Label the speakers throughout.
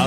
Speaker 1: I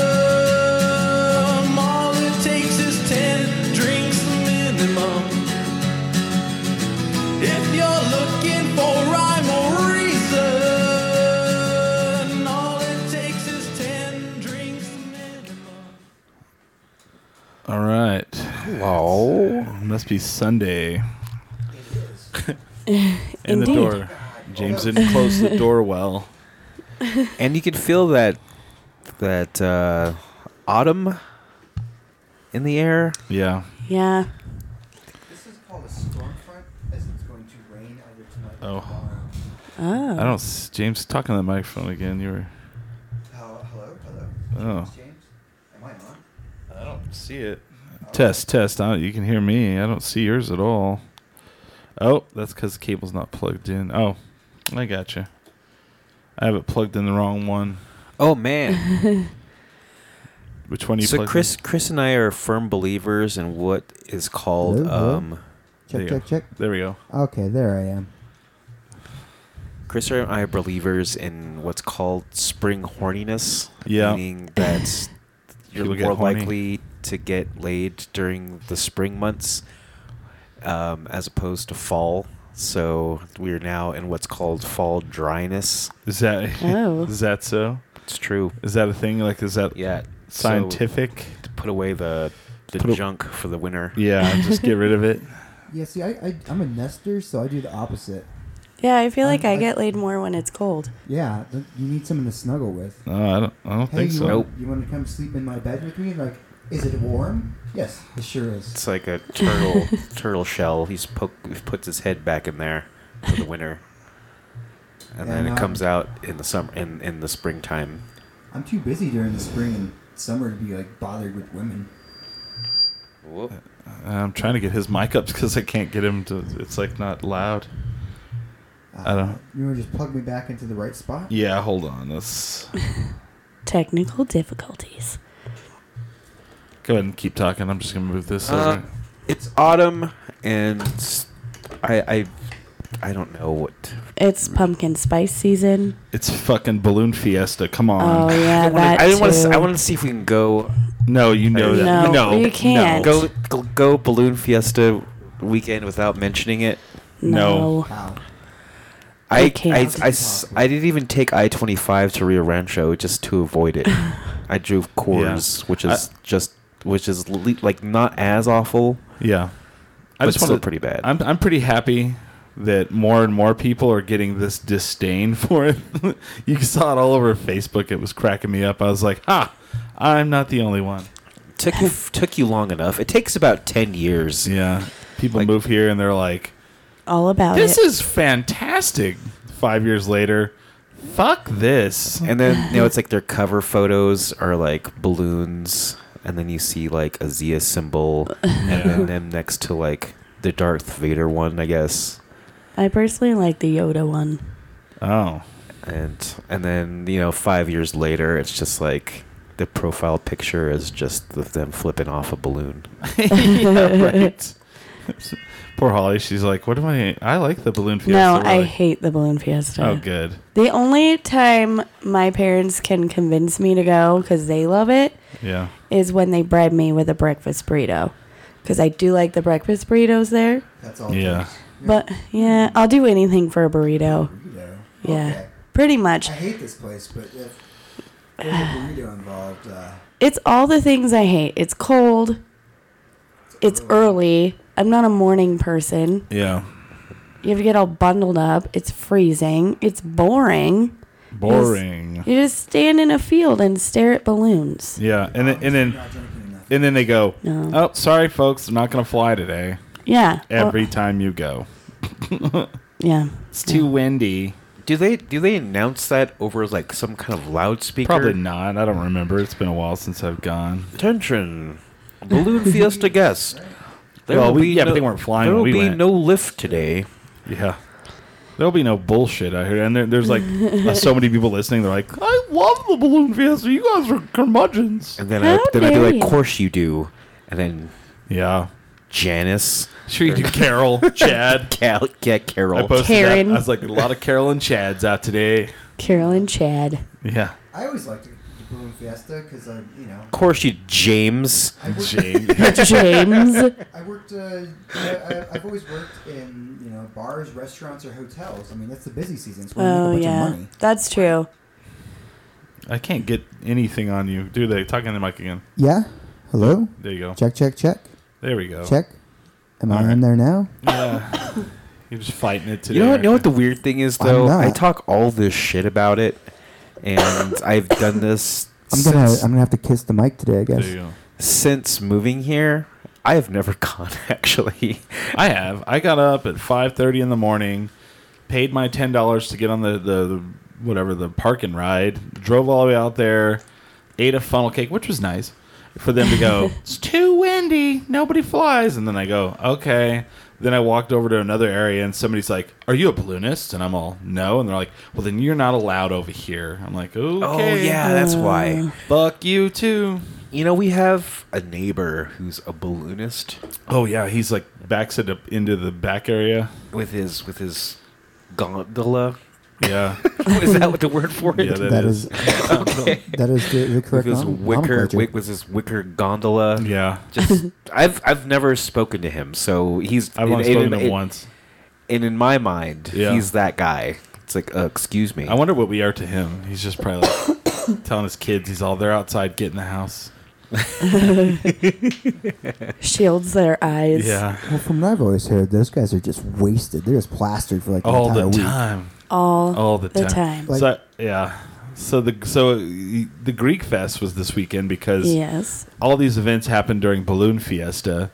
Speaker 1: all it takes is 10 drinks minimum. If you're looking for rhyme or reason, all it takes is 10 drinks minimum.
Speaker 2: All right. Hello. must be Sunday. and the
Speaker 3: Indeed.
Speaker 2: door. James didn't close the door well.
Speaker 4: and you can feel that that uh, autumn in the air.
Speaker 2: Yeah.
Speaker 3: Yeah.
Speaker 5: This is called a storm front, as it's going to rain either tonight
Speaker 2: Oh.
Speaker 5: or tomorrow.
Speaker 3: Oh.
Speaker 2: I don't. s- James, talk on the microphone again. You were.
Speaker 5: Hello, hello, hello.
Speaker 2: Oh.
Speaker 5: James, James? Am I on?
Speaker 2: I don't see it. Test, test. I don't, you can hear me. I don't see yours at all. Oh, that's because the cable's not plugged in. Oh, I gotcha. I have it plugged in the wrong one.
Speaker 4: Oh man!
Speaker 2: Which one you
Speaker 4: so
Speaker 2: plugged in?
Speaker 4: Chris, Chris, and I are firm believers in what is called
Speaker 5: Hello, hello?
Speaker 4: um,
Speaker 2: There you
Speaker 5: Check, check,
Speaker 2: go.
Speaker 5: check.
Speaker 2: There we go.
Speaker 5: Okay, there I am.
Speaker 4: Chris and I are believers in what's called spring horniness.
Speaker 2: Yeah.
Speaker 4: Meaning that you're
Speaker 2: People get
Speaker 4: more
Speaker 2: horny.
Speaker 4: likely to get laid during the spring months um, as opposed to fall. So we're now in what's called fall dryness.
Speaker 2: Is that
Speaker 3: Oh.
Speaker 2: is that so?
Speaker 4: It's true.
Speaker 2: Is that a thing? Like, is that
Speaker 4: Yeah. so
Speaker 2: scientific?
Speaker 4: to put away the, the
Speaker 2: Put a-
Speaker 4: junk for the winter.
Speaker 2: yeah, just get rid of it.
Speaker 5: Yeah, see, I, I, I'm a nester, so I do the opposite.
Speaker 3: Yeah, I feel like
Speaker 5: Um,
Speaker 3: I
Speaker 5: I-
Speaker 3: get laid more when it's cold.
Speaker 5: Yeah, th- you need someone to snuggle with.
Speaker 2: No, I don't. I don't
Speaker 5: Hey,
Speaker 2: think
Speaker 5: you,
Speaker 2: so.
Speaker 5: want, you want to come sleep in my bed with me? Like, is it warm? Yes, it sure is.
Speaker 4: It's like a turtle turtle shell. He's poke, he puts his head back in there for the winter, and then
Speaker 5: And,
Speaker 4: it
Speaker 5: um,
Speaker 4: comes out in the summer in in the springtime.
Speaker 5: I'm too busy during the spring and summer to be, like, bothered with women.
Speaker 2: I'm trying to get his mic up because I can't get him to. It's like not loud.
Speaker 5: Uh,
Speaker 2: I don't-
Speaker 5: You want to just plug me back into the right spot?
Speaker 2: Yeah, hold on. Let's
Speaker 3: Technical difficulties.
Speaker 2: go ahead and keep talking. I'm just gonna move this
Speaker 4: Uh,
Speaker 2: over.
Speaker 4: it's autumn, and s- I I I don't know what.
Speaker 3: It's pumpkin spice season.
Speaker 2: It's fucking balloon fiesta. Come
Speaker 3: Oh
Speaker 2: on.
Speaker 3: yeah, that
Speaker 4: I didn't want
Speaker 3: too.
Speaker 4: to. I want to see if we can go
Speaker 2: No, you know that.
Speaker 3: No,
Speaker 2: no,
Speaker 3: you
Speaker 2: no.
Speaker 3: can't.
Speaker 4: go go balloon fiesta weekend without mentioning it.
Speaker 2: No.
Speaker 3: no.
Speaker 5: Wow.
Speaker 4: I,
Speaker 3: can't.
Speaker 4: I, I, s- I didn't even take I 25 to Rio Rancho just to avoid it. I drove Coors, which is
Speaker 2: I-
Speaker 4: just, which is le- like not as awful.
Speaker 2: Yeah, I
Speaker 4: But
Speaker 2: just
Speaker 4: still
Speaker 2: want
Speaker 4: pretty bad.
Speaker 2: I'm I'm pretty happy that more and more people are getting this disdain for it. you saw it all over Facebook. It was cracking me up. I was like, ha, I'm not the only one.
Speaker 4: Took you, took you long enough. It takes about 10 years.
Speaker 2: Yeah, people
Speaker 4: Like-
Speaker 2: move here and they're like,
Speaker 3: All about
Speaker 2: this
Speaker 3: it.
Speaker 2: is fantastic. Five years later, fuck this.
Speaker 4: And then, you know, it's like their cover photos are like balloons. And then you see like a Zia symbol. And then them next to like the Darth Vader one, I guess.
Speaker 3: I personally like the Yoda one.
Speaker 2: Oh,
Speaker 4: and and then you know five years later it's just like the profile picture is just of them flipping off a balloon
Speaker 2: yeah, right. Poor Holly. She's like, what am I? I like the balloon fiesta.
Speaker 3: no,
Speaker 2: We're
Speaker 3: I
Speaker 2: like,
Speaker 3: hate the balloon fiesta.
Speaker 2: Oh, good.
Speaker 3: The only time my parents can convince me to go because they love it
Speaker 2: Yeah.
Speaker 3: is when they bribe me with a breakfast burrito. Because I do like the breakfast burritos there.
Speaker 5: That's all.
Speaker 2: Yeah.
Speaker 3: But yeah, I'll do anything for a burrito.
Speaker 5: Burrito.
Speaker 3: Yeah.
Speaker 5: Okay.
Speaker 3: Pretty much.
Speaker 5: I hate this place, but if there's a burrito involved, uh,
Speaker 3: It's all the things I hate. It's cold. It's early. I'm not a morning person.
Speaker 2: Yeah.
Speaker 3: You have to get all bundled up. It's freezing. It's boring.
Speaker 2: Boring.
Speaker 3: You just stand in a field and stare at balloons.
Speaker 2: Yeah, and then, and
Speaker 5: I'm
Speaker 2: then
Speaker 5: not drinking enough.
Speaker 2: and then they go,
Speaker 3: No.
Speaker 2: "Oh, sorry, folks, I'm not gonna fly today."
Speaker 3: Yeah. well,
Speaker 5: Oh.
Speaker 2: Every time you go,
Speaker 3: yeah.
Speaker 2: it's too windy.
Speaker 4: do they do they announce that over like some kind of loudspeaker
Speaker 2: Probably not. I don't remember. It's been a while since I've gone.
Speaker 4: attention balloon fiesta guests There
Speaker 2: well,
Speaker 4: will
Speaker 2: we,
Speaker 4: be
Speaker 2: yeah,
Speaker 4: no-
Speaker 2: but they weren't flying.
Speaker 4: There
Speaker 2: when we
Speaker 4: will be
Speaker 2: went.
Speaker 4: no lift today.
Speaker 2: Yeah. There'll be no bullshit out here. And there, there's like uh, so many people listening. They're like, I love the balloon fiesta. You guys are curmudgeons.
Speaker 4: And then
Speaker 3: How
Speaker 4: I then I'd be
Speaker 3: dare
Speaker 4: like,
Speaker 3: you.
Speaker 4: course you do. And then
Speaker 2: Yeah.
Speaker 4: Janice,
Speaker 2: Sure you do, Carol, Chad.
Speaker 4: Cal, yeah, Carol.
Speaker 2: I posted
Speaker 3: Karen.
Speaker 2: that. I was like, a lot of Carol and Chads out today.
Speaker 3: Carol and Chad.
Speaker 2: Yeah.
Speaker 5: I always liked the balloon fiesta because I, you know,
Speaker 4: of course you, James.
Speaker 5: I worked.
Speaker 2: James.
Speaker 3: James.
Speaker 5: I worked. Uh, I, I, I've always worked in you know bars, restaurants, or hotels. I mean, that's the busy season. It's when you
Speaker 3: Oh
Speaker 5: make a bunch of
Speaker 3: yeah,
Speaker 5: money.
Speaker 3: that's true.
Speaker 2: I can't get anything on you, do they? Talking to the mic again.
Speaker 5: Yeah. Hello.
Speaker 2: There you go.
Speaker 5: Check. Check. Check.
Speaker 2: There we go.
Speaker 5: Check. Am
Speaker 2: All
Speaker 5: I
Speaker 2: right.
Speaker 5: in there now?
Speaker 2: Yeah. You're just fighting it today.
Speaker 4: You know, what, you know
Speaker 2: aren't
Speaker 4: what the weird thing is
Speaker 5: I'm
Speaker 4: though?
Speaker 5: not.
Speaker 4: I talk all this shit about it, and I've done this
Speaker 5: I'm gonna.
Speaker 4: since,
Speaker 5: I'm gonna have to kiss the mic today. I
Speaker 2: There
Speaker 5: guess.
Speaker 2: you go.
Speaker 4: since moving here. I have never gone actually.
Speaker 2: I have. I got up at five thirty in the morning, paid my ten dollars to get on the, the the whatever the park and ride. Drove all the way out there, ate a funnel cake, which was nice for them to go. it's too windy. Nobody flies. And then I go okay. Then I walked over to another area and somebody's like, "Are you a balloonist?" And I'm all, "No." And they're like, "Well, then you're not allowed over here." I'm like, "Okay,
Speaker 4: Oh yeah, that's why.
Speaker 2: fuck you too."
Speaker 4: You know, we have a neighbor who's a balloonist
Speaker 2: Oh yeah, he's like backs it up into the back area.
Speaker 4: with his with his gondola.
Speaker 2: Yeah,
Speaker 4: is that what the word for it?
Speaker 2: yeah,
Speaker 5: That is. That is the, the
Speaker 4: with
Speaker 5: correct
Speaker 4: his
Speaker 5: nom-
Speaker 4: wicker
Speaker 5: nomenclature.
Speaker 4: wick with his wicker gondola.
Speaker 2: yeah.
Speaker 4: Just I've I've never spoken to him, so he's
Speaker 2: I've
Speaker 4: and-
Speaker 2: only
Speaker 4: and-
Speaker 2: spoken to him
Speaker 4: and-
Speaker 2: once.
Speaker 4: And in my mind,
Speaker 2: Yeah.
Speaker 4: he's that guy. It's like, uh, excuse me.
Speaker 2: I wonder what we are to him. He's just probably like telling his kids he's all they're outside getting the house.
Speaker 3: Shields their eyes.
Speaker 2: Yeah.
Speaker 5: Well, from what I've always heard, those guys are just wasted. They're just plastered for like an
Speaker 2: All
Speaker 5: entire
Speaker 2: the
Speaker 5: week.
Speaker 2: time.
Speaker 3: All,
Speaker 2: All the
Speaker 3: the
Speaker 2: time.
Speaker 3: time.
Speaker 5: Like-
Speaker 2: so yeah. So the so uh, the Greek Fest was this weekend because
Speaker 3: yes.
Speaker 2: all these events happened during Balloon Fiesta,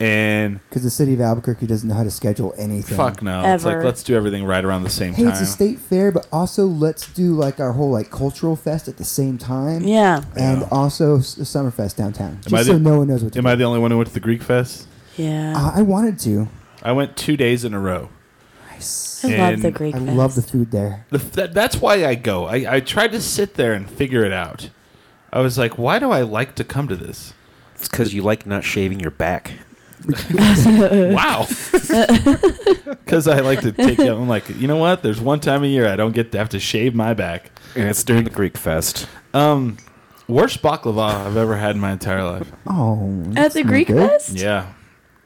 Speaker 2: and
Speaker 5: Because the city of Albuquerque doesn't know how to schedule anything.
Speaker 2: fuck no, it's like
Speaker 3: Ever.
Speaker 2: let's do everything right around the same
Speaker 5: Hey,
Speaker 2: time.
Speaker 5: it's a state fair, but also let's do like our whole like cultural fest at the same time.
Speaker 3: Yeah.
Speaker 5: And
Speaker 2: Yeah.
Speaker 5: also s- Summerfest downtown,
Speaker 2: I
Speaker 5: just
Speaker 2: the-
Speaker 5: so no one knows what to
Speaker 2: Am
Speaker 5: do.
Speaker 2: I the only one who went to the Greek Fest?
Speaker 3: Yeah.
Speaker 5: Uh, I wanted to.
Speaker 2: I went two days in a row.
Speaker 5: Nice.
Speaker 3: I love the
Speaker 2: and
Speaker 3: Greek.
Speaker 5: I love the
Speaker 3: fest.
Speaker 5: food there.
Speaker 2: The, that, that's why I go. I, I tried to sit there and figure it out. I was like, why do I like to come to this?
Speaker 4: It's because you like not shaving your back.
Speaker 2: wow. Because I like to take it. I'm like, you know what? There's one time a year I don't get to have to shave my back.
Speaker 4: And it's during the Greek fest.
Speaker 2: Um, worst baklava I've ever had in my entire life.
Speaker 5: Oh,
Speaker 3: at
Speaker 5: that's
Speaker 3: the
Speaker 5: not
Speaker 3: Greek
Speaker 5: good.
Speaker 3: fest.
Speaker 2: Yeah.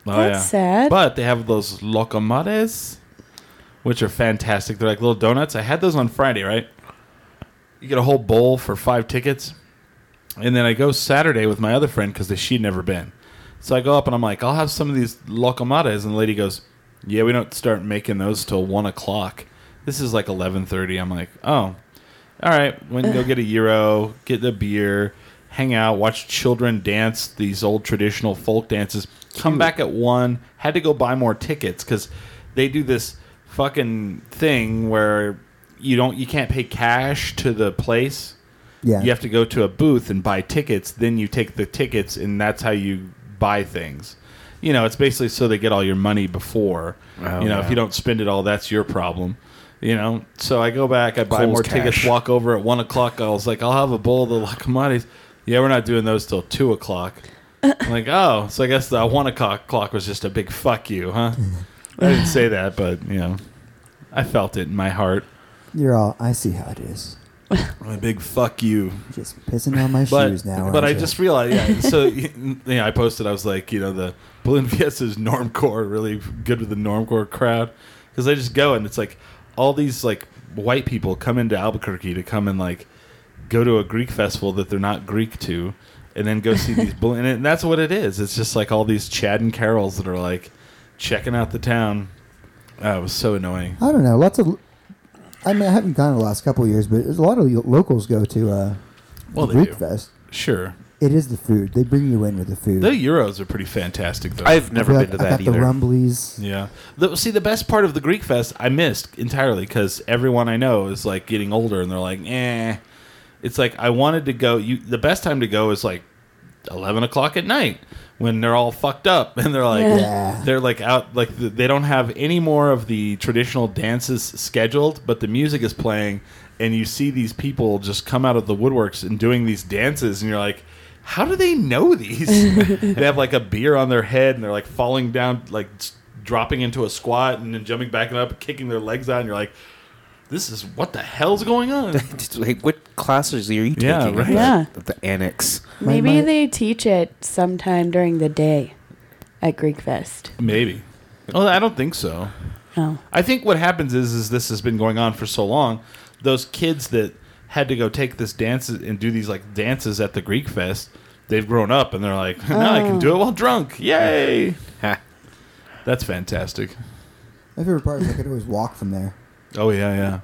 Speaker 2: Oh,
Speaker 3: That's
Speaker 2: yeah.
Speaker 3: sad.
Speaker 2: But they have those locomotives, which are fantastic. They're like little donuts. I had those on Friday, right? You get a whole bowl for five tickets. And then I go Saturday with my other friend because she'd never been. So I go up and I'm like, I'll have some of these locomotives. And the lady goes, Yeah, we don't start making those till one o'clock. This is like 11:30. I'm like, Oh, all right. Went and go get a euro, get the beer, hang out, watch children dance these old traditional folk dances. Come back at one. Had to go buy more tickets because they do this fucking thing where you don't you can't pay cash to the place
Speaker 5: Yeah.
Speaker 2: you have to go to a booth and buy tickets then you take the tickets and that's how you buy things you know it's basically so they get all your money before
Speaker 4: Oh,
Speaker 2: you know if
Speaker 4: yeah.
Speaker 2: you don't spend it all that's your problem you know so i go back i buy
Speaker 4: Cole's
Speaker 2: more tickets
Speaker 4: cash.
Speaker 2: walk over at one o'clock i was like i'll have a bowl of the locomotives yeah we're not doing those till two o'clock I'm like oh so i guess the one o'clock clock was just a big fuck you huh i didn't say that but you know i felt it in my heart
Speaker 5: You're all. I see how it is.
Speaker 2: a big fuck you
Speaker 5: Just pissing on my shoes now.
Speaker 2: But I
Speaker 5: aren't you?
Speaker 2: just realized, yeah. So you know, I posted. I was like, you know, the Balloon Fiesta is normcore, really good with the normcore crowd, because I just go and it's like all these like white people come into Albuquerque to come and like go to a Greek festival that they're not Greek to, and then go see these balloon. And that's what it is. It's just like all these Chad and Carols that are like checking out the town. Oh, it was so annoying.
Speaker 5: I don't know. Lots of. I mean, I haven't gone the last couple of years, but there's a lot of lo- locals go to uh,
Speaker 2: Well,
Speaker 5: the
Speaker 2: they
Speaker 5: Greek
Speaker 2: do.
Speaker 5: fest.
Speaker 2: Sure,
Speaker 5: It is the food. They bring you in with the food.
Speaker 2: the euros are pretty fantastic though.
Speaker 4: I've
Speaker 5: I
Speaker 4: never
Speaker 5: feel
Speaker 4: been to
Speaker 5: like I
Speaker 4: that
Speaker 5: got
Speaker 4: either.
Speaker 5: The rumblies.
Speaker 2: Yeah. The, see, the best part of the Greek Fest I missed entirely because everyone I know is like getting older and they're like, eh. It's like I wanted to go. You the best time to go is like eleven o'clock at night when they're all fucked up and they're like
Speaker 5: Yeah.
Speaker 2: they're like out like th- they don't have any more of the traditional dances scheduled, but the music is playing and you see these people just come out of the woodworks and doing these dances and you're like. How do they know these? they have like a beer on their head and they're like falling down, like s- dropping into a squat and then jumping back and up, kicking their legs out. And you're like, this is what the hell's going on?
Speaker 4: like, what classes are you taking?
Speaker 2: Yeah,
Speaker 4: at
Speaker 2: right.
Speaker 4: the-
Speaker 3: Yeah.
Speaker 4: at The, annex.
Speaker 5: My-
Speaker 3: Maybe
Speaker 5: my-
Speaker 3: they teach it sometime during the day at Greek Fest.
Speaker 2: Maybe. Well, I don't think so.
Speaker 3: Oh.
Speaker 2: I think what happens is is this has been going on for so long. Those kids that had to go take this dance and do these like dances at the Greek fest, they've grown up and they're like, now I can do it while drunk. Yay!
Speaker 4: Ha.
Speaker 2: That's fantastic.
Speaker 5: My favorite part is I could always walk from there.
Speaker 2: Oh yeah, yeah.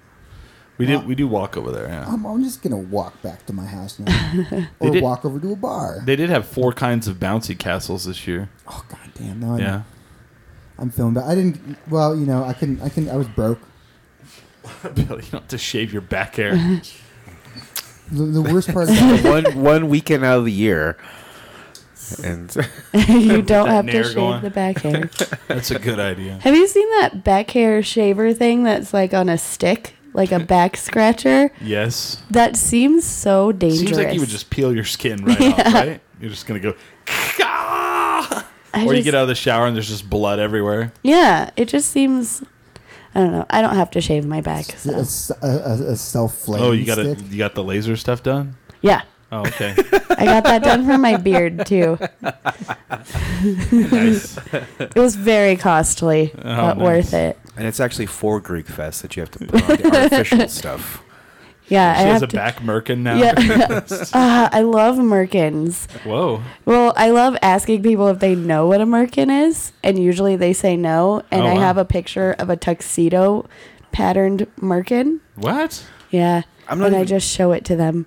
Speaker 2: We do we do walk over there. Yeah.
Speaker 5: I'm, I'm just gonna walk back to my house now, or
Speaker 2: did-
Speaker 5: walk over to a bar.
Speaker 2: They did have four kinds of bouncy castles this year.
Speaker 5: oh god damn! No, I'm,
Speaker 2: Yeah.
Speaker 5: I'm feeling bad. I didn't. Well, you know, I couldn't. I couldn't. I was broke.
Speaker 2: Billy, you don't have to shave your back hair.
Speaker 5: The, the worst part. Is that,
Speaker 4: one one weekend out of the year. And
Speaker 3: you don't
Speaker 2: that
Speaker 3: have to
Speaker 2: nair
Speaker 3: shave
Speaker 2: going.
Speaker 3: the back hair.
Speaker 2: That's a good idea.
Speaker 3: have you seen that back hair shaver thing that's like on a stick, like a back scratcher?
Speaker 2: Yes.
Speaker 3: That seems so dangerous.
Speaker 2: Seems like you would just peel your skin right off, right? You're just gonna go, "Ah!"
Speaker 3: I
Speaker 2: or you
Speaker 3: just-
Speaker 2: get out of the shower and there's just blood everywhere.
Speaker 3: Yeah, it just seems. I don't know. I don't have to shave my back.
Speaker 5: a,
Speaker 3: So.
Speaker 5: self flame.
Speaker 2: Oh, you got
Speaker 5: stick.
Speaker 2: it. You got the laser stuff done.
Speaker 3: Yeah,
Speaker 2: Oh, okay,
Speaker 3: I got that done for my beard too.
Speaker 2: nice. Oh,
Speaker 3: It was very costly, but worth it.
Speaker 4: and it's actually for Greek Fest that you have to put on the artificial stuff.
Speaker 3: Yeah,
Speaker 2: She
Speaker 3: I
Speaker 2: has
Speaker 3: have
Speaker 2: a
Speaker 3: to.
Speaker 2: back merkin now.
Speaker 3: Yeah. Ah, I love merkins.
Speaker 2: Whoa,
Speaker 3: Well, I love asking people if they know what a merkin is, and usually they say no. And
Speaker 2: Oh,
Speaker 3: I
Speaker 2: wow.
Speaker 3: have a picture of a tuxedo patterned merkin.
Speaker 2: what?
Speaker 3: Yeah,
Speaker 4: I'm not
Speaker 3: and I
Speaker 4: even-
Speaker 3: just show it to them.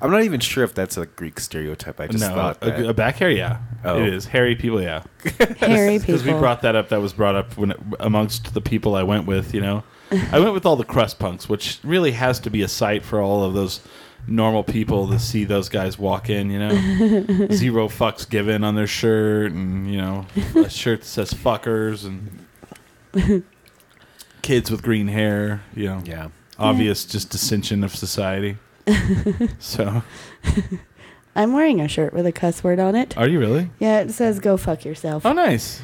Speaker 4: I'm not even sure if that's a Greek stereotype. I just
Speaker 2: no,
Speaker 4: thought that.
Speaker 2: a, a back hair. Yeah,
Speaker 4: Oh.
Speaker 2: it is hairy people. Yeah,
Speaker 3: Hairy
Speaker 2: because we
Speaker 3: people.
Speaker 2: brought that up. That was brought up when amongst the people I went with. You know, I went with all the crust punks, which really has to be a sight for all of those normal people to see those guys walk in. You know, zero fucks given on their shirt, and you know, a shirt that says fuckers and kids with green hair. You know,
Speaker 4: yeah.
Speaker 2: obvious just dissension of society. so,
Speaker 3: I'm wearing a shirt with a cuss word on it.
Speaker 2: are you really?
Speaker 3: Yeah, it says "Go fuck yourself."
Speaker 2: Oh, nice.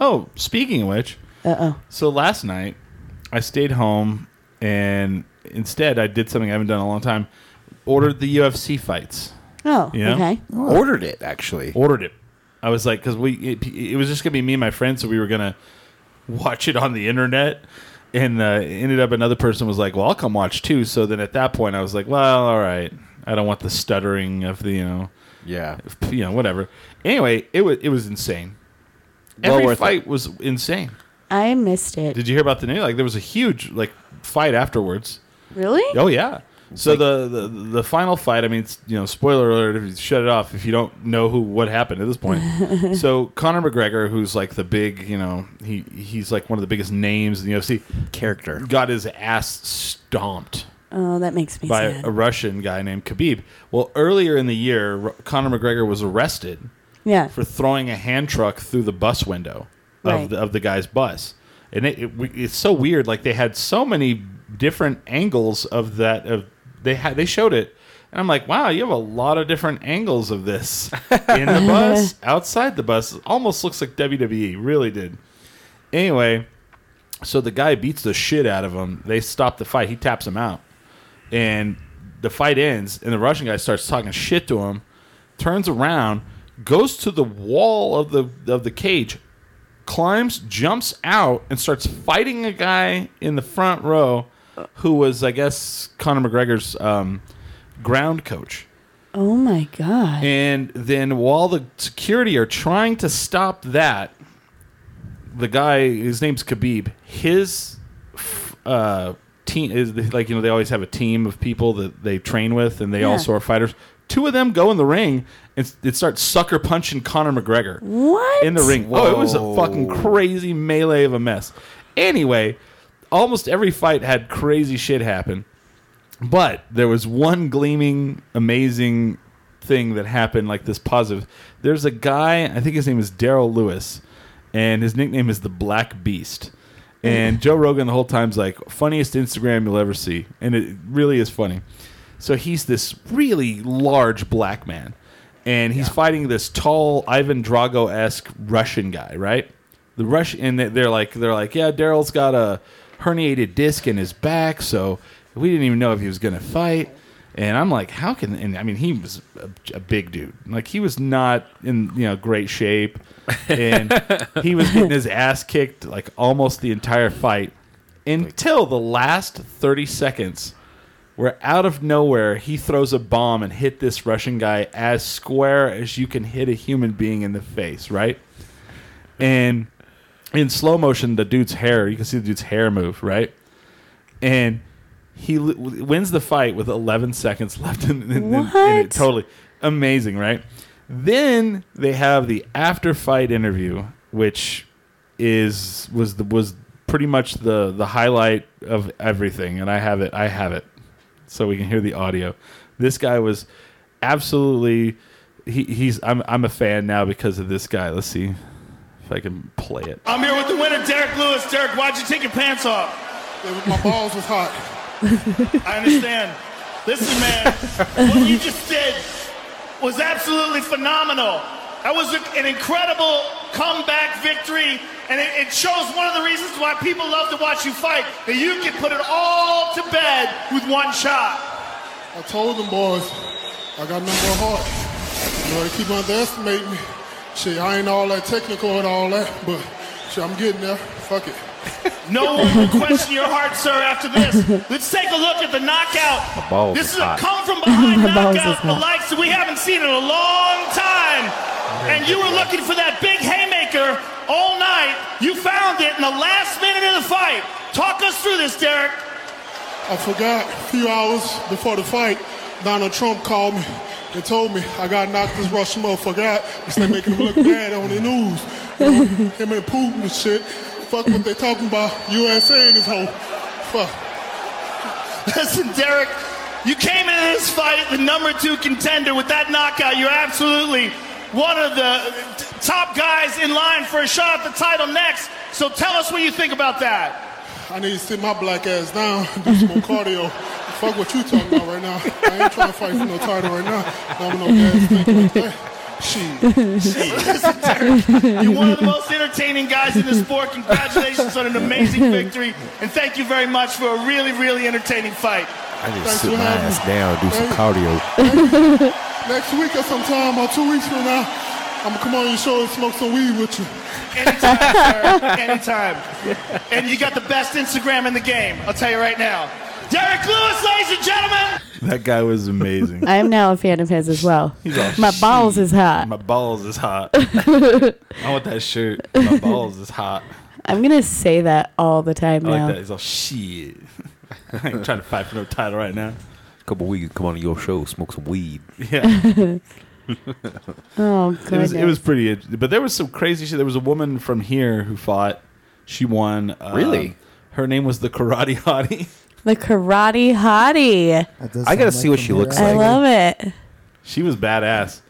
Speaker 2: Oh, speaking of which.
Speaker 3: Uh oh.
Speaker 2: So last night, I stayed home and instead I did something I haven't done in a long time. Ordered the UFC fights.
Speaker 3: Oh,
Speaker 2: Yeah.
Speaker 3: okay.
Speaker 4: Ordered it actually.
Speaker 2: Ordered it. I was like, because we it, it was just gonna be me and my friend, so we were gonna watch it on the internet. And uh, it ended up another person was like, "Well, I'll come watch too." So then at that point, I was like, "Well, all right. I don't want the stuttering of the you know,
Speaker 4: Yeah.
Speaker 2: you know, whatever." Anyway, it was it was insane.
Speaker 4: Well
Speaker 2: Every
Speaker 4: worth it.
Speaker 2: fight was insane.
Speaker 3: I missed it.
Speaker 2: Did you hear about the news? Like there was a huge like fight afterwards.
Speaker 3: really?
Speaker 2: Oh yeah. So the, the the final fight. I mean, it's, you know, spoiler alert. If you shut it off, if you don't know who what happened at this point. so Conor McGregor, who's like the big, you know, he he's like one of the biggest names in the UFC,
Speaker 4: Character.
Speaker 2: got his ass stomped
Speaker 3: Oh, that makes me
Speaker 2: by
Speaker 3: sad.
Speaker 2: a Russian guy named Khabib. Well, earlier in the year, R- Conor McGregor was arrested
Speaker 3: yeah.
Speaker 2: for throwing a hand truck through the bus window of
Speaker 3: Right.
Speaker 2: the, of the guy's bus, and it, it we- it's so weird. Like they had so many different angles of that. Of they had they showed it, and I'm like, wow, you have a lot of different angles of this in the bus, outside the bus. It almost looks like WWE really did. Anyway, so the guy beats the shit out of him. They stop the fight. He taps him out, and the fight ends. And the Russian guy starts talking shit to him, turns around, goes to the wall of the of the cage, climbs, jumps out, and starts fighting a guy in the front row, who was, I guess, Conor McGregor's um, ground coach.
Speaker 3: Oh my god.
Speaker 2: And then while the security are trying to stop that, the guy, his name's Khabib, his f- uh, team is like, you know, they always have a team of people that they train with and they
Speaker 3: Yeah.
Speaker 2: also are fighters. Two of them go in the ring and s- it starts sucker punching Conor McGregor
Speaker 3: What?
Speaker 2: in the ring. Oh, it was a
Speaker 4: Whoa.
Speaker 2: fucking crazy melee of a mess. Anyway, almost every fight had crazy shit happen, but there was one gleaming, amazing thing that happened, like this positive. There's a guy, I think his name is Daryl Lewis, and his nickname is the Black Beast. And Joe Rogan the whole time's like funniest Instagram you'll ever see, and it really is funny. So he's this really large black man, and he's fighting this tall Ivan Drago esque Russian guy, right? The rush and they- they're like they're like yeah, Daryl's got a herniated disc in his back, so we didn't even know if he was gonna fight. And I'm like, how can? And I mean, he was a, a big dude. Like he was not in you know great shape, and he was getting his ass kicked like almost the entire fight until the last 30 seconds where out of nowhere he throws a bomb and hit this Russian guy as square as you can hit a human being in the face, right? And in slow motion, the dude's hair, you can see the dude's hair move, right? And he l- w- wins the fight with 11 seconds left in, in, in- in
Speaker 3: What?
Speaker 2: it. Totally amazing, right? Then they have the after fight interview, which is was the, was pretty much the the highlight of everything, and I have it. I have it so we can hear the audio. This guy was absolutely he, he's I'm I'm a fan now because of this guy. Let's see if I can play it.
Speaker 6: I'm here with the winner, Derek Lewis. Derek, why'd you take your pants off?
Speaker 7: It was- My balls was hot.
Speaker 6: I understand. Listen, man, what you just did was absolutely phenomenal. That was a- an incredible comeback victory, and it, it shows one of the reasons why people love to watch you fight that you can put it all to bed with one shot.
Speaker 7: I told them boys, I got no more heart. You know, they keep underestimating me. Shit, I ain't all that technical and all that, but shit, I'm getting there. Fuck it.
Speaker 6: No one will question your heart, sir, after this. Let's take a look at the knockout.
Speaker 4: My balls
Speaker 6: this
Speaker 4: is
Speaker 6: is a
Speaker 4: hot.
Speaker 6: come from behind
Speaker 3: My balls is
Speaker 6: knockout, the
Speaker 3: hot.
Speaker 6: likes that we haven't seen in a long time. And you were looking for that big haymaker all night. You found it in the last minute of the fight. Talk us through this, Derek.
Speaker 7: I forgot a few hours before the fight, Donald Trump called me and told me I got knocked this Russian motherfucker out because they making him look bad on the news. You know, him and Putin and shit. Fuck what they talking about. USA and this whole. Fuck.
Speaker 6: Listen, Derek, you came into this fight the number two contender with that knockout. You're absolutely one of the t- top guys in line for a shot at the title next. So tell us what you think about that.
Speaker 7: I need to sit my black ass down and do some more cardio. Fuck what you talking about right now. I ain't trying to fight for no title right now. I'm no ass thinking like that. Shit.
Speaker 6: Listen, Derek, you're one of the most entertaining guys in the sport. Congratulations on an amazing victory, and thank you very much for a really, really entertaining fight.
Speaker 4: I need to
Speaker 7: Thanks
Speaker 4: sit
Speaker 7: for
Speaker 4: my
Speaker 7: having
Speaker 4: ass down and do some
Speaker 7: Hey.
Speaker 4: cardio.
Speaker 7: Next week or sometime or two weeks from now, I'm gonna come on your show and smoke some weed with you.
Speaker 6: Anytime, sir. Anytime. And you got the best Instagram in the game. I'll tell you right now. Derek Lewis, ladies and gentlemen.
Speaker 2: That guy was amazing.
Speaker 3: I am now a fan of his as well.
Speaker 2: all,
Speaker 3: My balls
Speaker 2: "Shit,
Speaker 3: is hot.
Speaker 2: My balls is hot. I want that shirt. My balls is hot.
Speaker 3: I'm gonna say that all the time
Speaker 2: I
Speaker 3: now.
Speaker 2: like that. He's all shit. I ain't trying to fight for no title right now.
Speaker 4: Couple weeks, come on to your show, smoke some weed.
Speaker 2: Yeah.
Speaker 3: Oh
Speaker 2: it
Speaker 3: goodness.
Speaker 2: was it was pretty but there was some crazy shit there was a woman from here who fought she won uh,
Speaker 4: Really?
Speaker 2: her name was the karate hottie
Speaker 3: the karate hottie.
Speaker 5: That does
Speaker 4: I gotta
Speaker 5: sound
Speaker 4: see what she
Speaker 5: Bandera.
Speaker 4: looks
Speaker 3: I
Speaker 4: like.
Speaker 3: love it.
Speaker 2: she was badass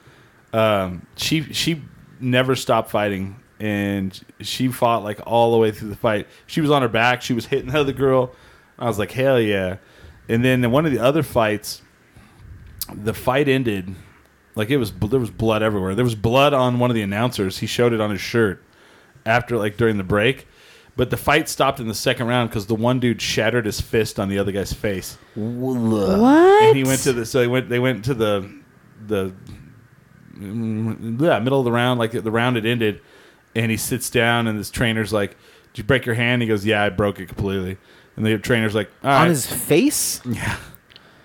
Speaker 2: um, she she never stopped fighting and she fought like all the way through the fight she was on her back she was hitting the other girl i was like hell yeah and then in one of the other fights the fight ended like it was there was blood everywhere there was blood on one of the announcers he showed it on his shirt after like during the break but the fight stopped in the second round because the one dude shattered his fist on the other guy's face
Speaker 3: What?
Speaker 2: and he went to the so they went they went to the the mm, yeah, middle of the round like the round had ended and he sits down and this trainer's like did you break your hand he goes yeah i broke it completely and the trainer's like all right
Speaker 4: On his face?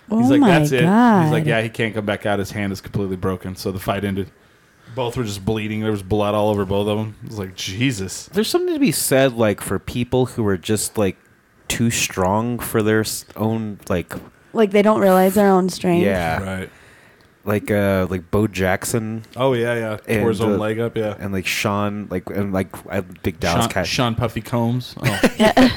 Speaker 3: oh
Speaker 2: he's like
Speaker 3: my
Speaker 2: that's it
Speaker 3: God.
Speaker 2: he's like yeah he can't come back out his hand is completely broken so the fight ended both were just bleeding there was blood all over both of them it was like jesus
Speaker 4: There's something to be said, like, for people who are just, like, too strong for their s- own, like,
Speaker 3: Like they don't realize their own strength.
Speaker 4: yeah.
Speaker 2: right
Speaker 4: like uh like Bo Jackson
Speaker 2: Oh yeah, yeah.
Speaker 4: and
Speaker 2: Tore his own
Speaker 4: uh,
Speaker 2: leg up. Yeah.
Speaker 4: and like Sean like and like I Big Dallas
Speaker 2: Sean,
Speaker 4: Cat.
Speaker 2: Sean Puffy Combs. Oh.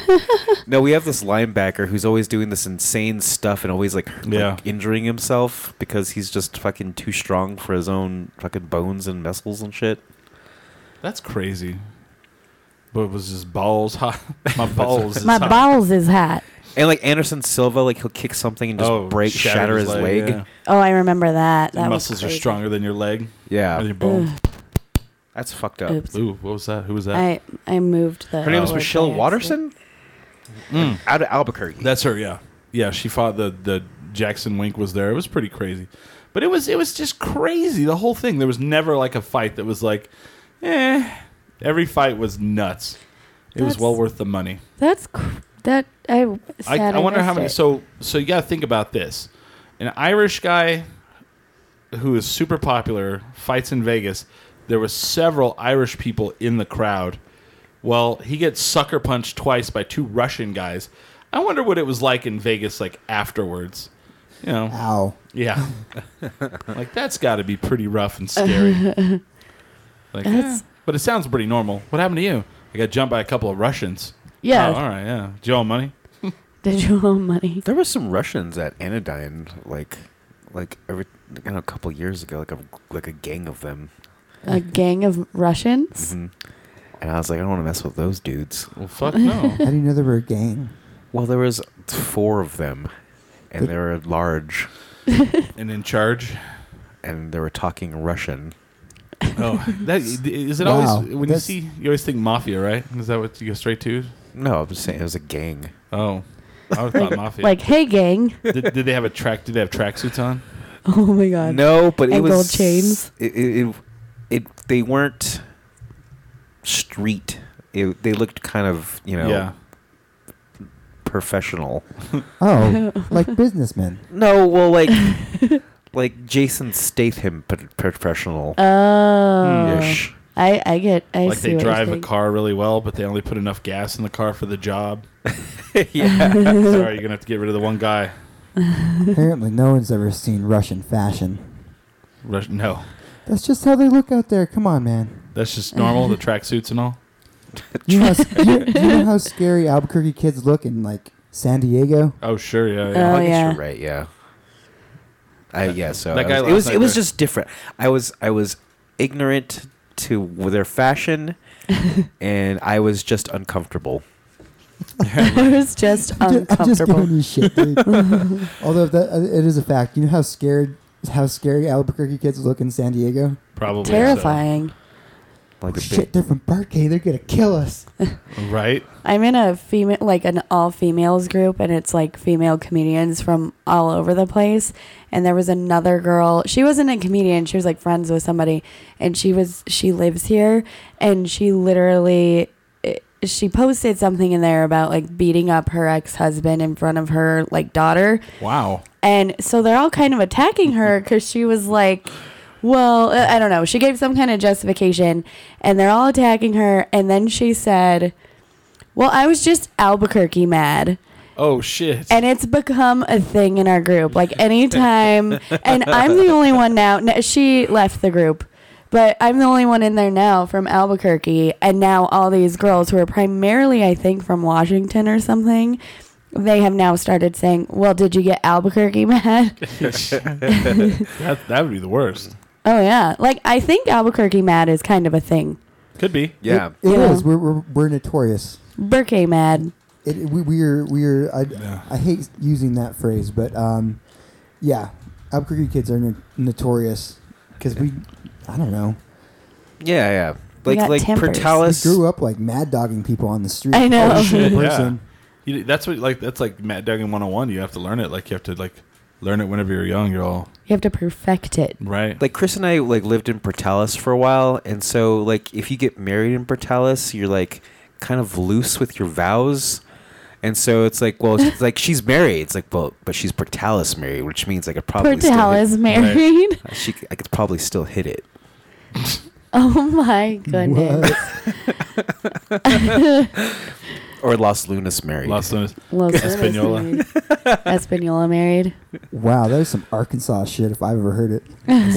Speaker 4: No, we have this linebacker who's always doing this insane stuff and always like, like,
Speaker 2: Yeah.
Speaker 4: injuring himself because he's just fucking too strong for his own fucking bones and muscles and shit.
Speaker 2: That's crazy. But it was just balls hot. My balls. is
Speaker 3: My
Speaker 2: hot.
Speaker 3: balls is hot.
Speaker 4: And like Anderson Silva, like he'll kick something and just
Speaker 2: Oh,
Speaker 4: break, shatter, his leg.
Speaker 2: yeah.
Speaker 3: Oh, I remember that.
Speaker 2: Your
Speaker 3: That was
Speaker 2: muscles are
Speaker 3: crazy.
Speaker 2: stronger than your leg.
Speaker 4: Yeah,
Speaker 2: And your bone.
Speaker 4: that's fucked up.
Speaker 3: Oops.
Speaker 2: Ooh, what was that? Who was that?
Speaker 3: I I moved the.
Speaker 4: Her name was
Speaker 3: board
Speaker 4: Michelle
Speaker 3: by accident.
Speaker 4: Watterson, Mm. out of Albuquerque.
Speaker 2: Mm. That's her. Yeah, yeah. She fought the the Jackson Wink was there. It was pretty crazy, but it was it was just crazy. The whole thing. There was never like a fight that was like, eh. Every fight was nuts. It was
Speaker 3: That's-
Speaker 2: well worth the money.
Speaker 3: That's cr- that I.
Speaker 2: I,
Speaker 3: Sad
Speaker 2: I wonder how
Speaker 3: missed
Speaker 2: many.
Speaker 3: it.
Speaker 2: So so you got to think about this. An Irish guy who is super popular fights in Vegas. There was several Irish people in the crowd. Well, he gets sucker punched twice by two Russian guys. I wonder what it was like in Vegas, like afterwards. You know,
Speaker 5: Ow.
Speaker 2: yeah, like that's got to be pretty rough and scary. Like, eh. but it sounds pretty normal. What happened to you? I got jumped by a couple of Russians.
Speaker 3: Yeah.
Speaker 2: Oh, all right. Yeah. Do you owe money?
Speaker 3: Did you own money?
Speaker 4: There was some Russians at Anodyne, like, like every you know, a couple years ago, like a like a gang of them,
Speaker 3: A gang of Russians?
Speaker 4: Mm-hmm. and I was like, I don't want to mess with those dudes.
Speaker 2: Well, fuck no.
Speaker 5: How do you know there were a gang?
Speaker 4: Well, there was four of them, and they were large,
Speaker 2: and in charge.
Speaker 4: and they were talking Russian.
Speaker 2: Oh, that is it.
Speaker 5: Wow,
Speaker 2: Always when
Speaker 5: that's-
Speaker 2: you see, you always think mafia, right? Is that what you go straight to?
Speaker 4: No, I'm just saying it was a gang.
Speaker 2: Oh, I always thought mafia.
Speaker 3: Like, hey, gang.
Speaker 2: did, did they have a track? Did they have tracksuits on?
Speaker 3: Oh my
Speaker 1: Uh,
Speaker 3: god.
Speaker 4: No, but it
Speaker 3: and
Speaker 4: was
Speaker 3: gold chains.
Speaker 4: It, it, it, it- they weren't street. It, they looked kind of you know
Speaker 2: Yeah,
Speaker 4: professional.
Speaker 5: Oh, like businessmen.
Speaker 4: No, well, like like Jason Statham p- professional
Speaker 3: Oh.
Speaker 4: ish.
Speaker 3: I, I get. I
Speaker 2: like
Speaker 3: see
Speaker 2: they
Speaker 3: what
Speaker 2: drive
Speaker 3: you're
Speaker 2: a
Speaker 3: saying.
Speaker 2: car really well, but they only put enough gas in the car for the job.
Speaker 4: yeah,
Speaker 2: Sorry, you're gonna have to get rid of the one guy.
Speaker 5: Apparently, no one's ever seen Russian fashion.
Speaker 2: Rush- No,
Speaker 5: That's just how they look out there. Come on, man.
Speaker 2: that's just normal. The tracksuits and all.
Speaker 5: You know, how, sc- you, you know how scary Albuquerque kids look in like San Diego.
Speaker 2: Oh sure, yeah,
Speaker 3: Oh,
Speaker 2: yeah.
Speaker 4: I guess
Speaker 3: yeah.
Speaker 4: you're right. Yeah. I yeah. So
Speaker 2: that
Speaker 4: I
Speaker 2: guy last
Speaker 4: was, it was
Speaker 2: night
Speaker 4: it was
Speaker 2: there-
Speaker 4: just different. I was I was ignorant to their fashion, and I was just uncomfortable.
Speaker 3: I was just
Speaker 5: Ju- I'm just
Speaker 3: uncomfortable.
Speaker 5: giving you shit, dude. Although that, uh, it is a fact. You know how scared, how scary Albuquerque kids look in San Diego.
Speaker 2: Probably so.
Speaker 3: Terrifying.
Speaker 4: Like a
Speaker 5: Shit,
Speaker 4: big,
Speaker 5: they're from Barkay. They're gonna kill us.
Speaker 2: right?
Speaker 3: I'm in a female, like an all females group, and it's like female comedians from all over the place. And there was another girl. She wasn't a comedian. She was like friends with somebody, and she was she lives here, and she literally eh, she posted something in there about like beating up her ex husband in front of her like daughter,
Speaker 2: Wow.
Speaker 3: and so they're all kind of attacking her because she was like, well, eh, I I don't know. She gave some kind of justification, and they're all attacking her. And then she said, well, I was just Albuquerque mad.
Speaker 2: Oh shit.
Speaker 3: And it's become a thing in our group. Like anytime, and I'm the only one now. n- She left the group, but I'm the only one in there now from Albuquerque. And now all these girls who are primarily, I think, from Washington or something, they have now started saying, "Well, did you get Albuquerque mad?"
Speaker 2: that that would be the worst.
Speaker 3: oh yeah, like I think Albuquerque mad is kind of a thing.
Speaker 2: Could be.
Speaker 4: yeah.
Speaker 5: It
Speaker 3: Yeah.
Speaker 5: is. We're, we're we're notorious.
Speaker 3: Burke mad.
Speaker 5: It, we, we're we're. I,
Speaker 2: Yeah.
Speaker 5: I hate using that phrase, but um, yeah, Albuquerque kids are no- notorious because we, I don't know,
Speaker 4: Yeah, yeah.
Speaker 3: We
Speaker 4: Like
Speaker 3: got
Speaker 4: like
Speaker 3: tempers.
Speaker 5: we
Speaker 4: Portalis.
Speaker 5: grew up like mad dogging people on the street.
Speaker 3: I know. Oh, shit,
Speaker 5: In
Speaker 2: yeah.
Speaker 5: person.
Speaker 2: You, that's what like that's like Matt Duggan 101. You have to learn it. Like you have to like learn it whenever you're young. You're all
Speaker 3: You have to perfect it.
Speaker 2: right.
Speaker 4: Like Chris and I like lived in Portalis for a while, and so like if you get married in Portalis, you're like kind of loose with your vows. And so it's like, well, it's like she's married. It's like, well, but she's Portalis married, which means I could probably
Speaker 3: Portalis
Speaker 4: still
Speaker 3: married.
Speaker 4: hit, she I could probably still hit it.
Speaker 3: Oh my goodness.
Speaker 5: What?
Speaker 4: or Las Lunas married.
Speaker 2: Las Lunas.
Speaker 3: Los Lunas
Speaker 2: Espanola.
Speaker 3: married. Espanola married.
Speaker 5: Wow, that is some Arkansas shit if I've ever heard it.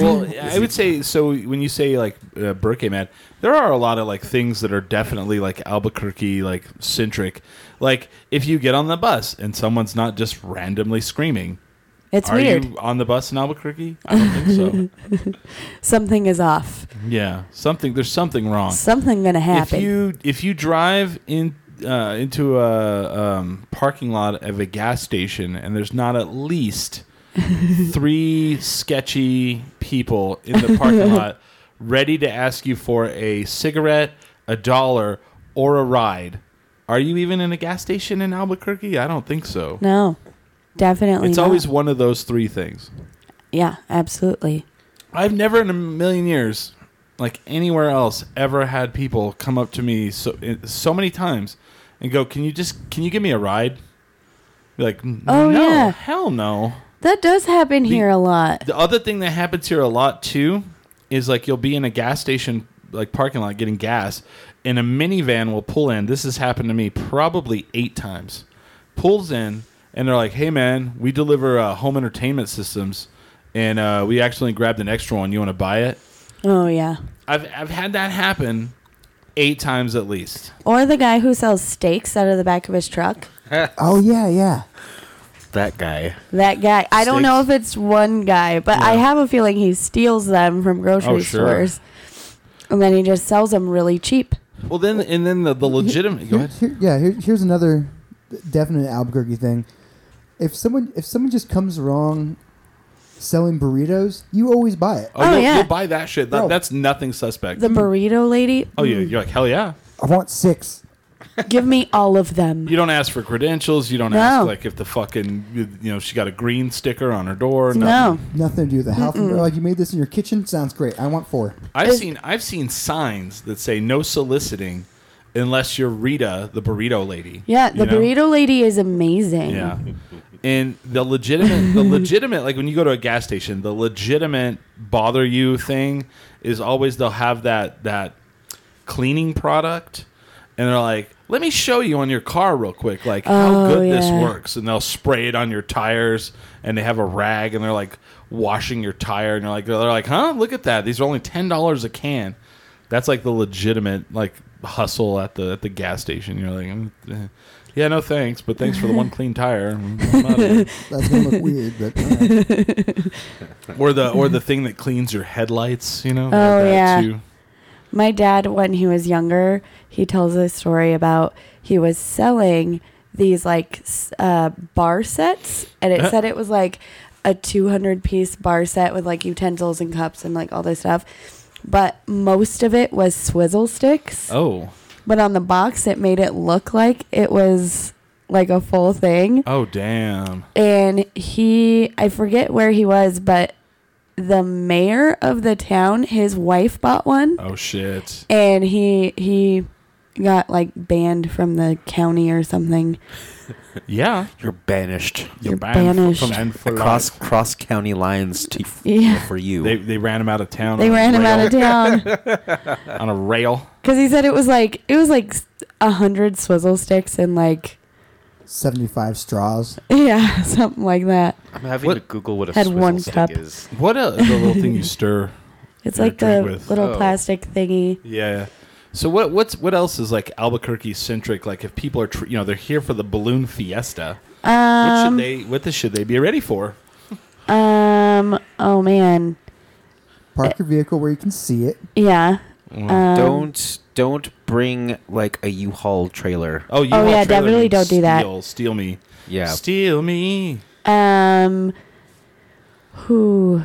Speaker 2: well, I would say so. When you say like uh, Burke Man, there are a lot of like things that are definitely like Albuquerque like centric. Like if you get on the bus and someone's not just randomly screaming,
Speaker 3: It's
Speaker 2: are
Speaker 3: weird.
Speaker 2: you on the bus in Albuquerque? I don't think
Speaker 3: Something is off.
Speaker 2: so. yeah, something there's something wrong.
Speaker 3: Something gonna happen.
Speaker 2: If you if you drive in uh, into a um, parking lot of a gas station and there's not at least three sketchy people in the parking lot ready to ask you for a cigarette, a dollar, or a ride, are you even in a gas station in Albuquerque? I don't think so.
Speaker 3: no, definitely.
Speaker 2: It's
Speaker 3: not.
Speaker 2: always one of those three things.
Speaker 3: yeah, absolutely.
Speaker 2: I've never in a million years, like anywhere else, ever had people come up to me so eh, so many times and go, "Can you just can you give me a ride?" Be like, "N-
Speaker 3: Oh,
Speaker 2: no,
Speaker 3: yeah.
Speaker 2: hell no."
Speaker 3: That does happen here a lot.
Speaker 2: The other thing that happens here a lot too is like you'll be in a gas station like parking lot getting gas, and a minivan will pull in. This has happened to me probably eight times. Pulls in and they're like, "Hey man, we deliver uh, home entertainment systems, and uh, we actually grabbed an extra one. You want to buy it?"
Speaker 3: Oh yeah.
Speaker 2: I've I've had that happen eight times at least.
Speaker 3: Or the guy who sells steaks out of the back of his truck.
Speaker 5: Oh yeah, yeah.
Speaker 4: that guy.
Speaker 3: That guy. I don't know if
Speaker 2: Steaks.
Speaker 3: it's one guy, but I have a feeling he steals them from grocery
Speaker 2: Oh, sure.
Speaker 3: stores, and then he just sells them really cheap.
Speaker 2: Well, then and then the, the legitimate. Go
Speaker 5: Here-
Speaker 2: ahead. Oh,
Speaker 5: here- yeah, here, here's another definite Albuquerque thing. If someone if someone just comes wrong selling burritos, you always buy it.
Speaker 3: Oh,
Speaker 2: you'll,
Speaker 3: yeah.
Speaker 2: you'll buy Mm-hmm. that shit. That,
Speaker 5: Bro.
Speaker 2: that's nothing suspect.
Speaker 3: The burrito lady.
Speaker 2: oh yeah, you're like hell yeah.
Speaker 5: I want six.
Speaker 3: Give me all of them.
Speaker 2: You don't ask for credentials. You don't
Speaker 3: No.
Speaker 2: ask like if the fucking you you know she got a green sticker on her door. nothing.
Speaker 3: No.
Speaker 5: Nothing to do with the health. Like you made this in your kitchen, sounds great. I want four.
Speaker 2: I've seen I've seen signs that say no soliciting unless you're Rita the burrito lady.
Speaker 3: Yeah, the
Speaker 2: you know?
Speaker 3: burrito lady is amazing.
Speaker 2: Yeah. And the legitimate, the legitimate, like when you go to a gas station, the legitimate bother you thing is always they'll have that that cleaning product, and they're like, "Let me show you on your car real quick, like how
Speaker 3: Oh,
Speaker 2: good this
Speaker 3: yeah.
Speaker 2: works." And they'll spray it on your tires, and they have a rag, and they're like washing your tire, and they're like, they're like, "Huh? Look at that! These are only ten dollars a can." That's like the legitimate like hustle at the at the gas station. You're like, "Mm, eh. yeah, no thanks, but thanks for the one clean tire. I'm outta here."
Speaker 5: That's gonna look weird, but all right.
Speaker 2: or the or the thing that cleans your headlights. You know.
Speaker 3: Oh,
Speaker 2: that
Speaker 3: yeah.
Speaker 2: too.
Speaker 3: My dad, when he was younger, he tells a story about he was selling these like s- uh, bar sets, and
Speaker 2: Uh-huh.
Speaker 3: it said it was like a 200 piece bar set with like utensils and cups and like all this stuff. But most of it was swizzle sticks.
Speaker 2: Oh.
Speaker 3: But on the box, it made it look like it was like a full thing.
Speaker 2: Oh damn.
Speaker 3: and he I forget where he was, but the mayor of the town, his wife bought one
Speaker 2: Oh shit.
Speaker 3: and he he got like banned from the county or something.
Speaker 2: Yeah.
Speaker 4: You're banished
Speaker 3: You're banished.
Speaker 4: across cross county lines to,
Speaker 3: Yeah.
Speaker 4: for you.
Speaker 2: They they ran him out of town.
Speaker 3: They
Speaker 2: on a
Speaker 3: ran him out of
Speaker 2: rail-
Speaker 3: town
Speaker 2: on a rail.
Speaker 3: because he said it was like it was like a hundred swizzle sticks and like
Speaker 5: seventy-five straws.
Speaker 3: yeah something like that.
Speaker 8: I'm having to Google what a
Speaker 3: Had
Speaker 8: swizzle
Speaker 3: one
Speaker 8: stick
Speaker 3: cup.
Speaker 8: is.
Speaker 2: What a the little thing you stir.
Speaker 3: It's
Speaker 2: Yeah,
Speaker 3: like the
Speaker 2: drink with-
Speaker 3: little
Speaker 8: Oh.
Speaker 3: plastic thingy.
Speaker 2: Yeah. So what what's what else is like Albuquerque centric? Like if people are tr- you know they're here for the balloon fiesta,
Speaker 3: Um,
Speaker 2: what should they what the, should they be ready for?
Speaker 3: um. Oh man. Eh.
Speaker 5: Park your vehicle where you can see it.
Speaker 3: Yeah. Um,
Speaker 4: don't don't bring like a U-Haul trailer.
Speaker 2: Oh, you
Speaker 3: Oh,
Speaker 2: want
Speaker 3: yeah,
Speaker 2: trailer
Speaker 3: definitely
Speaker 2: means
Speaker 3: don't do that.
Speaker 2: Steal, steal me,
Speaker 4: Yeah.
Speaker 2: steal me.
Speaker 3: Um. Who?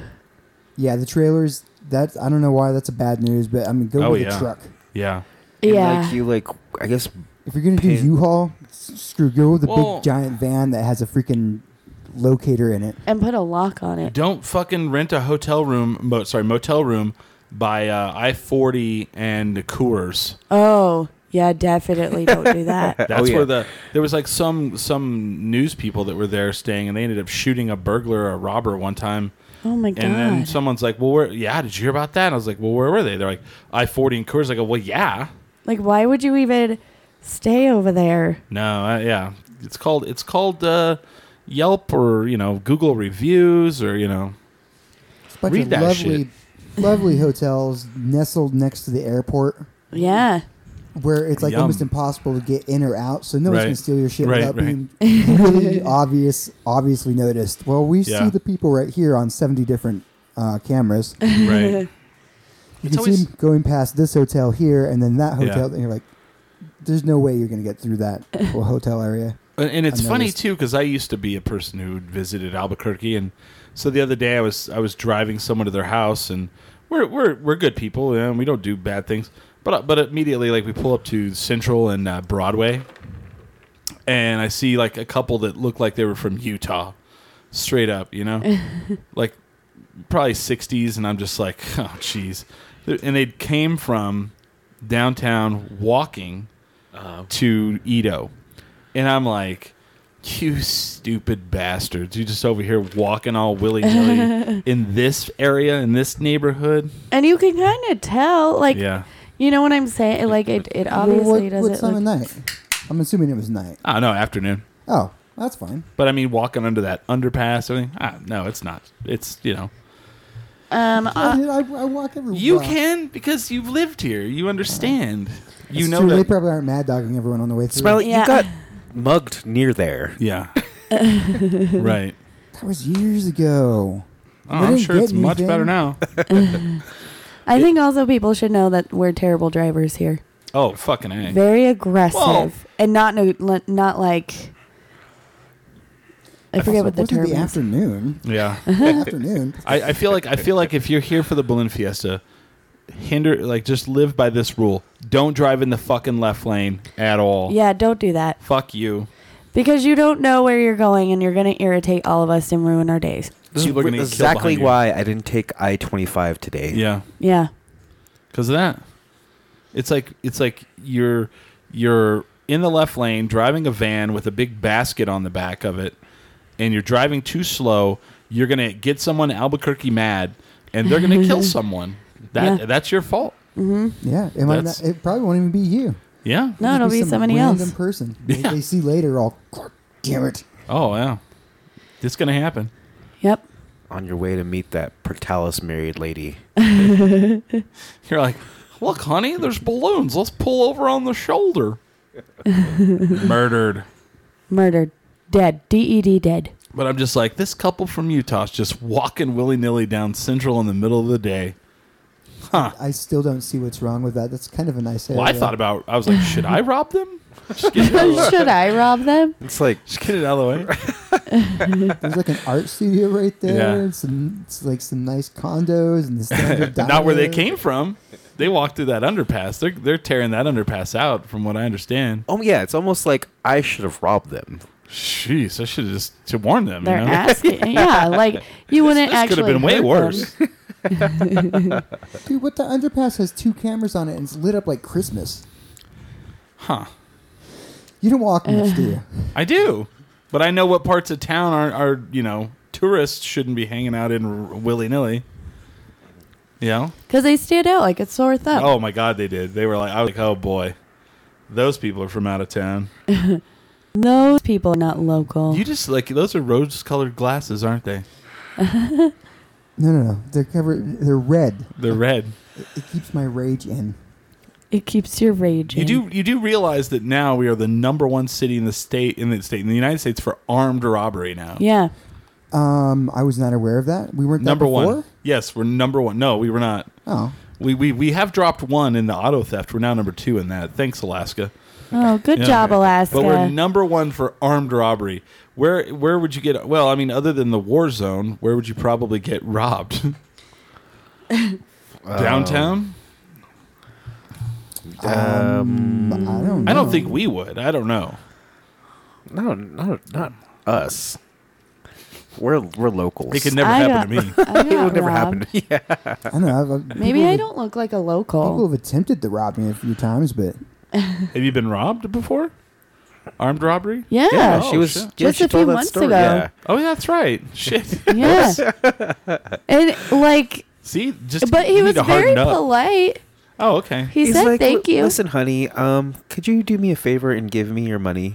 Speaker 5: Yeah, the trailers. That's I don't know why that's a bad news, but I mean, go
Speaker 2: Oh,
Speaker 5: with
Speaker 2: yeah.
Speaker 5: a truck.
Speaker 2: Yeah.
Speaker 4: And,
Speaker 3: Yeah.
Speaker 4: Like you like I guess
Speaker 5: If you're gonna do
Speaker 4: Pin-
Speaker 5: U-Haul, s- screw. Go with a
Speaker 2: Well-
Speaker 5: big giant van that has a freaking locator in it.
Speaker 3: and put a lock on it.
Speaker 2: Don't fucking rent a hotel room. Mo- sorry, motel room by uh, I forty and Coors.
Speaker 3: Oh, yeah, definitely don't do
Speaker 5: Oh,
Speaker 3: that.
Speaker 2: That's
Speaker 4: yeah.
Speaker 2: where the there was like some some news people that were there staying, and they ended up shooting a burglar, or a robber one time.
Speaker 3: Oh my
Speaker 2: And then
Speaker 3: god.
Speaker 2: someone's like, "Well, where? Yeah, did you hear about that?" And I was like, "Well, where were they?" They're like, "I forty and Coors." I go, "Well, yeah."
Speaker 3: like why would you even Stay over there.
Speaker 2: No, I, yeah, it's called it's called uh, Yelp or you know Google reviews or you know
Speaker 5: It's a bunch
Speaker 2: Read
Speaker 5: of
Speaker 2: that
Speaker 5: lovely, lovely hotels nestled next to the airport
Speaker 3: Yeah.
Speaker 5: where it's like
Speaker 2: Yum.
Speaker 5: almost impossible to get in or out, so no one's
Speaker 2: Right.
Speaker 5: gonna steal your shit
Speaker 2: Right,
Speaker 5: without being really obvious, obviously noticed. Well, we
Speaker 2: Yeah.
Speaker 5: see the people right here on seventy different uh, cameras. You
Speaker 2: right.
Speaker 5: can see
Speaker 2: always-
Speaker 5: them going past this hotel here and then that hotel,
Speaker 2: Yeah.
Speaker 5: and you're like, "There's no way you're gonna get through that whole hotel area."
Speaker 2: And, and it's
Speaker 5: I
Speaker 2: funny
Speaker 5: noticed.
Speaker 2: too because I used to be a person who visited Albuquerque, and so the other day I was I was driving someone to their house, and we're we're we're good people, and we don't do bad things. But but immediately like we pull up to Central and uh, Broadway, and I see like a couple that looked like they were from Utah, straight up, you know, like probably 60s, and I'm just like, oh jeez, and they came from downtown walking Uh-huh. to Edo. And I'm like, you stupid bastards. You just over here walking all willy nilly in this area, in this neighborhood.
Speaker 3: And you can kind of tell, like,
Speaker 2: Yeah.
Speaker 3: you know what I'm saying? Like, it, it obviously
Speaker 5: well, what,
Speaker 3: doesn't.
Speaker 5: what time
Speaker 3: look-
Speaker 5: of night? I'm assuming it was night.
Speaker 2: I don't know, Ah, afternoon.
Speaker 5: Oh, that's fine.
Speaker 2: But I mean, walking under that underpass or anything. Ah, no, it's not. It's, you know.
Speaker 3: Um,
Speaker 5: I,
Speaker 3: uh,
Speaker 5: did- I, I walk every.
Speaker 2: You
Speaker 5: block.
Speaker 2: can because you've lived here. You understand. You
Speaker 5: It's
Speaker 2: know
Speaker 5: true, they
Speaker 2: that.
Speaker 5: probably aren't mad dogging everyone on the way through.
Speaker 4: Smiley,
Speaker 3: Yeah.
Speaker 4: you got mugged near there.
Speaker 2: yeah. right.
Speaker 5: That was years ago.
Speaker 2: Oh,
Speaker 5: They
Speaker 2: I'm
Speaker 5: didn't
Speaker 2: sure
Speaker 5: get
Speaker 2: it's much
Speaker 5: anything.
Speaker 2: better now.
Speaker 3: I think also people should know that we're terrible drivers here.
Speaker 2: Oh, fucking A.
Speaker 3: Very aggressive
Speaker 2: Well-
Speaker 3: and not no, not like. I forget what the
Speaker 5: wasn't
Speaker 3: term
Speaker 5: the
Speaker 3: is.
Speaker 5: afternoon.
Speaker 2: Yeah.
Speaker 5: afternoon.
Speaker 2: I, I feel like I feel like if you're here for the balloon fiesta, hinder like just live by this rule. Don't drive in the fucking left lane at all.
Speaker 3: Yeah, don't do that
Speaker 2: Fuck you.
Speaker 3: because you don't know where you're going, and you're going to irritate all of us and ruin our days.
Speaker 4: This
Speaker 2: People are gonna
Speaker 4: is
Speaker 2: get killed
Speaker 4: exactly
Speaker 2: behind you.
Speaker 4: why I didn't take I twenty five today.
Speaker 2: Yeah.
Speaker 3: Yeah,
Speaker 2: Cause of that. It's like it's like you're you're in the left lane driving a van with a big basket on the back of it and you're driving too slow, you're gonna get someone in Albuquerque mad and they're gonna kill someone. That
Speaker 3: Yeah.
Speaker 2: that's your fault.
Speaker 5: Yeah, it might
Speaker 2: That's-
Speaker 5: not, it probably won't even be you.
Speaker 2: Yeah.
Speaker 3: Mm-hmm. no, it'll
Speaker 5: Just
Speaker 3: be,
Speaker 5: some
Speaker 3: somebody
Speaker 5: random
Speaker 3: else.
Speaker 5: person they,
Speaker 2: Yeah.
Speaker 5: they see later. All "God damn it.
Speaker 2: Oh yeah. It's gonna happen.
Speaker 3: Yep.
Speaker 4: On your way to meet that Portalis married lady.
Speaker 2: You're like, look, honey, there's balloons. Let's pull over on the shoulder. Murdered.
Speaker 3: Murdered. Dead. D E D dead.
Speaker 2: But I'm just like, this couple from Utah's just walking willy nilly down Central in the middle of the day. Huh.
Speaker 5: I still don't see what's wrong with that. That's kind of a nice
Speaker 2: Well,
Speaker 5: area.
Speaker 2: I thought about, I was like, should I rob them? Just get, it out of the-
Speaker 3: Should I rob them?
Speaker 4: It's like
Speaker 2: just get it out of the way.
Speaker 5: there's like an art studio right there.
Speaker 2: Yeah.
Speaker 5: And some it's like some nice condos and the standard
Speaker 2: Not where they
Speaker 5: diner.
Speaker 2: came from. They walked through that underpass. They're, they're tearing that underpass out, from what I understand.
Speaker 4: oh yeah, it's almost like I should have robbed them.
Speaker 2: Jeez, I should have just to warn them.
Speaker 3: They're
Speaker 2: you know?
Speaker 3: asking. Yeah, like you wouldn't
Speaker 2: this
Speaker 3: actually.
Speaker 2: could have been way
Speaker 3: hurt them.
Speaker 2: worse.
Speaker 5: Dude, what the underpass has two cameras on it and it's lit up like Christmas.
Speaker 2: Huh.
Speaker 5: You don't walk much, do you?
Speaker 2: I do, but I know what parts of town are, are you know tourists shouldn't be hanging out in willy nilly. Yeah.
Speaker 3: Because they stand out like a sore thumb.
Speaker 2: Oh my God, they did. They were like, I was like, oh boy, those people are from out of town.
Speaker 3: Those people are not local.
Speaker 2: You just like those are rose-colored glasses, aren't they?
Speaker 5: No, no, no. They're covered. They're red.
Speaker 2: They're red.
Speaker 5: It, it keeps my rage in.
Speaker 3: it keeps your rage.
Speaker 2: You
Speaker 3: in.
Speaker 2: do you do realize that now we are the number one city in the state in the state in the United States for armed robbery now.
Speaker 3: Yeah.
Speaker 5: Um, I was not aware of that. We weren't that
Speaker 2: Number
Speaker 5: before?
Speaker 2: one. Yes, we're number one. No, we were not.
Speaker 5: Oh,
Speaker 2: We, we we have dropped one in the auto theft. We're now number two in that. Thanks, Alaska.
Speaker 3: Oh, good
Speaker 2: Yeah.
Speaker 3: job, Alaska.
Speaker 2: But we're number one for armed robbery. Where where would you get? Well, I mean, other than the war zone, where would you probably get robbed? Downtown?
Speaker 5: um, I don't. Know.
Speaker 2: I don't think we would. I don't know.
Speaker 4: No, no, not us. We're we're locals.
Speaker 2: It could never
Speaker 3: I
Speaker 2: happen to
Speaker 3: got-
Speaker 2: me.
Speaker 3: I
Speaker 4: It
Speaker 3: got
Speaker 4: would never happen.
Speaker 3: robbed.
Speaker 4: to me. Yeah.
Speaker 5: I don't know. I've, I've-
Speaker 3: Maybe
Speaker 5: people
Speaker 3: I
Speaker 5: have-
Speaker 3: don't look like a
Speaker 5: People
Speaker 3: local.
Speaker 5: have attempted to rob me a few times, but
Speaker 2: Have you been robbed before? Armed robbery?
Speaker 3: Yeah.
Speaker 2: Yeah.
Speaker 4: she
Speaker 2: Oh,
Speaker 4: was.
Speaker 2: shit.
Speaker 4: Yeah,
Speaker 3: Just
Speaker 4: she
Speaker 3: a few
Speaker 4: told that
Speaker 3: months
Speaker 4: story.
Speaker 3: ago.
Speaker 4: Yeah.
Speaker 2: Oh, yeah, that's right. Shit.
Speaker 3: Yeah. and like,
Speaker 2: See, just
Speaker 3: but he
Speaker 2: you need
Speaker 3: was
Speaker 2: to
Speaker 3: very
Speaker 2: harden up.
Speaker 3: polite.
Speaker 2: Oh, okay.
Speaker 3: He said
Speaker 4: like,
Speaker 3: thank
Speaker 4: "L-
Speaker 3: you.
Speaker 4: Listen, honey, um, could you do me a favor and give me your money?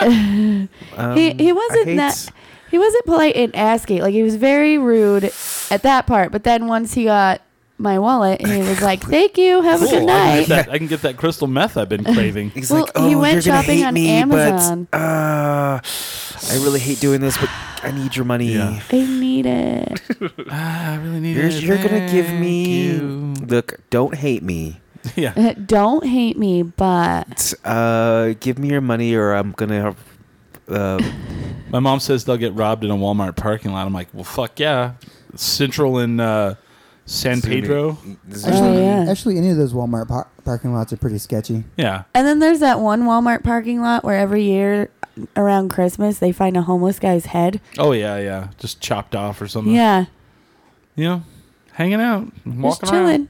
Speaker 4: Um,
Speaker 3: he
Speaker 4: I
Speaker 3: he wasn't
Speaker 4: hate-
Speaker 3: that he wasn't polite in asking. Like he was very rude at that part. But then once he got my wallet, he was like, "Thank you. Have a good
Speaker 2: Cool. I, can
Speaker 3: night."
Speaker 2: get that, I can get that crystal meth I've been craving.
Speaker 4: He's
Speaker 3: Well,
Speaker 4: like, oh,
Speaker 3: he went
Speaker 4: you're gonna
Speaker 3: shopping
Speaker 4: hate
Speaker 3: on
Speaker 4: me,
Speaker 3: Amazon.
Speaker 4: But, uh, I really hate doing this, but I need your money.
Speaker 2: Yeah.
Speaker 3: I need it.
Speaker 2: ah, I really need
Speaker 4: You're,
Speaker 2: it.
Speaker 4: you're gonna give
Speaker 2: Thank
Speaker 4: me.
Speaker 2: you.
Speaker 4: Look, don't hate me.
Speaker 2: Yeah.
Speaker 3: Uh, Don't hate me, but
Speaker 4: Uh, give me your money, or I'm gonna. Uh,
Speaker 2: Um, My mom says they'll get robbed in a Walmart parking lot. I'm like, well, fuck yeah. Central and uh, San Pedro.
Speaker 3: Oh.
Speaker 5: Actually,
Speaker 3: yeah.
Speaker 5: actually, any of those Walmart par- parking lots are pretty sketchy.
Speaker 2: Yeah.
Speaker 3: And then there's that one Walmart parking lot where every year around Christmas they find a homeless guy's head.
Speaker 2: Oh, yeah, yeah. Just chopped off or something.
Speaker 3: Yeah,
Speaker 2: You know, hanging out, walking
Speaker 3: just chilling.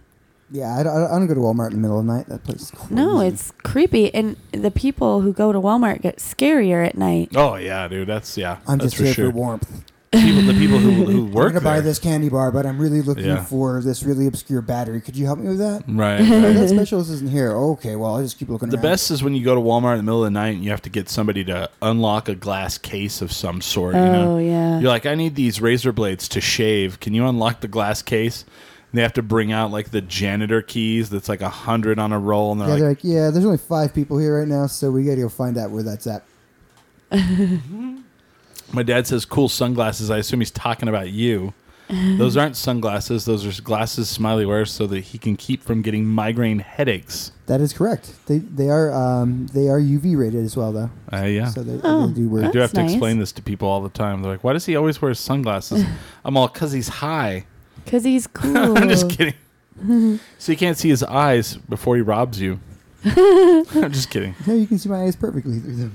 Speaker 5: Yeah, I don't, I don't- I don't go to Walmart in the middle of the night. That place is crazy.
Speaker 3: No, it's creepy, and the people who go to Walmart get scarier at night.
Speaker 2: around. Oh, yeah, dude. That's, yeah.
Speaker 5: I'm
Speaker 2: that's
Speaker 5: just here
Speaker 2: for sure.
Speaker 5: for warmth.
Speaker 2: people, the people who, who
Speaker 5: I'm
Speaker 2: work
Speaker 5: gonna buy
Speaker 2: there.
Speaker 5: this candy bar, but I'm really looking
Speaker 2: Yeah.
Speaker 5: for this really obscure battery. Could you help me with that?
Speaker 2: Right.
Speaker 5: Oh,
Speaker 2: right.
Speaker 5: that specialist isn't here. Okay, well I'll just keep looking.
Speaker 2: The
Speaker 5: around.
Speaker 2: best is when you go to Walmart in the middle of the night and you have to get somebody to unlock a glass case of some sort. you know?
Speaker 3: Oh, yeah.
Speaker 2: You're like, I need these razor blades to shave. Can you unlock the glass case? And they have to bring out like the janitor keys that's like a hundred on a roll, and they're
Speaker 5: Yeah, they're
Speaker 2: like,
Speaker 5: like, yeah, there's only five people here right now, so we gotta go find out where that's at.
Speaker 2: My dad says cool sunglasses. I assume he's talking about you. Those aren't sunglasses. Those are glasses Smiley wears so that he can keep from getting migraine headaches.
Speaker 5: That is correct. They they are um they are UV rated as well though,
Speaker 2: Uh, yeah.
Speaker 5: so they,
Speaker 3: Oh.
Speaker 5: they do work.
Speaker 2: I do have to
Speaker 3: That's nice.
Speaker 2: explain this to people all the time. They're like, why does he always wear sunglasses? I'm all, because he's high.
Speaker 3: Cause he's cool.
Speaker 2: I'm just kidding. so you can't see his eyes before he robs you. I'm just kidding.
Speaker 5: No, you can see my eyes perfectly through them.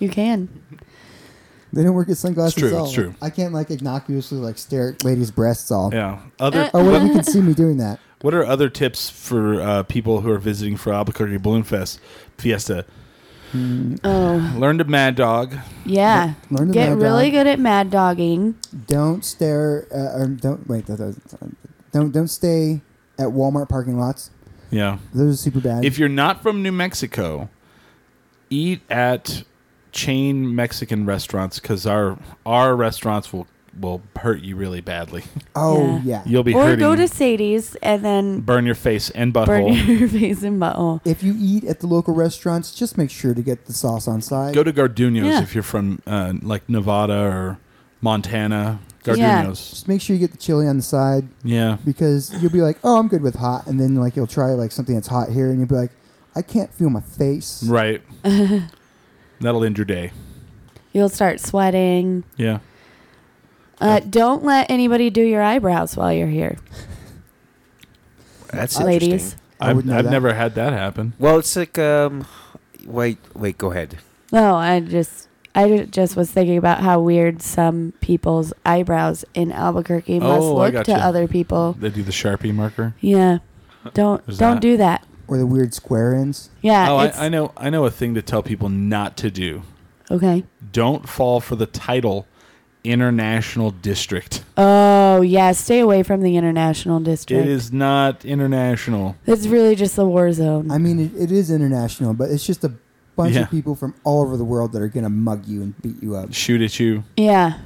Speaker 3: You can.
Speaker 5: They don't work as sunglasses
Speaker 2: It's true,
Speaker 5: at all.
Speaker 2: it's true.
Speaker 5: I can't like innocuously like stare at ladies' breasts all.
Speaker 2: Yeah. Other
Speaker 3: Uh,
Speaker 5: Oh wait, you can see me doing that.
Speaker 2: What are other tips for uh, people who are visiting for Albuquerque Balloon Fest Fiesta?
Speaker 5: Hmm.
Speaker 3: Oh
Speaker 2: Learn to mad dog.
Speaker 3: yeah.
Speaker 5: Learn to
Speaker 3: Get
Speaker 5: mad
Speaker 3: really
Speaker 5: dog.
Speaker 3: good at mad dogging.
Speaker 5: Don't stare uh, or don't wait. That, that was- don't don't stay at Walmart parking lots.
Speaker 2: Yeah.
Speaker 5: Those are super bad.
Speaker 2: If you're not from New Mexico, eat at chain Mexican restaurants because our our restaurants will will hurt you really badly.
Speaker 5: oh yeah.
Speaker 2: You'll be
Speaker 3: or
Speaker 2: hurting.
Speaker 3: go to Sadie's and then
Speaker 2: burn your face and
Speaker 3: burn
Speaker 2: butthole.
Speaker 3: your face and butthole.
Speaker 5: If you eat at the local restaurants, just make sure to get the sauce on side.
Speaker 2: Go to Garduno's
Speaker 3: Yeah.
Speaker 2: if you're from uh, like Nevada or Montana.
Speaker 3: Yeah.
Speaker 2: Garduno's.
Speaker 5: just make sure you get the chili on the side
Speaker 2: Yeah.
Speaker 5: because you'll be like, "Oh, I'm good with hot," and then like you'll try like something that's hot here, and you'll be like, "I can't feel my face."
Speaker 2: Right.
Speaker 3: Uh.
Speaker 2: That'll end your day.
Speaker 3: You'll start sweating.
Speaker 2: Yeah.
Speaker 3: Uh, don't let anybody do your eyebrows while you're here,
Speaker 4: that's
Speaker 3: ladies.
Speaker 4: interesting.
Speaker 5: I
Speaker 2: I've,
Speaker 5: wouldn't know
Speaker 2: I've
Speaker 5: that.
Speaker 2: never had that happen.
Speaker 4: Well, it's like um, wait, wait, go ahead.
Speaker 3: No, I just I ju- just was thinking about how weird some people's eyebrows in Albuquerque must
Speaker 2: Oh, I
Speaker 3: look to
Speaker 2: gotcha.
Speaker 3: other people.
Speaker 2: They do the Sharpie marker.
Speaker 3: Yeah. Don't
Speaker 2: There's
Speaker 3: don't
Speaker 2: that.
Speaker 3: do that.
Speaker 5: Or the weird square ends.
Speaker 3: Yeah.
Speaker 2: oh,
Speaker 3: it's-
Speaker 2: I, I know. I know a thing to tell people not to do.
Speaker 3: Okay.
Speaker 2: Don't fall for the title international district.
Speaker 3: Oh yeah, stay away from the international district.
Speaker 2: It is not international.
Speaker 3: It's really just the war zone.
Speaker 5: I mean, it, it is international, but it's just a bunch
Speaker 2: Yeah.
Speaker 5: of people from all over the world that are gonna mug you and beat you up.
Speaker 2: Shoot at you.
Speaker 3: yeah.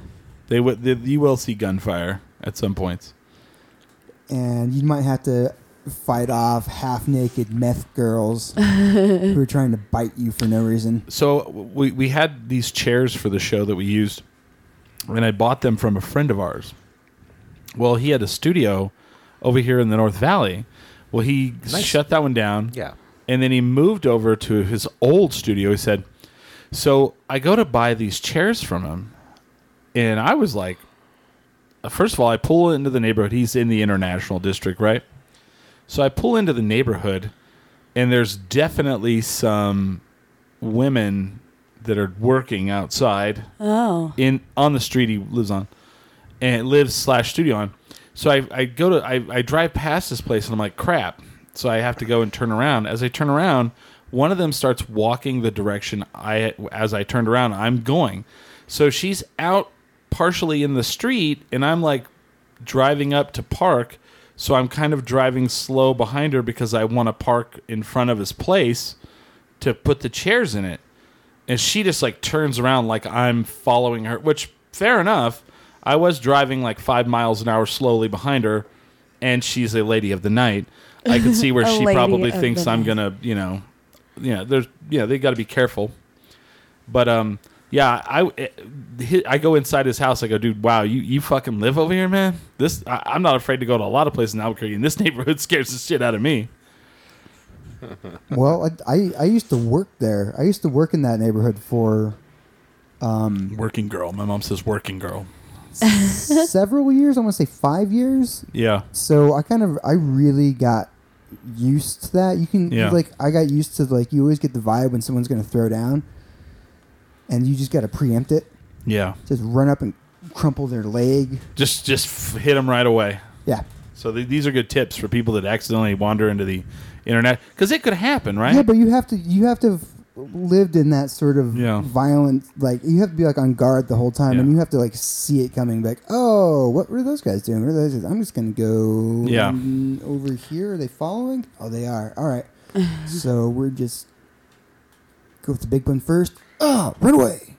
Speaker 2: They, w- they you will see gunfire at some points.
Speaker 5: and you might have to fight off half naked meth girls who are trying to bite you for no reason.
Speaker 2: so we, we had these chairs for the show that we used and i bought them from a friend of ours well he had a studio over here in the north valley well he shut that one down
Speaker 4: Yeah.
Speaker 2: and then he moved over to his old studio he said so i go to buy these chairs from him and i was like uh, first of all i pull into the neighborhood he's in the international district right so i pull into the neighborhood and there's definitely some women that are working outside
Speaker 3: Oh.
Speaker 2: in on the street he lives on and lives slash studio on so i, I go to I, I drive past this place and i'm like crap so i have to go and turn around as i turn around one of them starts walking the direction i as i turned around i'm going so she's out partially in the street and i'm like driving up to park So I'm kind of driving slow behind her because I want to park in front of his place to put the chairs in it. And she just like turns around like I'm following her, which fair enough. I was driving like five miles an hour slowly behind her, and she's a lady of the night. I could see where
Speaker 3: A
Speaker 2: she
Speaker 3: lady
Speaker 2: probably
Speaker 3: of the
Speaker 2: thinks I'm
Speaker 3: night.
Speaker 2: gonna, you know, yeah, there's, yeah, they got to be careful. But um, yeah, I it- hi- I go inside his house. I go, dude, wow, you you fucking live over here, man. This I, I'm not afraid to go to a lot of places in Albuquerque, and this neighborhood scares the shit out of me.
Speaker 5: Well, I, I I used to work there. I used to work in that neighborhood for um,
Speaker 2: Working girl, my mom says working girl.
Speaker 5: several years. I want to say five years.
Speaker 2: Yeah,
Speaker 5: So I kind of I really got used to that. You can
Speaker 2: Yeah.
Speaker 5: like I got used to like you always get the vibe when someone's going to throw down, and you just got to preempt it.
Speaker 2: yeah,
Speaker 5: Just run up and crumple their leg.
Speaker 2: just just f- hit him right away.
Speaker 5: Yeah.
Speaker 2: So th- these are good tips for people that accidentally wander into the internet because it could happen, right?
Speaker 5: Yeah, but you have to you have to have lived in that sort of
Speaker 2: Yeah.
Speaker 5: violent like you have to be like on guard the whole time and
Speaker 2: Yeah.
Speaker 5: you have to like see it coming like oh what were those guys doing what are those guys? i'm just gonna go
Speaker 2: Yeah.
Speaker 5: mm, over here are they following oh they are all right so we're just go with the big one first oh run away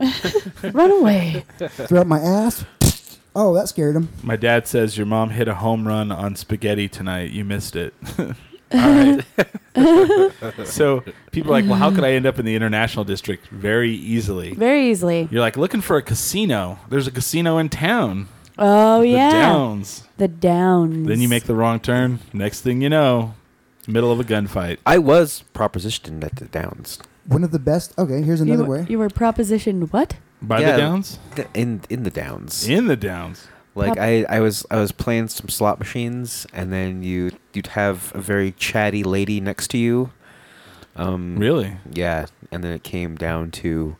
Speaker 3: Run away.
Speaker 5: throw up my ass oh that scared him
Speaker 2: My dad says your mom hit a home run on spaghetti tonight. You missed it. All right. so people are like, well, how could I end up in the international district very easily?
Speaker 3: Very easily.
Speaker 2: You're like looking for a casino. There's a casino in town.
Speaker 3: Oh,
Speaker 2: The
Speaker 3: yeah.
Speaker 2: Downs.
Speaker 3: The downs.
Speaker 2: Then you make the wrong turn. Next thing you know, middle of a gunfight.
Speaker 4: I was propositioned at the Downs.
Speaker 5: one of the best okay here's
Speaker 3: you,
Speaker 5: another
Speaker 3: were-
Speaker 5: way
Speaker 3: you were propositioned what?
Speaker 2: By
Speaker 4: Yeah.
Speaker 2: the downs?
Speaker 4: Th- In in the Downs.
Speaker 2: In the downs.
Speaker 4: Like
Speaker 3: Pop-
Speaker 4: I, I was I was playing some slot machines, and then you you'd have a very chatty lady next to you. Um,
Speaker 2: Really?
Speaker 4: Yeah, and then it came down to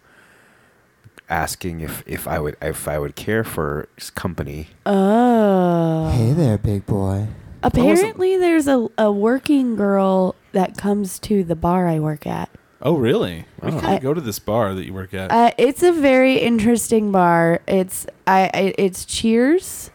Speaker 4: asking if, if I would if I would care for s- company.
Speaker 3: Oh.
Speaker 5: hey there big boy
Speaker 3: Apparently, there's a, a working girl that comes to the bar I work at.
Speaker 2: Oh, really? We
Speaker 4: Oh.
Speaker 2: kind
Speaker 3: I-
Speaker 2: of go to this bar that you work at.
Speaker 3: Uh, it's a very interesting bar. It's I, I it's Cheers,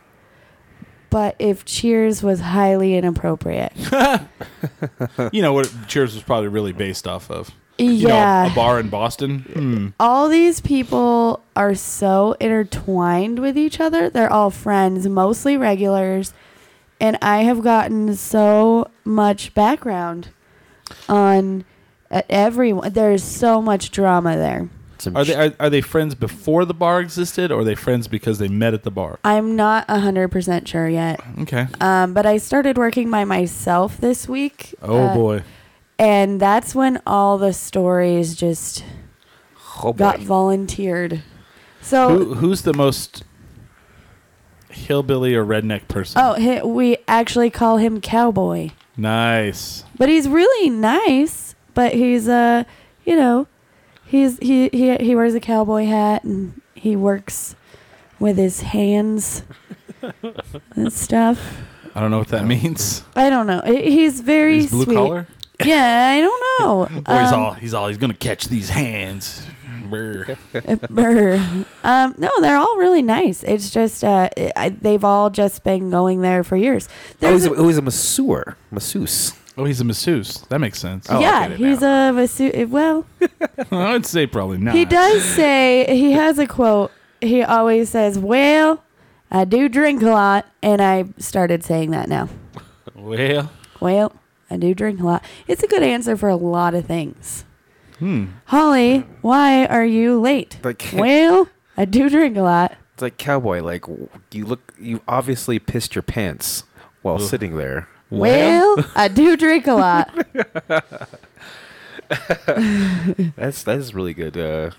Speaker 3: but if Cheers was highly inappropriate,
Speaker 2: you know what Cheers was probably really based off of. You
Speaker 3: yeah.
Speaker 2: know, a bar in Boston. Hmm.
Speaker 3: all these people are so intertwined with each other. They're all friends, mostly regulars, and I have gotten so much background on uh, everyone. There's so much drama there.
Speaker 4: Some
Speaker 2: Are they
Speaker 4: ch-
Speaker 2: are, are they friends before the bar existed, or are they friends because they met at the bar?
Speaker 3: I'm not 100% sure yet.
Speaker 2: Okay.
Speaker 3: Um, but I started working by myself this week.
Speaker 2: Oh
Speaker 3: Uh,
Speaker 2: boy.
Speaker 3: And that's when all the stories just
Speaker 4: oh
Speaker 3: got
Speaker 4: boy.
Speaker 3: volunteered. So,
Speaker 2: Who, who's the most hillbilly or redneck person?
Speaker 3: oh, he, we actually call him Cowboy.
Speaker 2: Nice.
Speaker 3: But he's really nice, but he's uh, you know, he's he he he wears a cowboy hat and he works with his hands and stuff.
Speaker 2: I don't know what
Speaker 4: Oh.
Speaker 2: that means.
Speaker 3: I don't know. He- He's very
Speaker 2: He's blue
Speaker 3: sweet.
Speaker 2: collar.
Speaker 3: Yeah, I don't know.
Speaker 2: Or he's
Speaker 3: Um,
Speaker 2: all he's all he's gonna catch these hands. Brr.
Speaker 4: Oh,
Speaker 3: Brr. um, no, they're all really nice. It's just uh, I, they've all just been going there for years.
Speaker 4: Oh,
Speaker 3: There's
Speaker 4: he's a,
Speaker 3: a-
Speaker 4: oh, he's a masseur, masseuse.
Speaker 2: Oh, he's a masseuse. That makes sense.
Speaker 4: Oh, I
Speaker 3: yeah,
Speaker 4: get it
Speaker 3: he's a Vesu- well.
Speaker 2: I'd say probably not.
Speaker 3: He does say he has a quote. He always says, "Well, I do drink a lot," and I started saying that now.
Speaker 2: Well,
Speaker 3: Well, I do drink a lot. It's a good answer for a lot of things.
Speaker 2: hmm.
Speaker 3: Holly, why are you late?
Speaker 4: Like-
Speaker 3: well, I do drink a lot.
Speaker 4: It's like cowboy. Like w- you look, you obviously pissed your pants while
Speaker 2: Ugh.
Speaker 4: sitting there.
Speaker 3: Well, I do drink a lot.
Speaker 4: That's that is really good. Uh,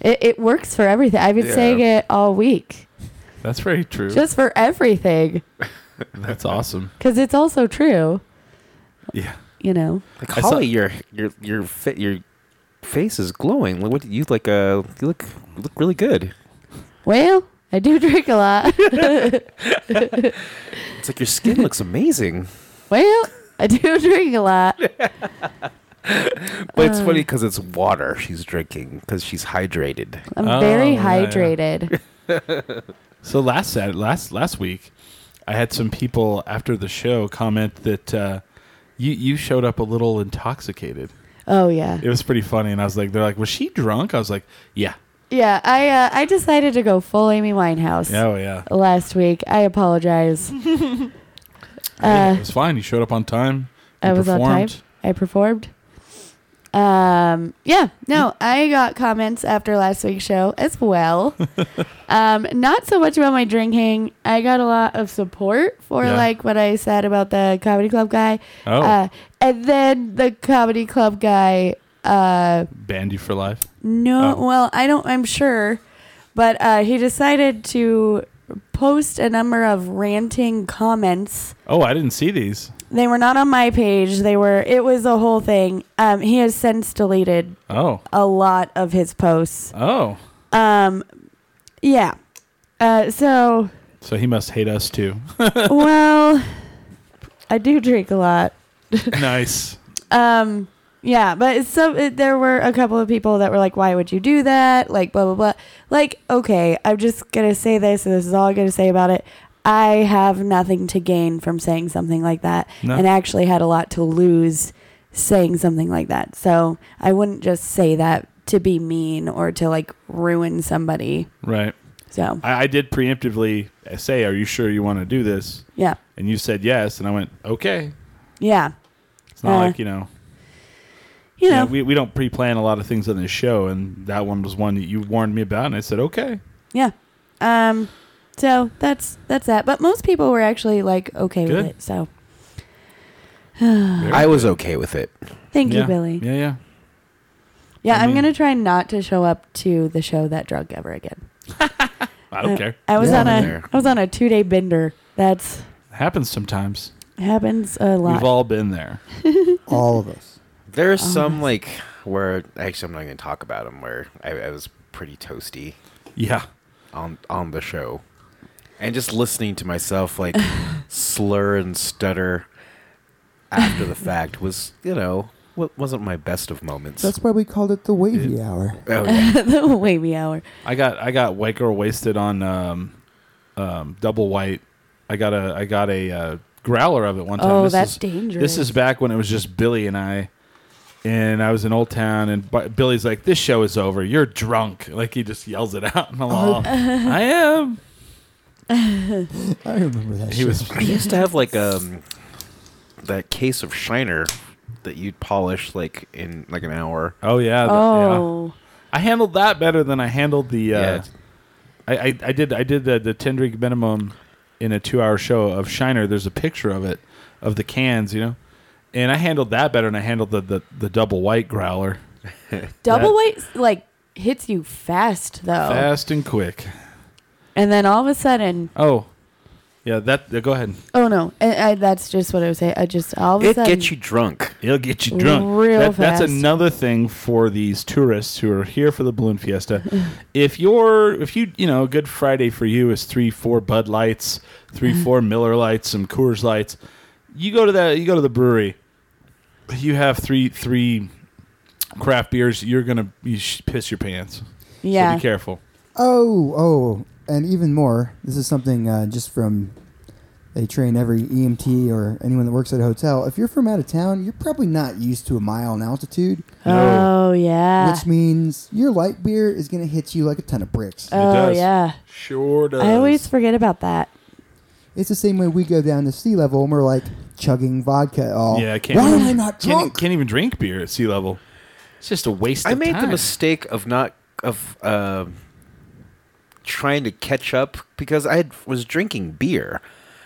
Speaker 3: It, it works for everything. I've been
Speaker 4: Yeah.
Speaker 3: saying it all week,
Speaker 2: that's very true.
Speaker 3: just for everything,
Speaker 2: that's awesome.
Speaker 3: because it's also true.
Speaker 2: Yeah.
Speaker 3: You know,
Speaker 4: like
Speaker 2: I saw-
Speaker 4: Holly, your your your fit your face is glowing. Like, What you like? Uh, you look you look really good.
Speaker 3: well, I do drink a lot.
Speaker 4: It's like your skin looks amazing.
Speaker 3: well, I do drink a lot.
Speaker 4: But it's
Speaker 3: Uh.
Speaker 4: funny because it's water she's drinking because she's hydrated.
Speaker 3: Um, I'm
Speaker 2: Oh,
Speaker 3: very
Speaker 2: yeah, yeah.
Speaker 3: hydrated.
Speaker 2: So last Sat last last week, I had some people after the show comment that uh, you you showed up a little intoxicated.
Speaker 3: Oh yeah.
Speaker 2: It was pretty funny, and I was like, "They're like, was she drunk?" I was like, "Yeah,
Speaker 3: Yeah, I uh, I decided to go full Amy Winehouse
Speaker 2: yeah, oh yeah."
Speaker 3: last week. I apologize.
Speaker 2: Yeah,
Speaker 3: uh,
Speaker 2: it was fine. You showed up on time. You
Speaker 3: I was on time. I performed. Um, yeah, no, I got comments after last week's show as well. um, not so much about my drinking. I got a lot of support for
Speaker 2: Yeah.
Speaker 3: like what I said about the comedy club guy.
Speaker 2: Oh,
Speaker 3: Uh, and then the comedy club guy, uh,
Speaker 2: banned you for life.
Speaker 3: no,
Speaker 2: Oh.
Speaker 3: well, I don't, I'm sure, but uh, he decided to post a number of ranting comments
Speaker 2: Oh, I didn't see these.
Speaker 3: they were not on my page. They were. It was a whole thing. Um, he has since deleted
Speaker 2: Oh,
Speaker 3: a lot of his posts.
Speaker 2: oh,
Speaker 3: Um, yeah. Uh, so
Speaker 2: so he must hate us too.
Speaker 3: well, I do drink a lot.
Speaker 2: nice.
Speaker 3: Um, yeah, but it's so it, there were a couple of people that were like, "Why would you do that?" Like blah blah blah. Like okay, I'm just gonna say this, and this is all I'm gonna say about it. I have nothing to gain from saying something like that,
Speaker 2: No.
Speaker 3: and actually had a lot to lose saying something like that. So I wouldn't just say that to be mean or to like ruin somebody.
Speaker 2: Right.
Speaker 3: So
Speaker 2: I, I did preemptively say, "Are you sure you want to do this?"
Speaker 3: yeah,
Speaker 2: And you said yes, and I went, "Okay."
Speaker 3: yeah,
Speaker 2: It's not
Speaker 3: Uh,
Speaker 2: like you know,
Speaker 3: you
Speaker 2: you
Speaker 3: know,
Speaker 2: know, we we don't pre-plan a lot of things on this show, and that one was one that you warned me about, and I said, "Okay."
Speaker 3: yeah. Um, so that's that's that. But most people were actually like okay
Speaker 2: Good.
Speaker 3: with it. So
Speaker 4: I was okay with it.
Speaker 3: thank
Speaker 2: yeah.
Speaker 3: you, Billy.
Speaker 2: Yeah, yeah.
Speaker 3: Yeah,
Speaker 2: I
Speaker 3: I'm
Speaker 2: mean-
Speaker 3: gonna try not to show up to the show that drug ever again.
Speaker 2: I don't care.
Speaker 3: I was
Speaker 5: Yeah,
Speaker 3: on
Speaker 4: I'm
Speaker 3: a
Speaker 4: there.
Speaker 3: I was on a two day bender. That's
Speaker 2: happens sometimes.
Speaker 3: happens a lot.
Speaker 2: We've all been there.
Speaker 5: All of us.
Speaker 4: There are some like where actually I'm not going to talk about them. Where I, I was pretty toasty
Speaker 2: Yeah.
Speaker 4: on on the show, and just listening to myself like slur and stutter after the fact was you know wa- wasn't my best of moments.
Speaker 5: That's why we called it the wavy hour.
Speaker 4: oh, yeah.
Speaker 3: the wavy hour.
Speaker 2: I got I got white girl wasted on um, um, double white. I got a I got a uh, growler of it one time.
Speaker 3: Oh,
Speaker 2: This
Speaker 3: that's
Speaker 2: is- This
Speaker 3: dangerous.
Speaker 2: is back when it was just Billy and I, and I was in Old Town, and Bi- Billy's like, "This show is over. You're drunk." Like he just yells it out,
Speaker 3: Oh,
Speaker 2: and I'm all, "I am."
Speaker 5: I remember that.
Speaker 2: He
Speaker 5: shit.
Speaker 2: was
Speaker 4: I used to have like um that case of shiner that you'd polish like in like an hour.
Speaker 2: Oh yeah. the- yeah.
Speaker 3: Oh,
Speaker 2: I handled that better than I handled the. Uh,
Speaker 4: Yeah.
Speaker 2: I, I I did I did the the ten drink minimum in a two hour show of Shiner. There's a picture of it of the cans, you know, and I handled that better than I handled the the, the double white growler.
Speaker 3: double
Speaker 2: that-
Speaker 3: white like hits you fast though,
Speaker 2: Fast and quick.
Speaker 3: and then all of a sudden,
Speaker 2: Oh, yeah. That uh, go ahead.
Speaker 3: oh no, I, I, that's just what I was saying. I just all of a
Speaker 4: It
Speaker 3: sudden
Speaker 4: gets you drunk.
Speaker 2: It'll get you drunk.
Speaker 3: Real
Speaker 2: That- That's
Speaker 3: fast.
Speaker 2: another thing for these tourists who are here for the balloon fiesta. if you're, if you, you know, Good Friday for you is three, four Bud Lights, three, four Miller Lights, some Coors Lights. You go to that. You go to the brewery. You have three, three craft beers. You're gonna you sh- piss your pants.
Speaker 3: yeah.
Speaker 2: So be careful.
Speaker 5: Oh, oh, and even more. This is something uh, just from they train every EMT or anyone that works at a hotel. If you're from out of town, you're probably not used to a mile in altitude,
Speaker 3: Oh yeah.
Speaker 5: which means your light beer is going to hit you like a ton of bricks.
Speaker 3: oh
Speaker 2: does.
Speaker 3: yeah.
Speaker 2: Sure does.
Speaker 3: I always forget about that.
Speaker 5: It's the same way we go down to sea level and we're like chugging vodka. All
Speaker 2: Yeah, I can't.
Speaker 5: Oh. why am I not
Speaker 2: can't-
Speaker 5: drunk?
Speaker 2: Can't, even drink beer at sea level. It's just a waste.
Speaker 4: I
Speaker 2: of
Speaker 4: made the
Speaker 2: time.
Speaker 4: mistake of not of uh, trying to catch up because I had, was drinking beer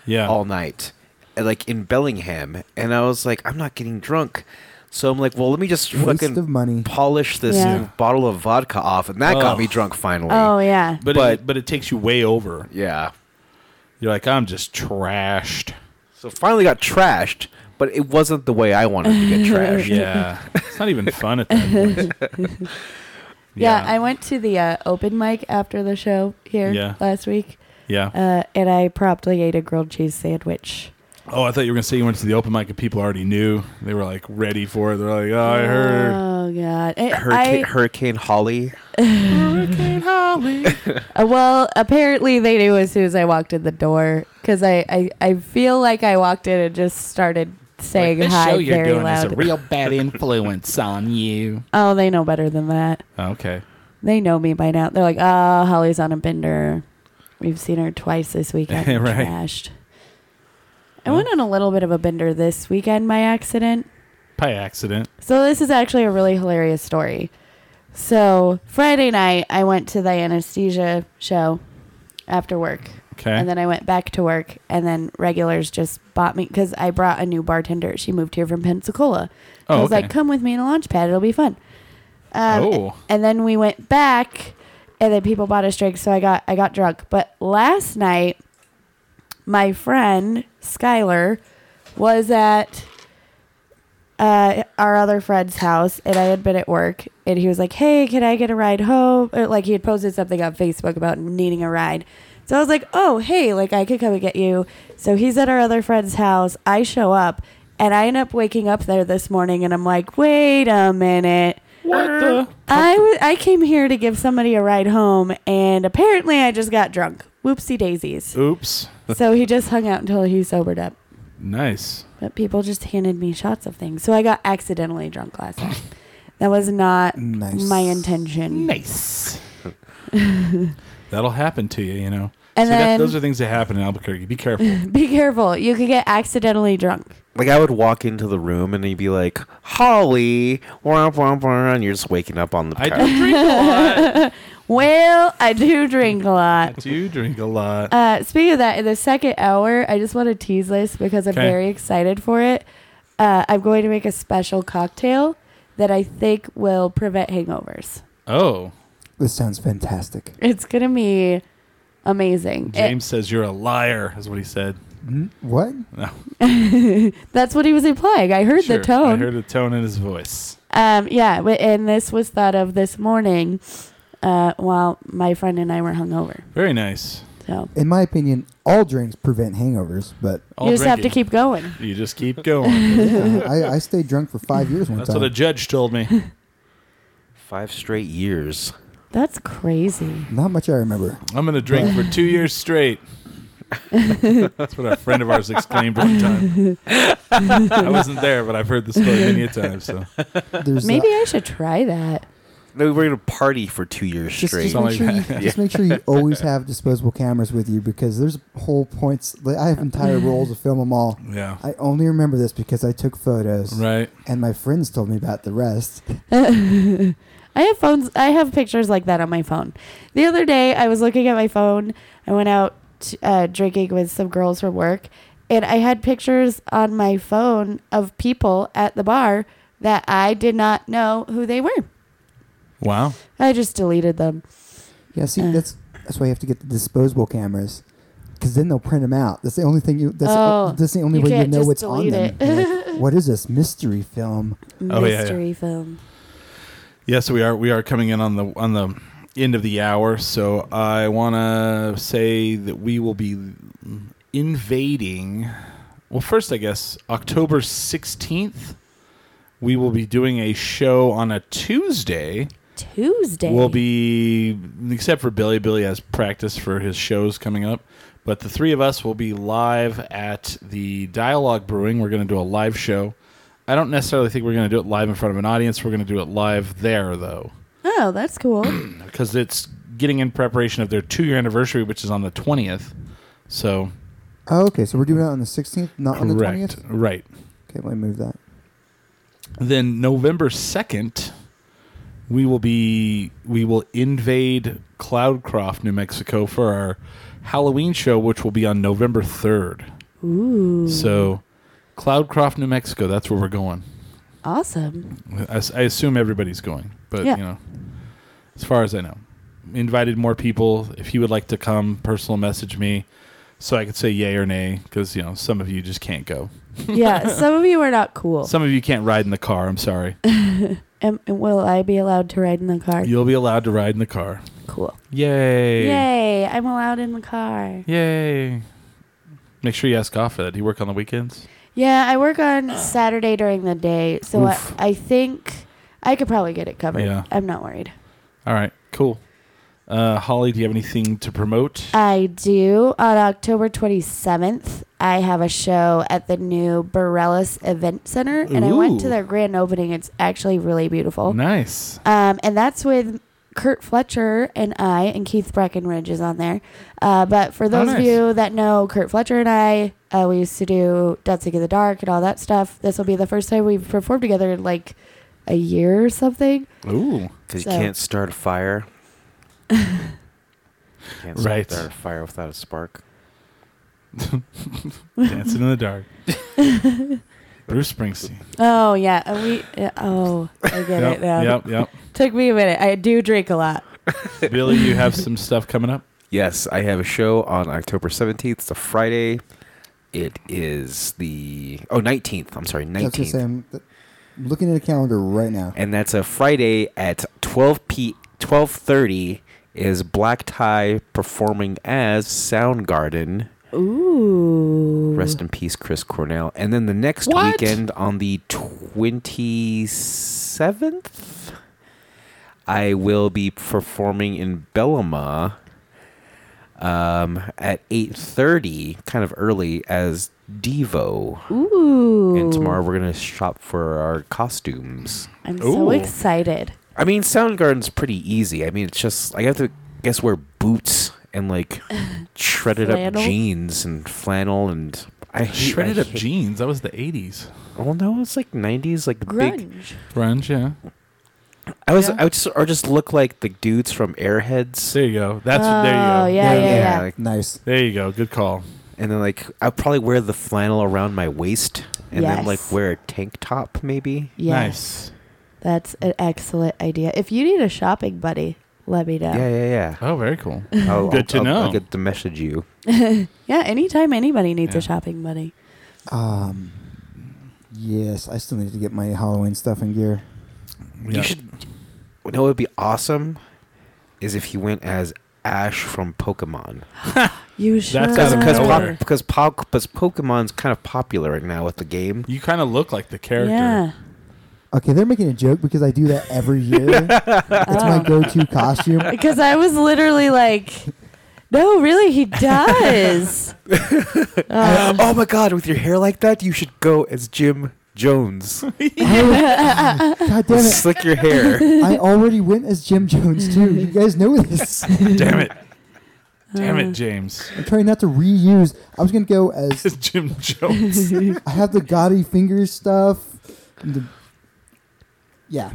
Speaker 2: Yeah.
Speaker 4: all night, uh, like in Bellingham, and I was like, I'm not getting drunk. So I'm like, well, let me just
Speaker 5: Waste
Speaker 4: fucking
Speaker 5: of money.
Speaker 4: polish this
Speaker 3: Yeah. Yeah.
Speaker 4: bottle of vodka off, and that got
Speaker 2: Ugh.
Speaker 4: me drunk finally.
Speaker 3: Oh yeah.
Speaker 2: But but it,
Speaker 4: But-
Speaker 2: but it takes you way over.
Speaker 4: yeah.
Speaker 2: You're like, I'm just trashed.
Speaker 4: So finally got trashed, but it wasn't the way I wanted to get trashed.
Speaker 2: Yeah, it's not even fun at that point.
Speaker 3: Yeah, I went to the uh, open mic after the show here
Speaker 2: Yeah.
Speaker 3: last week,
Speaker 2: yeah.
Speaker 3: uh, and I promptly ate a grilled cheese sandwich.
Speaker 2: oh, I thought you were gonna say you went to the open mic and people already knew. They were like ready for it. They're like, oh, I heard.
Speaker 3: Oh God! Uh, I,
Speaker 4: Hurricane,
Speaker 3: I-
Speaker 4: Hurricane Holly.
Speaker 2: Hurricane Holly.
Speaker 3: Uh, well, apparently they knew as soon as I walked in the door because I, I, I feel like I walked in and just started saying hi very loud.
Speaker 8: real bad influence on you.
Speaker 3: oh, they know better than that.
Speaker 2: okay.
Speaker 3: They know me by now. They're like, oh, Holly's on a bender. We've seen her twice this weekend. and
Speaker 2: Right.
Speaker 3: Trashed. I went on a little bit of a bender this weekend by accident.
Speaker 2: By accident.
Speaker 3: So this is actually a really hilarious story. So Friday night, I went to the anesthesia show after work,
Speaker 2: Okay.
Speaker 3: and then I went back to work, and then regulars just bought me because I brought a new bartender. She moved here from Pensacola.
Speaker 2: Oh,
Speaker 3: I was
Speaker 2: okay.
Speaker 3: like, "Come with me in a launch pad; it'll be fun." Um,
Speaker 2: Oh.
Speaker 3: And then we went back, and then people bought us drinks, so I got I got drunk. But last night, my friend Skylar was at uh, our other friend's house, and I had been at work, and he was like, "Hey, can I get a ride home?" Or, like he had posted something on Facebook about needing a ride. So I was like, "Oh, hey, like I could come and get you." So he's at our other friend's house. I show up, and I end up waking up there this morning, and I'm like, "Wait a minute."
Speaker 2: what the?
Speaker 3: I wa- I came here to give somebody a ride home, and apparently I just got drunk. Whoopsie daisies.
Speaker 2: Oops.
Speaker 3: so he just hung out until he sobered up.
Speaker 2: Nice.
Speaker 3: But people just handed me shots of things. So I got accidentally drunk last night. That was not
Speaker 5: Nice.
Speaker 3: my intention.
Speaker 8: Nice.
Speaker 2: That'll happen to you, you know.
Speaker 3: And
Speaker 2: See,
Speaker 3: then-
Speaker 2: those are things that happen in Albuquerque. Be careful.
Speaker 3: Be careful. You could get accidentally drunk.
Speaker 4: Like I would walk into the room and he'd be like, "Holly," womp, womp, womp, and you're just waking up on the
Speaker 2: I
Speaker 4: couch.
Speaker 2: do drink a lot.
Speaker 3: Well, I do drink a
Speaker 2: I
Speaker 3: lot.
Speaker 2: do drink a lot.
Speaker 3: Uh, speaking of that, in the second hour, I just want to tease this because I'm
Speaker 2: Okay.
Speaker 3: very excited for it. Uh, I'm going to make a special cocktail that I think will prevent hangovers.
Speaker 2: Oh.
Speaker 5: This sounds fantastic.
Speaker 3: It's going to be amazing. It-
Speaker 2: James says you're a liar, is what he said.
Speaker 5: What?
Speaker 3: that's what he was implying. I heard
Speaker 2: Sure.
Speaker 3: the tone.
Speaker 2: I heard the tone in his voice.
Speaker 3: Um, yeah, w- and this was thought of this morning uh, while my friend and I were hungover.
Speaker 2: Very nice.
Speaker 3: So
Speaker 5: In my opinion, all drinks prevent hangovers, but
Speaker 2: All
Speaker 3: you just have to
Speaker 2: drinking.
Speaker 3: keep going.
Speaker 2: You just keep going.
Speaker 5: yeah, Uh, I, I stayed drunk for five years one
Speaker 2: That's
Speaker 5: time.
Speaker 2: what a judge told me.
Speaker 4: Five straight years.
Speaker 3: That's crazy.
Speaker 5: Not much I remember.
Speaker 2: I'm going to drink for two years straight. That's what a friend of ours exclaimed one time. I wasn't there, but I've heard the story many a time. So
Speaker 5: There's, uh,
Speaker 3: Maybe I should try that.
Speaker 4: No, we're gonna party for two years
Speaker 5: just,
Speaker 4: straight.
Speaker 5: just make
Speaker 2: Something
Speaker 5: sure you,
Speaker 2: like
Speaker 5: just make sure you always have disposable cameras with you because there's whole points. Like I have entire rolls of film them all.
Speaker 2: yeah,
Speaker 5: I only remember this because I took photos,
Speaker 2: right.
Speaker 5: and my friends told me about the rest.
Speaker 3: I have phones. I have pictures like that on my phone. The other day, I was looking at my phone. I went out uh, drinking with some girls from work, and I had pictures on my phone of people at the bar that I did not know who they were.
Speaker 2: Wow.
Speaker 3: I just deleted them.
Speaker 5: Yeah, see,
Speaker 3: Uh.
Speaker 5: that's that's why you have to get the disposable cameras because then they'll print them out. That's the only thing you. That's, the o-
Speaker 3: Oh,
Speaker 5: that's the only
Speaker 3: you
Speaker 5: way you
Speaker 3: can't
Speaker 5: know
Speaker 3: just
Speaker 5: what's on
Speaker 3: delete it.
Speaker 5: them.
Speaker 3: Mm.
Speaker 5: You're like, what is this mystery film?
Speaker 2: Oh, yeah, yeah.
Speaker 3: Mystery film.
Speaker 2: Yes, we are. We are coming in on the on the end of the hour, so I want to say that we will be invading. Well, first, I guess October sixteenth, we will be doing a show on a Tuesday.
Speaker 3: Tuesday.
Speaker 2: We'll be, except for Billy. Billy has practice for his shows coming up, but the three of us will be live at the Dialogue Brewing. We're going to do a live show. I don't necessarily think we're going to do it live in front of an audience. We're going to do it live there, though
Speaker 3: Oh, that's cool.
Speaker 2: because it's getting in preparation of their two year anniversary, which is on the 20th. So,
Speaker 5: Oh, okay, so we're doing it on the 16th, not on the 20th. Okay,
Speaker 2: correct. Right.
Speaker 5: let me move that.
Speaker 2: Then November 2nd, we will be, we will invade Cloudcroft, New Mexico for our Halloween show, which will be on November 3rd.
Speaker 3: Ooh,
Speaker 2: So, Cloudcroft, New Mexico, that's where we're going.
Speaker 3: awesome.
Speaker 2: I, s- I assume everybody's going, but
Speaker 3: Yeah.
Speaker 2: you know, as far as I know, invited more people. If you would like to come, personal message me so I could say yay or nay because you know some of you just can't go.
Speaker 3: Yeah, some of you are not cool.
Speaker 2: Some of you can't ride in the car. I'm sorry.
Speaker 3: Am, will I be allowed to ride in the car?
Speaker 2: You'll be allowed to ride in the car.
Speaker 3: Cool.
Speaker 2: Yay!
Speaker 3: Yay, I'm allowed in the car.
Speaker 2: Yay! Make sure you ask off for that. Do you work on the weekends?
Speaker 3: Yeah, I work on Saturday during the day, so I, I think I could probably get it covered.
Speaker 2: Yeah.
Speaker 3: I'm not worried.
Speaker 2: All right, cool. Uh, Holly, do you have anything to promote?
Speaker 3: I do. On October 27th, I have a show at the new Borellis Event Center, and I went to
Speaker 2: Ooh.
Speaker 3: their grand opening. It's actually really beautiful.
Speaker 2: Nice.
Speaker 3: Um, and that's with Kurt Fletcher and I, and Keith Breckenridge is on there. Uh, but for those
Speaker 2: Oh, nice.
Speaker 3: of you that know Kurt Fletcher and I, uh, we used to do Dancing in the Dark and all that stuff. This will be the first time we've performed together in like a year or something.
Speaker 2: Ooh.
Speaker 4: Because
Speaker 3: So-
Speaker 4: you can't start a fire. You can't
Speaker 2: Right.
Speaker 4: start a fire without a spark.
Speaker 2: Dancing in the dark. Bruce Springsteen.
Speaker 3: Oh yeah, uh, we. Uh, oh, I get
Speaker 2: Yep,
Speaker 3: it now.
Speaker 2: yep, yep.
Speaker 3: Took me a minute. I do drink a lot.
Speaker 2: Billy, you have some stuff coming up?
Speaker 4: Yes, I have a show on October 17th. It's a Friday. It is the oh 19th. I'm sorry,
Speaker 5: That's what I'm
Speaker 4: 19th.
Speaker 5: saying. Th- I'm looking at a calendar right now.
Speaker 4: And that's a Friday at 12 p 12:30 is Black Tie performing as Soundgarden.
Speaker 3: Ooh.
Speaker 4: Rest in peace, Chris Cornell. And then the next
Speaker 8: What?
Speaker 4: weekend on the 27th, I will be performing in Bellama um, at 8.30, kind of early, as Devo.
Speaker 3: Ooh.
Speaker 4: And tomorrow we're going to shop for our costumes.
Speaker 3: I'm so
Speaker 2: Ooh.
Speaker 3: excited.
Speaker 4: I mean, Soundgarden's pretty easy. I mean, it's just, I have to, guess, wear boots and like shredded
Speaker 3: Flannel?
Speaker 4: up jeans and flannel and. I hate- I
Speaker 2: Shredded up
Speaker 4: hate-
Speaker 2: jeans. That was the 80s.
Speaker 4: Well, no, it's like '90s, like the big.
Speaker 3: Grunge.
Speaker 2: Grunge, yeah.
Speaker 4: I was,
Speaker 2: Yeah.
Speaker 4: I would just, or just look like the dudes from Airheads.
Speaker 2: There you go. That's there
Speaker 3: Oh,
Speaker 2: you go.
Speaker 3: yeah, yeah, yeah.
Speaker 4: like-
Speaker 5: Nice.
Speaker 2: There you go. Good call.
Speaker 4: and then like I'd probably wear the flannel around my waist, and then like
Speaker 3: Yes.
Speaker 4: wear a tank top maybe.
Speaker 3: Yes. That's an excellent idea. If you need a shopping buddy, let me know.
Speaker 4: Yeah,
Speaker 3: Yeah,
Speaker 4: yeah, yeah.
Speaker 2: Nice. Oh, very cool.
Speaker 4: I'll,
Speaker 2: Good to
Speaker 4: I'll, I'll,
Speaker 2: know.
Speaker 4: I'll get to message you.
Speaker 3: anytime anybody needs
Speaker 2: Yeah.
Speaker 3: a shopping buddy.
Speaker 5: Um, yes, I still need to get my Halloween stuff in gear.
Speaker 2: Yeah.
Speaker 4: You should. You know, what would be awesome is if you went as Ash from Pokemon.
Speaker 3: You should.
Speaker 2: That's
Speaker 4: Because
Speaker 2: Uh,
Speaker 4: because
Speaker 2: Nowhere.
Speaker 4: because Pok- because Pokemon's kind of popular right now with the game.
Speaker 2: You kind of look like the character.
Speaker 3: Yeah.
Speaker 5: Okay, they're making a joke because I do that every year. it's my go-to costume.
Speaker 3: Because I was literally like, no, really, he does. Uh,
Speaker 4: oh my god, with your hair like that, you should go as Jim Jones.
Speaker 5: God damn it!
Speaker 4: Slick your hair.
Speaker 5: I already went as Jim Jones too. You guys know this.
Speaker 2: Damn it. Damn
Speaker 5: Uh.
Speaker 2: it, James.
Speaker 5: I'm trying not to reuse. I was gonna go as
Speaker 2: Jim Jones.
Speaker 5: I have the Gotti fingers stuff. and The, yeah,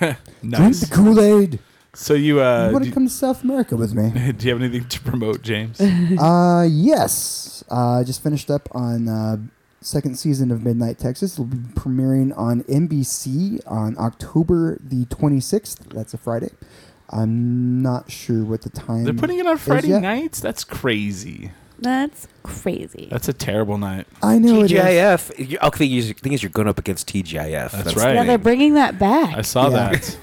Speaker 5: drink
Speaker 2: nice.
Speaker 5: the Kool Aid.
Speaker 2: So you uh
Speaker 5: you want
Speaker 2: do,
Speaker 5: to come to South America with me?
Speaker 2: do you have anything to promote, James?
Speaker 5: Uh, yes. Uh, I just finished up on uh, second season of Midnight Texas. It'll be premiering on NBC on October the 26th. That's a Friday. I'm not sure what the time.
Speaker 2: They're putting it on
Speaker 5: is
Speaker 2: Friday
Speaker 5: yet.
Speaker 2: nights? That's crazy.
Speaker 3: that's crazy.
Speaker 2: That's a terrible night.
Speaker 5: I know it is.
Speaker 4: TGIF. You- Okay, the thing is, you're going up against TGIF.
Speaker 2: That's
Speaker 4: the
Speaker 2: right.
Speaker 3: yeah, they're bringing that back.
Speaker 2: I saw
Speaker 5: Yeah.
Speaker 2: that.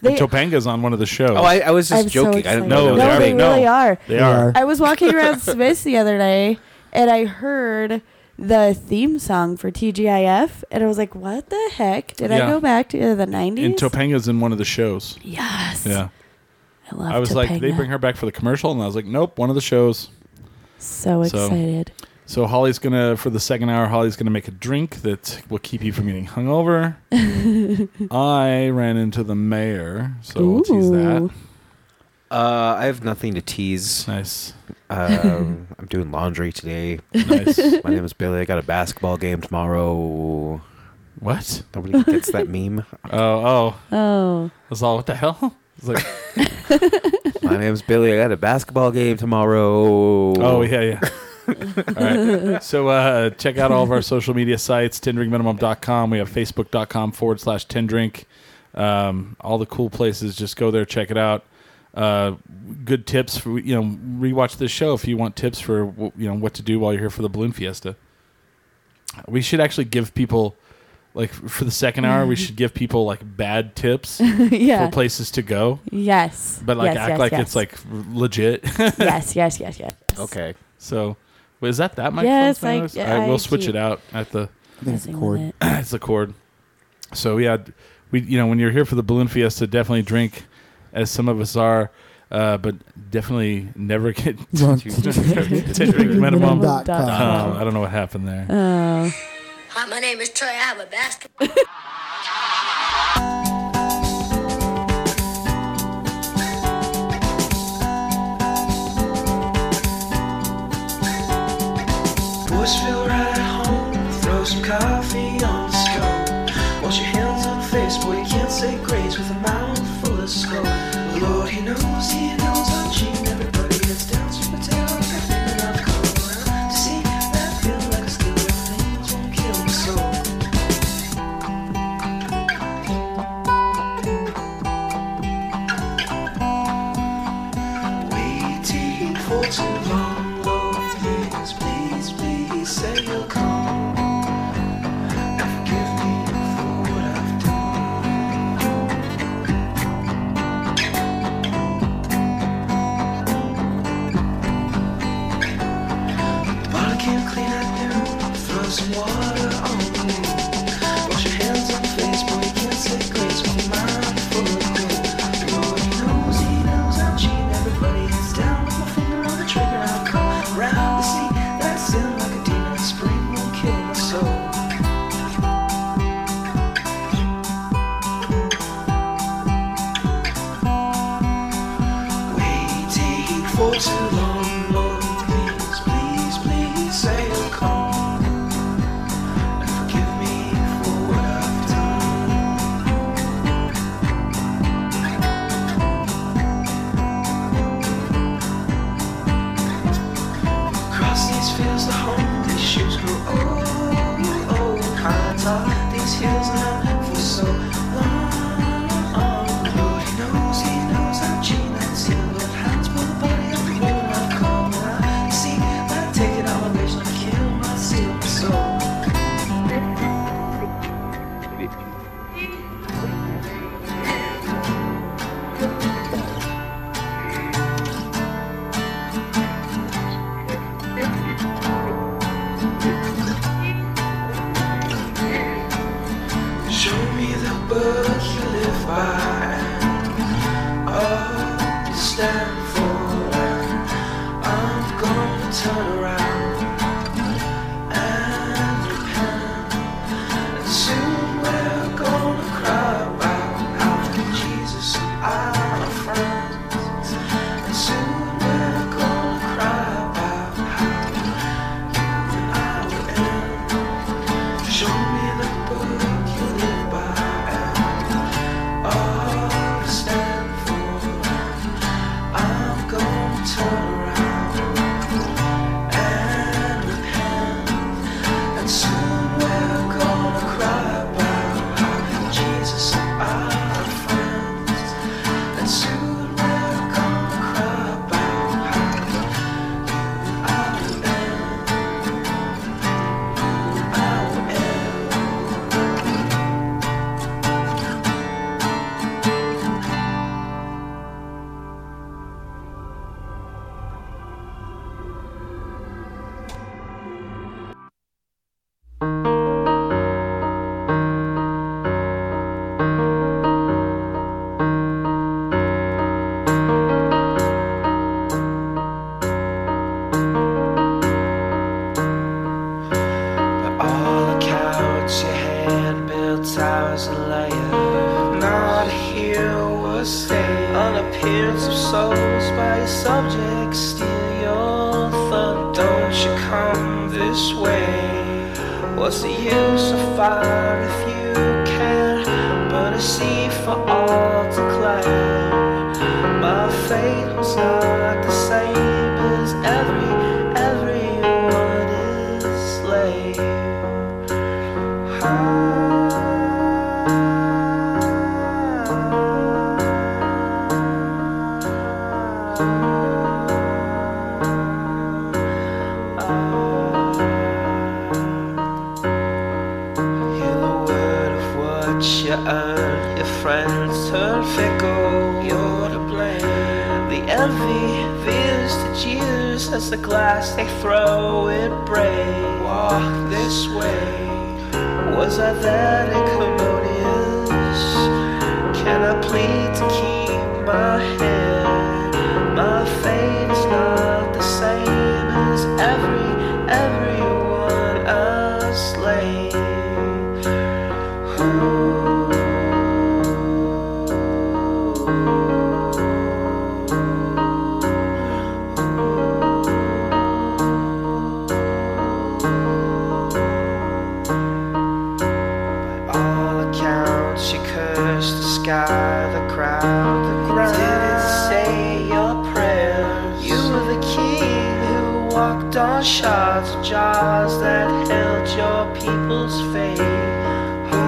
Speaker 3: They-
Speaker 2: Topanga's on one of the shows.
Speaker 4: Oh, I, I was just
Speaker 3: I'm so
Speaker 4: joking. I
Speaker 3: excited.
Speaker 4: didn't
Speaker 2: No,
Speaker 4: know.
Speaker 2: they are-
Speaker 4: that
Speaker 3: no,
Speaker 4: was a
Speaker 3: they
Speaker 4: thing.
Speaker 2: no.
Speaker 3: really are.
Speaker 2: they are.
Speaker 3: I was walking around Smith's the other day and I heard the theme song for TGIF and I was like, what the heck? Did
Speaker 2: Yeah.
Speaker 3: I go back to the 90s?
Speaker 2: And Topanga's in one of the shows.
Speaker 3: yes.
Speaker 2: Yeah.
Speaker 3: I love
Speaker 2: I was like, they
Speaker 3: Topanga.
Speaker 2: bring her back for the commercial, and I was like, nope, one of the shows.
Speaker 3: So
Speaker 2: So-
Speaker 3: excited.
Speaker 2: So Holly's gonna for the second hour. Holly's gonna make a drink that will keep you from getting hungover. I ran into the mayor, so I'll tease that.
Speaker 3: Ooh.
Speaker 4: Uh, I have nothing to tease.
Speaker 2: Nice,
Speaker 4: Um, I'm doing laundry today.
Speaker 2: nice.
Speaker 4: My name is Billy. I got a basketball game tomorrow.
Speaker 2: what?
Speaker 4: Nobody gets that meme.
Speaker 2: Oh, oh.
Speaker 3: Oh.
Speaker 2: I was all, what the hell? It's like,
Speaker 4: My name's Billy. I got a basketball game tomorrow.
Speaker 2: oh yeah, yeah. all right. So uh, check out all of our social media sites: tendrinkminimum.com. We have facebook.com forward slash tendrink. Um, all the cool places. Just go there, check it out. Uh, good tips for you know rewatch this show if you want tips for wh- you know what to do while you're here for the balloon fiesta. We should actually give people like f- for the second hour we should give people like bad tips
Speaker 3: yeah.
Speaker 2: for places to go,
Speaker 3: yes.
Speaker 2: but like
Speaker 3: yes,
Speaker 2: act
Speaker 3: yes,
Speaker 2: like
Speaker 3: yes.
Speaker 2: it's like r- legit.
Speaker 3: yes, yes, yes, yes.
Speaker 4: Okay.
Speaker 2: So, wait, is that that microphone?
Speaker 3: Yes,
Speaker 2: thing
Speaker 3: I-
Speaker 2: was-
Speaker 3: yeah,
Speaker 2: I will
Speaker 3: I
Speaker 2: switch
Speaker 3: keep-
Speaker 2: it out at the
Speaker 5: I think it's a
Speaker 3: Messing with
Speaker 5: chord.
Speaker 3: it.
Speaker 2: it's the cord. So yeah, we you know when you're here for the balloon fiesta, definitely drink, as some of us are. Uh, but definitely never get
Speaker 5: Drunk
Speaker 2: to
Speaker 5: to
Speaker 2: drink
Speaker 3: minimum
Speaker 2: minimum.
Speaker 3: dot
Speaker 5: Dot
Speaker 3: com.
Speaker 5: com.
Speaker 2: Um, I don't know what happened there.
Speaker 3: Uh,
Speaker 9: Hi, my name is Trey. I have a basket.
Speaker 10: Boys feel right at home. Throw some coffee on the stove. Wash your hands on the face, boy. You can't say grace with a mouthful of skull. Lord, he knows, he knows I'm cheating. Everybody gets down to the tail. Everything that I've come around to see. That feel like a steal. but Things won't kill my soul. Waiting for too long, Lord, yes, please, please say you'll come and forgive me for what I've done. The bottle can't clean at noon. Throw some water on the wound. Wash your hands and face, boy, you can't say grace when your mind full of gloom. The Lord he knows, he knows I'm cheating. Everybody is down with my finger on the trigger. I'll come around to see that sin like a demon. The spring will kill my soul. Waiting for too long, Lord, please, please, please say you'll come and forgive me for what I've done. Across these fields to home, these shoes grow old, old. Pine top, Oh, these hills and I for so long. Lord, he knows, he knows I'm cheating. I'm sealed with hands for the body of the woman I've come around. See, I take it all, there's no kill, my steal my soul. Show me the book you live by. All you stand for. And I'm gonna turn around and repent. And soon we're gonna cry about how Jesus and I are friends. And soon we're gonna cry about how you and I will end. Show me the book you live by and all you stand for. I'm gonna turn around and repent, and soon we're gonna cry about how Jesus and I are friends, and soon we're gonna cry about how you and I will end, you and I will end. All the cowards, your hand-built towers and layers. Not a hero was saved. An appearance of souls by your subjects. Steal your thunder. Don't you come this way. What's the use of fire if you can't burn a sea for all to climb? My fate was not the same as every, everyone is slave. Hear the word of what you earn. Your friends turn fickle. You're to blame. The envy veers to jeers as the glass they throw it breaks. Walk this way. Was I that incommodious? Can I plead to keep my head? all accounts, you cursed the sky, the crowd, the ground. You didn't say your prayers. You were the king who walked on shards of jars that held your people's fate.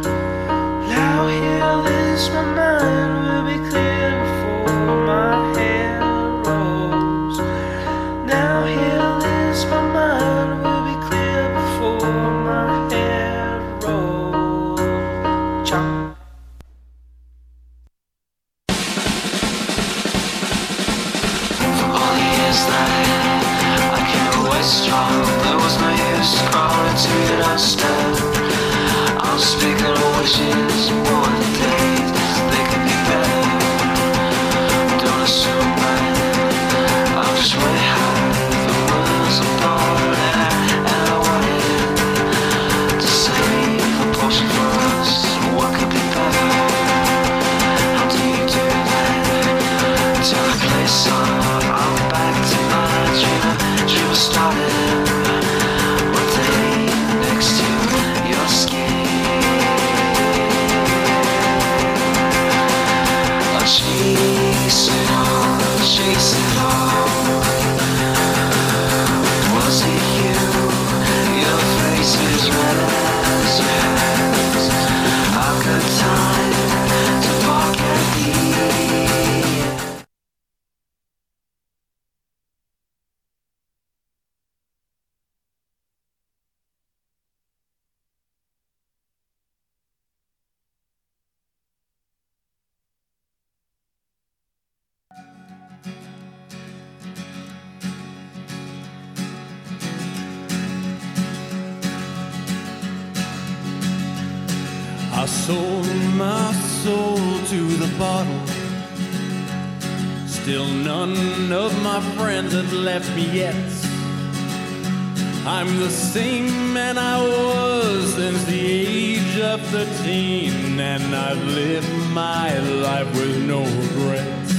Speaker 10: Now hear this, my mind will be clear before my hand rolls. Now hear this, my mind will be clear before my hand rolls. Chop. All the years that I came away strong, there was no use crawling to the doorstep. I'm speaking of wishes, more the days they could be better. Don't assume that I'm just way high. The world's apart, and I, and I wanted to save a portion for us. What could be better? How do you do that? To the place of I'm back to my dream. Dream started one day next to your skin. I'll chase it on, chase it on. Was it you? Your face is red as yours. A good time to park at the
Speaker 1: I sold my soul to the bottle. Still none of my friends have left me yet. I'm the same man I was since the age of 13, and I've lived my life with no regrets.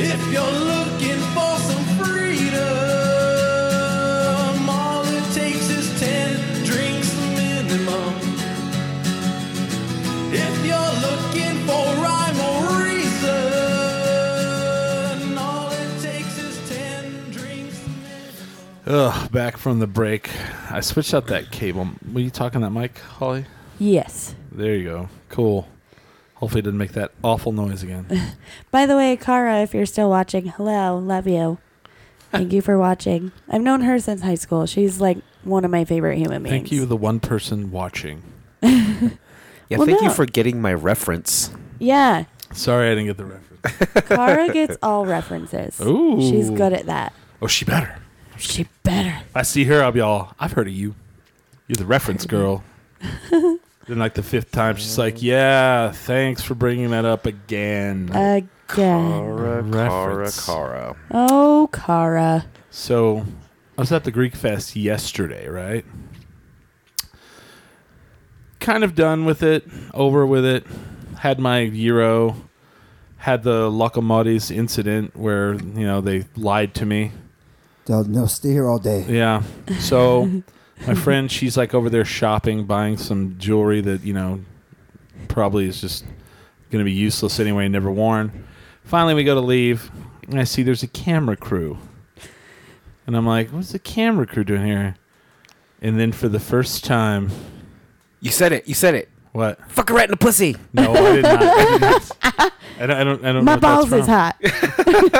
Speaker 1: If you're looking for some freedom, all it takes is 10 drinks minimum. If you're looking for rhyme or reason, all it takes is 10 drinks.
Speaker 2: Ugh, back from the break. I switched out that cable. Were you talking that mic, Holly?
Speaker 3: Yes.
Speaker 2: There you go. Cool. Hopefully, it didn't make that awful noise again.
Speaker 3: By the way, Kara, if you're still watching, hello, love you. Thank you for watching. I've known her since high school. She's like one of my favorite human beings.
Speaker 2: Thank you, the one person watching.
Speaker 4: Yeah,
Speaker 3: Well,
Speaker 4: thank you
Speaker 3: no.
Speaker 4: for getting my reference.
Speaker 3: Yeah.
Speaker 2: Sorry, I didn't get the reference.
Speaker 3: Kara gets all references.
Speaker 2: Ooh.
Speaker 3: She's good at that.
Speaker 2: Oh, she better.
Speaker 3: She better.
Speaker 2: If I see her, I'll be all. I've heard of you. You're the reference girl. then, like the fifth time, she's like, "Yeah, thanks for bringing that up again."
Speaker 3: Again.
Speaker 2: Reference.
Speaker 4: Kara.
Speaker 3: Oh, Kara.
Speaker 2: So I was at the Greek Fest yesterday, right? Kind of done with it, over with it. Had my Euro, had the Locomotives incident where, you know, they lied to me.
Speaker 5: Don't no stay here all day.
Speaker 2: Yeah. So my friend, she's like over there shopping, buying some jewelry that, you know, probably is just going to be useless anyway, never worn. Finally, we go to leave, and I see there's a camera crew. And I'm like, what's the camera crew doing here? And then for the first time,
Speaker 4: You said it. You said it.
Speaker 2: what?
Speaker 4: Fuck a rat in the pussy.
Speaker 2: No, I did not. I, did not. I don't. I don't. I don't
Speaker 3: My
Speaker 2: know what that's
Speaker 3: balls is
Speaker 2: from.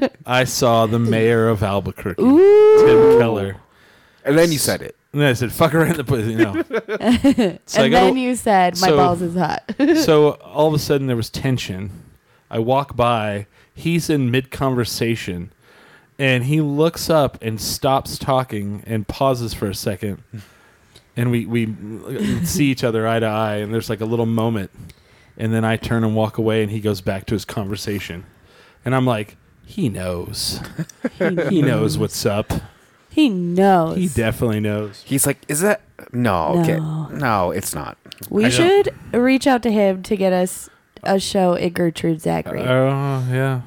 Speaker 3: hot.
Speaker 2: I saw the mayor of Albuquerque, Tim Keller.
Speaker 4: And then you said it.
Speaker 2: And then I said, "Fuck around the pussy." No. So I
Speaker 3: and
Speaker 2: go-
Speaker 3: then you said, my
Speaker 2: so-
Speaker 3: balls is hot.
Speaker 2: so all of a sudden there was tension. I walk by, he's in mid conversation, and he looks up and stops talking and pauses for a second. uh, And we, we see each other eye to eye, and there's like a little moment. and then I turn and walk away, and he goes back to his conversation, and I'm like, he knows, he knows what's up.
Speaker 3: He knows.
Speaker 2: He definitely knows.
Speaker 4: He's like, is that no? Okay,
Speaker 3: No.
Speaker 4: no, it's not.
Speaker 3: we should reach out to him to get us a show at Gertrude
Speaker 2: Oh
Speaker 3: Zachary.
Speaker 2: yeah.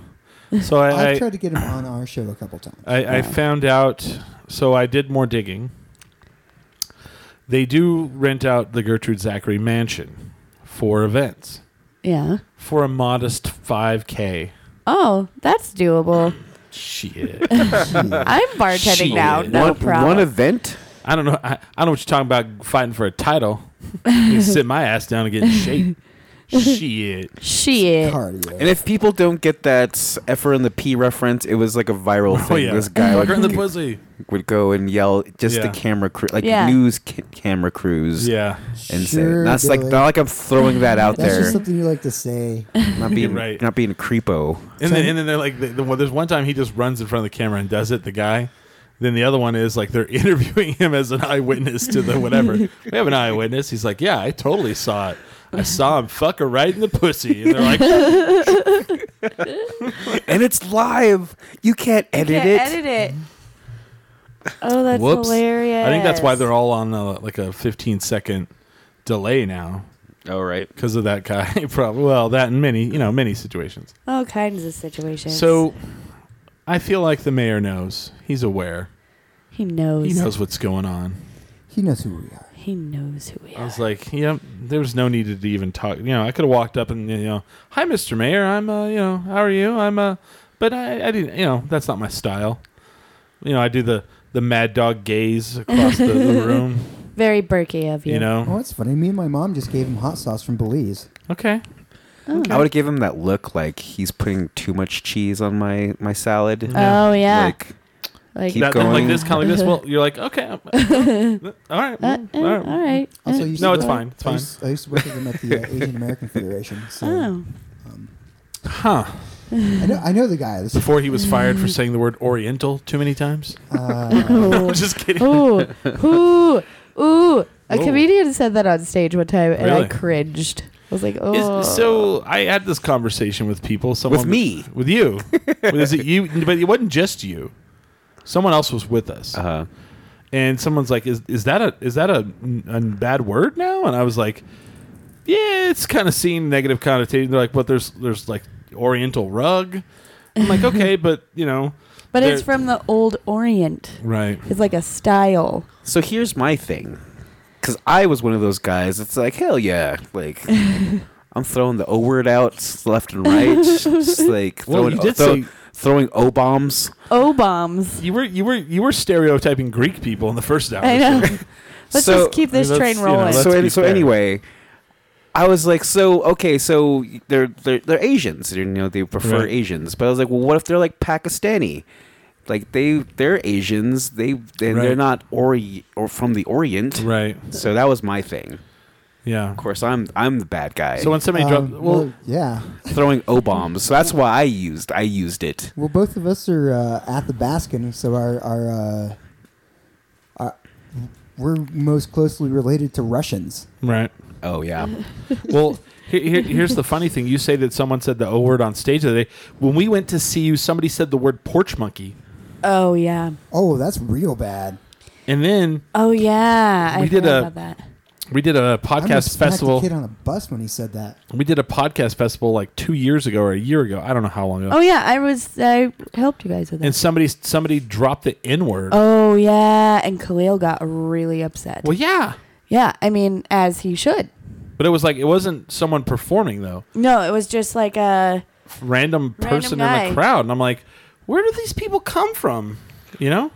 Speaker 2: So I,
Speaker 5: I've
Speaker 2: I-
Speaker 5: tried to get him on our show a couple times.
Speaker 2: I, I found out. So I did more digging. They do rent out the Gertrude Zachary mansion for events
Speaker 3: yeah.
Speaker 2: for a modest 5K.
Speaker 3: Oh, that's doable.
Speaker 2: Shit.
Speaker 3: I'm bartending now. No
Speaker 4: one,
Speaker 3: problem.
Speaker 4: One event.
Speaker 2: I don't know. I, I don't know what you're talking about fighting for a title. You sit my ass down and get in shape. Shit.
Speaker 3: Shit.
Speaker 5: Cardio.
Speaker 4: And if people don't get that Effer and the P reference, it was like a viral thing.
Speaker 2: Oh, yeah.
Speaker 4: This guy
Speaker 2: Fucker in the
Speaker 4: would,
Speaker 2: pussy.
Speaker 4: would go and yell just
Speaker 2: Yeah.
Speaker 4: the camera crew, like
Speaker 3: Yeah.
Speaker 4: news ca- camera crews.
Speaker 2: Yeah.
Speaker 4: And say,
Speaker 5: Sure,
Speaker 4: that's like
Speaker 5: Billy.
Speaker 4: not like I'm throwing that out
Speaker 5: That's just
Speaker 4: there.
Speaker 5: something you like to say.
Speaker 4: Not being
Speaker 2: right.
Speaker 4: not being a creepo.
Speaker 2: And then, and then they're like, the, the, one- there's one time he just runs in front of the camera and does it, the guy. Then the other one is like, they're interviewing him as an eyewitness to the whatever. we have an eyewitness. He's like, yeah, I totally saw it. I saw him fuck her right in the pussy. And they're like,
Speaker 4: And it's live. You can't edit
Speaker 3: Can't
Speaker 4: it.
Speaker 3: edit it. Oh, that's
Speaker 4: Whoops.
Speaker 3: hilarious.
Speaker 2: I think that's why they're all on a, like a 15 second delay now
Speaker 4: All Oh, right.
Speaker 2: because of that guy. Probably. Well, that and many, you know, many situations.
Speaker 3: all kinds of situations.
Speaker 2: So I feel like the mayor knows. He's aware.
Speaker 3: he knows.
Speaker 2: He knows what's going on.
Speaker 5: He knows who we are.
Speaker 3: He knows who we
Speaker 2: I
Speaker 3: are.
Speaker 2: was like, yep, there was no need to even talk. You know, I could have walked up and, you know, hi, Mr. Mayor. I'm, uh, you know, how are you? I'm, uh, but I, I didn't, you know, that's not my style. You know, I do the, the mad dog gaze across the, the room,
Speaker 3: Very Berkey of you.
Speaker 2: you
Speaker 5: Oh,
Speaker 2: know.
Speaker 5: that's funny. Me and my mom just gave him hot sauce from Belize.
Speaker 2: Okay.
Speaker 3: Oh.
Speaker 4: I would give him that look like he's putting too much cheese on my my salad.
Speaker 3: Oh yeah.
Speaker 4: Like
Speaker 3: Like,
Speaker 4: keep
Speaker 2: That,
Speaker 4: going.
Speaker 2: Like this, kind of like this. Well, you're like, "Oh, okay. I'm- all
Speaker 3: uh,
Speaker 2: right. well,
Speaker 3: uh,
Speaker 2: Uh, all right.
Speaker 3: all right.
Speaker 5: Also, I
Speaker 3: Uh,
Speaker 5: used to
Speaker 2: No, it's
Speaker 5: work-
Speaker 2: fine, it's
Speaker 5: I used, I used to work with him at the uh, Asian American Federation. So
Speaker 3: oh.
Speaker 2: Huh.
Speaker 5: I, know, I know the guy. This,
Speaker 2: Before he was fired
Speaker 3: Mm-hmm.
Speaker 2: for saying the word Oriental too many times.
Speaker 5: uh,
Speaker 2: I'm
Speaker 3: Oh.
Speaker 2: just kidding.
Speaker 3: Ooh. Ooh. Ooh. A
Speaker 2: Whoa.
Speaker 3: comedian said that on stage one time, and I
Speaker 2: Really?
Speaker 3: cringed. I was like, oh.
Speaker 2: Is, so I had this conversation with people. Someone
Speaker 4: With me.
Speaker 2: with you. Was it you? But it wasn't just you. Someone else was with us,
Speaker 4: uh,
Speaker 2: and someone's like, "Is is that a is that a, a bad word now?" And I was like, "Yeah, it's kind of seen negative connotation." They're like, "But there's there's like Oriental rug." I'm like, "Okay, but you know,
Speaker 3: "Oh." but it's
Speaker 2: they're-
Speaker 3: from the old Orient.
Speaker 2: right."
Speaker 3: It's like a style.
Speaker 4: So here's my thing, because I was one of those guys. It's like hell yeah, like I'm throwing the O word out s- left and right, just like
Speaker 2: Well,
Speaker 4: throwing
Speaker 2: you did
Speaker 4: throw-
Speaker 2: say-
Speaker 4: throwing O bombs.
Speaker 3: O bombs.
Speaker 2: You were you were you were stereotyping Greek people in the first hour.
Speaker 3: I know. Let's
Speaker 4: So-
Speaker 3: just keep this
Speaker 2: Let's,
Speaker 3: train
Speaker 2: you know,
Speaker 3: rolling.
Speaker 2: let's-
Speaker 4: so
Speaker 2: be
Speaker 4: any, so
Speaker 2: fair.
Speaker 4: anyway, I was like, so okay, so they're they're they're Asians, you know, they prefer
Speaker 2: Right.
Speaker 4: Asians. But I was like, well, what if they're like Pakistani? Like they they're Asians, they and they're
Speaker 2: Right.
Speaker 4: not ori or from the Orient.
Speaker 2: Right.
Speaker 4: So that was my thing.
Speaker 2: Yeah.
Speaker 4: Of course, I'm I'm the bad guy.
Speaker 2: So when somebody
Speaker 5: um,
Speaker 2: dropped, well,
Speaker 5: well, yeah.
Speaker 4: throwing O bombs. So that's why I used I used it.
Speaker 5: Well, both of us are uh, at the Baskin, so our our, uh, our we're most closely related to Russians.
Speaker 2: right.
Speaker 4: Oh yeah.
Speaker 2: Well, here, here, here's the funny thing. You say that someone said the O word on stage the other day. When we went to see you, somebody said the word porch monkey.
Speaker 3: oh, yeah.
Speaker 5: Oh, that's real bad.
Speaker 2: And then
Speaker 3: Oh, yeah. I
Speaker 2: We did
Speaker 3: heard
Speaker 2: a-
Speaker 3: about that.
Speaker 2: we did a
Speaker 5: I almost
Speaker 2: podcast
Speaker 5: smacked
Speaker 2: festival.
Speaker 5: A kid on a bus when he said that.
Speaker 2: We did a podcast festival like two years ago or a year ago. I don't know how long ago.
Speaker 3: Oh, yeah. I was, I helped you guys with that.
Speaker 2: And somebody somebody dropped the N word.
Speaker 3: Oh yeah, and Khalil got really upset.
Speaker 2: Well, yeah,
Speaker 3: yeah, I mean, as he should.
Speaker 2: but it was like it wasn't someone performing though.
Speaker 3: No, it was just like a
Speaker 2: Random person in
Speaker 3: guy.
Speaker 2: the crowd, and I'm like, where do these people come from? You know,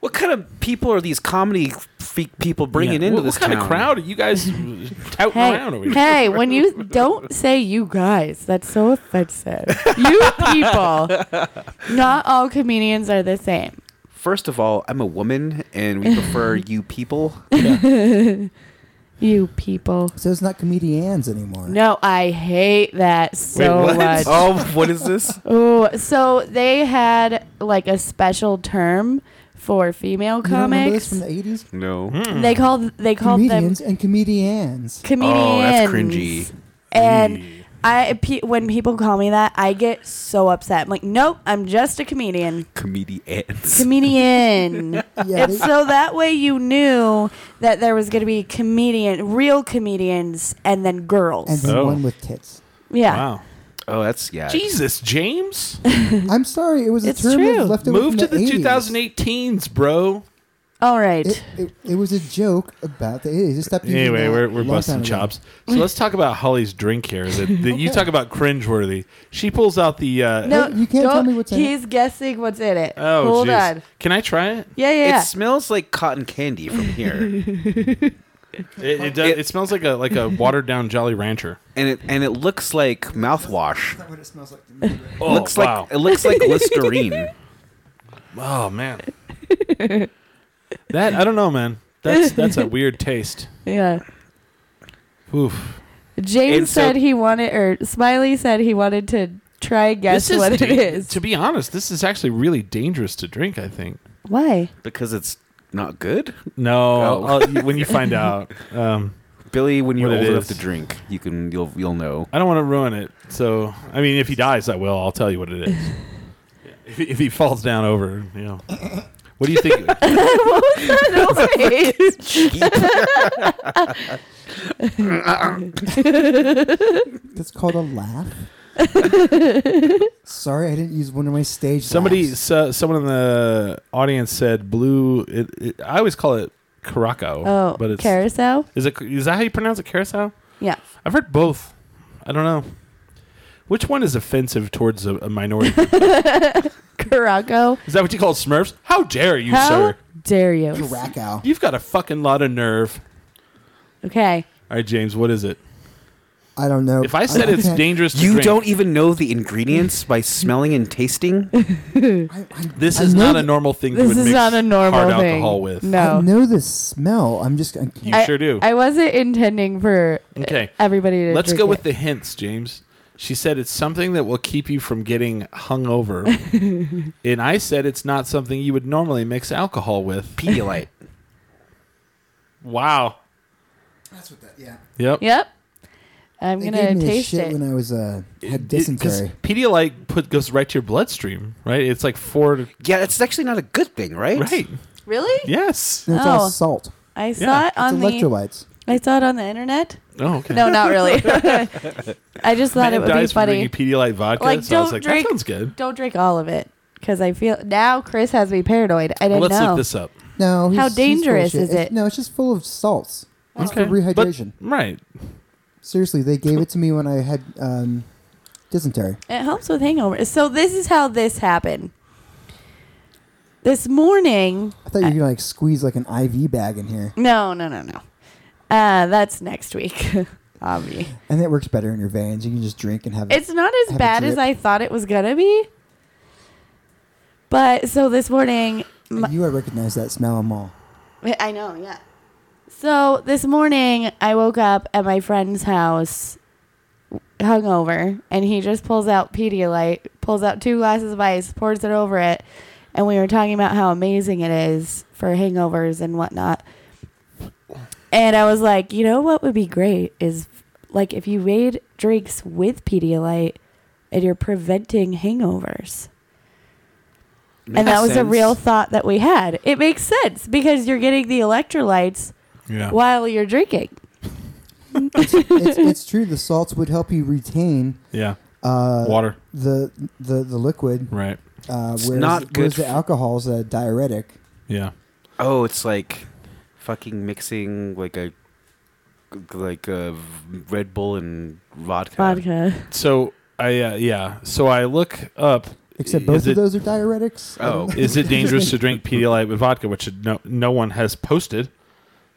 Speaker 4: What kind of people are these comedy freak people bringing
Speaker 2: Yeah.
Speaker 4: into
Speaker 2: what,
Speaker 4: this
Speaker 2: what kind
Speaker 4: town?
Speaker 2: of crowd are you guys touting around over
Speaker 3: hey,
Speaker 2: here?
Speaker 3: hey. When you don't say you guys, that's so offensive. you people. Not all comedians are the same.
Speaker 4: First of all, I'm a woman, and we prefer you people.
Speaker 3: You people.
Speaker 5: So it's not comedians anymore.
Speaker 3: No, I hate that so
Speaker 4: Wait, what?
Speaker 3: much.
Speaker 4: Oh, what is this?
Speaker 3: Oh, so they had like a special term for female
Speaker 5: You don't remember this
Speaker 3: Oh, comics.
Speaker 5: from the eighties?
Speaker 4: No.
Speaker 2: Hmm.
Speaker 3: They called they called them
Speaker 5: Comedians and comedians.
Speaker 3: comedians.
Speaker 4: Oh, that's cringy.
Speaker 3: And I pe- when people call me that, I get so upset. I'm like, nope, I'm just a comedian.
Speaker 4: Comedians.
Speaker 3: Comedian.
Speaker 4: Yeah,
Speaker 3: If
Speaker 4: they-
Speaker 3: so that way you knew that there was going to be comedian, real comedians, and then girls.
Speaker 5: And
Speaker 2: Oh.
Speaker 5: then one with tits.
Speaker 3: yeah.
Speaker 4: Oh, that's yeah.
Speaker 2: Jesus, James.
Speaker 5: I'm sorry, it was a term that was left over
Speaker 2: Move
Speaker 5: from
Speaker 2: to the
Speaker 5: 80s.
Speaker 2: 2018s, bro.
Speaker 3: All right.
Speaker 5: It, it, it was a joke about the 80s. It stopped using
Speaker 2: Anyway,
Speaker 5: that
Speaker 2: we're,
Speaker 5: a
Speaker 2: we're
Speaker 5: long time
Speaker 2: busting
Speaker 5: ago.
Speaker 2: chops. So let's talk about Holly's drink here. That, that You talk about cringeworthy. She pulls out the. Uh,
Speaker 3: No,
Speaker 5: you can't
Speaker 3: don't-
Speaker 5: tell me what's in it.
Speaker 3: He's guessing what's in it.
Speaker 2: Oh,
Speaker 3: Hold
Speaker 2: jeez.
Speaker 3: on.
Speaker 2: Can I try it?
Speaker 3: Yeah, yeah.
Speaker 4: It
Speaker 3: yeah.
Speaker 4: smells like cotton candy from here,
Speaker 2: It, it, does, it, smells like a like a watered down Jolly Rancher.
Speaker 4: and it and it looks like mouthwash.
Speaker 5: That's what it smells like to me.
Speaker 2: Oh,
Speaker 4: looks
Speaker 2: wow.
Speaker 4: like it looks like Listerine.
Speaker 2: Oh man, that I don't know, man. That's that's a weird taste.
Speaker 3: yeah.
Speaker 2: Oof.
Speaker 3: James
Speaker 4: And so-
Speaker 3: said he wanted, or Smiley said he wanted to try guess what it
Speaker 2: dan-
Speaker 3: is.
Speaker 2: To be honest, this is actually really dangerous to drink. I think.
Speaker 3: Why?
Speaker 4: because it's not good.
Speaker 2: No,
Speaker 4: Oh.
Speaker 2: I'll- when you find out, um,
Speaker 4: Billy, when you're
Speaker 2: What it
Speaker 4: old enough
Speaker 2: is.
Speaker 4: to drink, you can you'll you'll know.
Speaker 2: I don't want to ruin it. So, I mean, if he dies, I will. I'll tell you what it is. if, if he falls down over, you know. What do you think?
Speaker 3: No way.
Speaker 5: That's called a laugh. Sorry, I didn't use one of my stage.
Speaker 2: Somebody,
Speaker 5: laughs.
Speaker 2: so, someone in the audience said blue. It, it, I always call it Caraco.
Speaker 3: oh,
Speaker 2: but it's
Speaker 3: carousel?
Speaker 2: is it is that how you pronounce it? Carousel.
Speaker 3: Yeah.
Speaker 2: I've heard both. I don't know. Which one is offensive towards a, a minority?
Speaker 3: Caraco.
Speaker 2: is that what you call Smurfs? How dare you,
Speaker 3: How
Speaker 2: sir?
Speaker 3: dare you?
Speaker 5: Caracal.
Speaker 2: You've got a fucking lot of nerve.
Speaker 3: Okay.
Speaker 2: All right, James, what is it?
Speaker 5: I don't know.
Speaker 2: If I said it's
Speaker 5: can't-
Speaker 2: dangerous, to
Speaker 4: You
Speaker 2: drink,
Speaker 4: don't even know the ingredients by smelling and tasting.
Speaker 5: I, I,
Speaker 2: This
Speaker 5: I
Speaker 2: is
Speaker 5: know
Speaker 2: not
Speaker 5: th-
Speaker 2: a normal thing. you
Speaker 3: This
Speaker 2: would
Speaker 3: is
Speaker 2: mix
Speaker 3: not a normal
Speaker 2: hard
Speaker 3: thing.
Speaker 2: alcohol with.
Speaker 5: I
Speaker 3: No.
Speaker 5: know the smell. I'm just. I can't.
Speaker 2: You sure do.
Speaker 3: I wasn't intending for uh,
Speaker 2: Okay.
Speaker 3: everybody to
Speaker 2: Let's
Speaker 3: drink
Speaker 2: go with
Speaker 3: it.
Speaker 2: the hints, James. She said it's something that will keep you from getting hungover, and I said it's not something you would normally mix alcohol with.
Speaker 4: Pedialyte.
Speaker 2: Wow.
Speaker 5: That's what that. Yeah.
Speaker 2: Yep.
Speaker 3: Yep. I'm
Speaker 5: They
Speaker 3: going
Speaker 5: gave
Speaker 3: to
Speaker 5: me a
Speaker 3: taste
Speaker 5: shit
Speaker 3: it.
Speaker 5: when I was uh had
Speaker 2: It- 'cause
Speaker 5: dysentery.
Speaker 2: Pedialyte put goes right to your bloodstream, right? It's like four. to-
Speaker 4: Yeah, it's actually not a good thing, right?
Speaker 2: Right.
Speaker 3: Really?
Speaker 2: Yes.
Speaker 5: And it's all
Speaker 3: Oh.
Speaker 5: salt.
Speaker 3: I saw
Speaker 2: Yeah.
Speaker 3: it
Speaker 5: It's
Speaker 3: on the
Speaker 5: electrolytes.
Speaker 3: I saw it on the internet.
Speaker 2: Oh, okay.
Speaker 3: No, not really. I just thought
Speaker 2: Man
Speaker 3: it would be
Speaker 2: dies from
Speaker 3: funny.
Speaker 2: drinking Pedialyte vodka.
Speaker 3: Like,
Speaker 2: so I was
Speaker 3: don't
Speaker 2: like,
Speaker 3: drink-
Speaker 2: that sounds good.
Speaker 3: Don't drink all of it because I feel now Chris has me paranoid. I didn't
Speaker 2: Well, let's
Speaker 3: know.
Speaker 2: look this up.
Speaker 5: No. he's-
Speaker 3: How
Speaker 5: he's full of
Speaker 3: dangerous
Speaker 5: shit.
Speaker 3: is
Speaker 5: It's-
Speaker 3: it?
Speaker 5: No, it's just full of salts. It's for
Speaker 2: But-
Speaker 5: rehydration.
Speaker 2: right.
Speaker 5: Seriously, they gave it to me when I had um, dysentery.
Speaker 3: It helps with hangover. So this is how this happened. This morning, uh,
Speaker 5: I thought you were gonna like squeeze like an IV bag in here,
Speaker 3: no, no, no, no. Uh, that's next week. Obvi.
Speaker 5: and it works better in your veins. You can just drink and have.
Speaker 3: It's not as
Speaker 5: Have a
Speaker 3: bad as
Speaker 5: drip.
Speaker 3: I thought it was gonna be. But so this morning,
Speaker 5: And
Speaker 3: my,
Speaker 5: you I recognize that smell them all.
Speaker 3: I know, yeah. So this morning, I woke up at my friend's house, hungover, and he just pulls out Pedialyte, pulls out two glasses of ice, pours it over it, and we were talking about how amazing it is for hangovers and whatnot. And I was like, you know what would be great is like if you made drinks with Pedialyte, and you're preventing hangovers and that was a real thought that we had. It makes sense because you're getting the electrolytes
Speaker 2: Yeah.
Speaker 3: while you're drinking.
Speaker 5: it's, it's true. The salts would help you retain
Speaker 2: Yeah.
Speaker 5: uh,
Speaker 2: Water.
Speaker 5: the the the liquid.
Speaker 2: Right.
Speaker 5: Uh,
Speaker 4: It's
Speaker 5: whereas,
Speaker 4: not good
Speaker 5: whereas the
Speaker 4: for-
Speaker 5: alcohol's a diuretic.
Speaker 2: Yeah.
Speaker 4: Oh, it's like fucking mixing like a like a v- Red Bull and vodka.
Speaker 3: Vodka.
Speaker 2: So I uh, yeah. So I look up.
Speaker 5: Except
Speaker 2: is
Speaker 5: both of
Speaker 2: it-
Speaker 5: those are diuretics. I
Speaker 4: Oh.
Speaker 5: don't know.
Speaker 2: Is it dangerous to drink Pedialyte with vodka, which no no one has posted?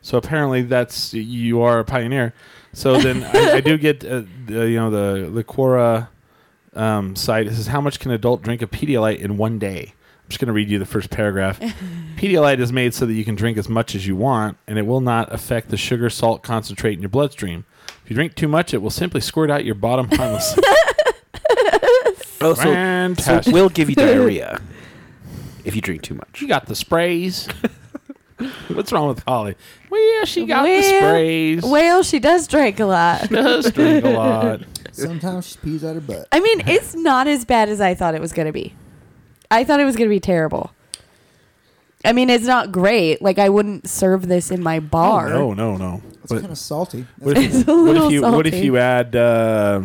Speaker 2: So apparently that's you are a pioneer. So then I, I do get uh, the, you know the the Quora um, site. It says how much can an adult drink of Pedialyte in one day? I'm just going to read you the first paragraph. Pedialyte is made so that you can drink as much as you want, and it will not affect the sugar salt concentrate in your bloodstream. If you drink too much, it will simply squirt out your bottom harmlessly.
Speaker 4: Oh, so, so
Speaker 2: Fantastic.
Speaker 4: we'll give you diarrhea if you drink too much.
Speaker 2: you got the sprays. What's wrong with Holly? Well, yeah, she got the
Speaker 3: Well,
Speaker 2: sprays.
Speaker 3: Well, she does drink a lot.
Speaker 2: Does drink a lot.
Speaker 5: Sometimes she pees out her butt.
Speaker 3: I mean, it's not as bad as I thought it was going to be. I thought it was going to be terrible. I mean, it's not great. Like, I wouldn't serve this in my bar.
Speaker 2: Oh, No, no, no.
Speaker 5: It's
Speaker 2: But
Speaker 5: kind of salty.
Speaker 2: what if,
Speaker 3: It's a
Speaker 2: what if
Speaker 3: little
Speaker 2: you what if
Speaker 3: salty.
Speaker 2: you add uh,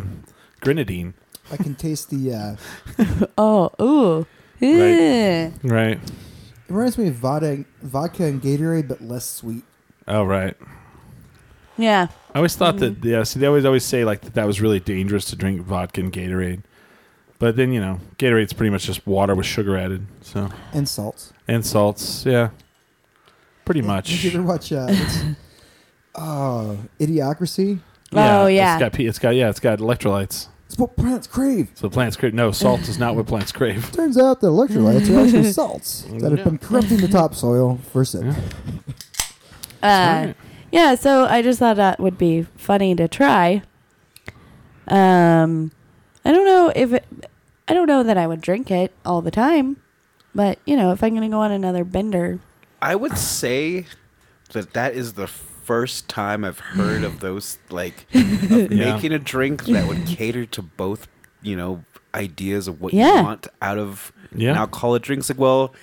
Speaker 2: grenadine?
Speaker 5: I can taste the. Uh,
Speaker 3: Oh, ooh. Yeah.
Speaker 2: Right.
Speaker 5: it reminds me of vodka, vodka and Gatorade, but less sweet.
Speaker 2: Oh, right.
Speaker 3: Yeah.
Speaker 2: I always thought
Speaker 3: Mm-hmm.
Speaker 2: that yeah. See, they always always say like that, that was really dangerous to drink vodka and Gatorade, but then you know Gatorade's pretty much just water with sugar added, so
Speaker 5: And salt.
Speaker 2: and salts. Yeah, pretty
Speaker 5: Did you
Speaker 2: much.
Speaker 5: ever watch. Uh, it's, oh, Idiocracy?
Speaker 3: Oh,
Speaker 2: It's
Speaker 3: yeah.
Speaker 2: got pe- it's got yeah, it's got electrolytes.
Speaker 5: It's what plants crave.
Speaker 2: So plants crave no salt is not what plants crave.
Speaker 5: Turns out that electrolytes are actually salts that have been corrupting the topsoil for centuries.
Speaker 3: Uh, Yeah, so I just thought that would be funny to try. Um, I don't know if it, I don't know that I would drink it all the time, but you know, if I'm gonna go on another bender,
Speaker 4: I would say that that is the first time I've heard of those like of
Speaker 2: Yeah.
Speaker 4: making a drink that would cater to both, you know, ideas of what
Speaker 3: Yeah.
Speaker 4: you want out of
Speaker 2: Yeah.
Speaker 4: an alcoholic drinks. Like, well,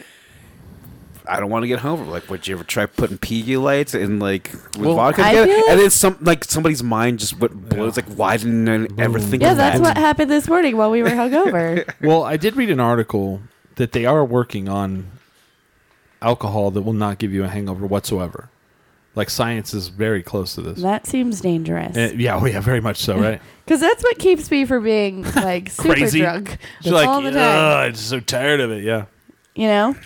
Speaker 4: I don't want to get home. Like, would you ever try putting Pedialites and like with vodka
Speaker 3: I
Speaker 4: together?
Speaker 3: feel
Speaker 4: and
Speaker 3: like-
Speaker 4: then some like somebody's mind just went blows. Like, why didn't I ever think
Speaker 3: yeah,
Speaker 4: of
Speaker 3: that's
Speaker 4: that?
Speaker 3: what happened this morning while we were hungover.
Speaker 2: Well, I did read an article that they are working on alcohol that will not give you a hangover whatsoever. Like science is very close to this.
Speaker 3: that seems dangerous
Speaker 2: Uh, yeah, oh yeah, very much so, right?
Speaker 3: because that's what keeps me from being like super
Speaker 2: Crazy.
Speaker 3: drunk
Speaker 2: She's like,
Speaker 3: all the time.
Speaker 2: "Ugh, I'm so tired of it. Yeah.
Speaker 3: You know,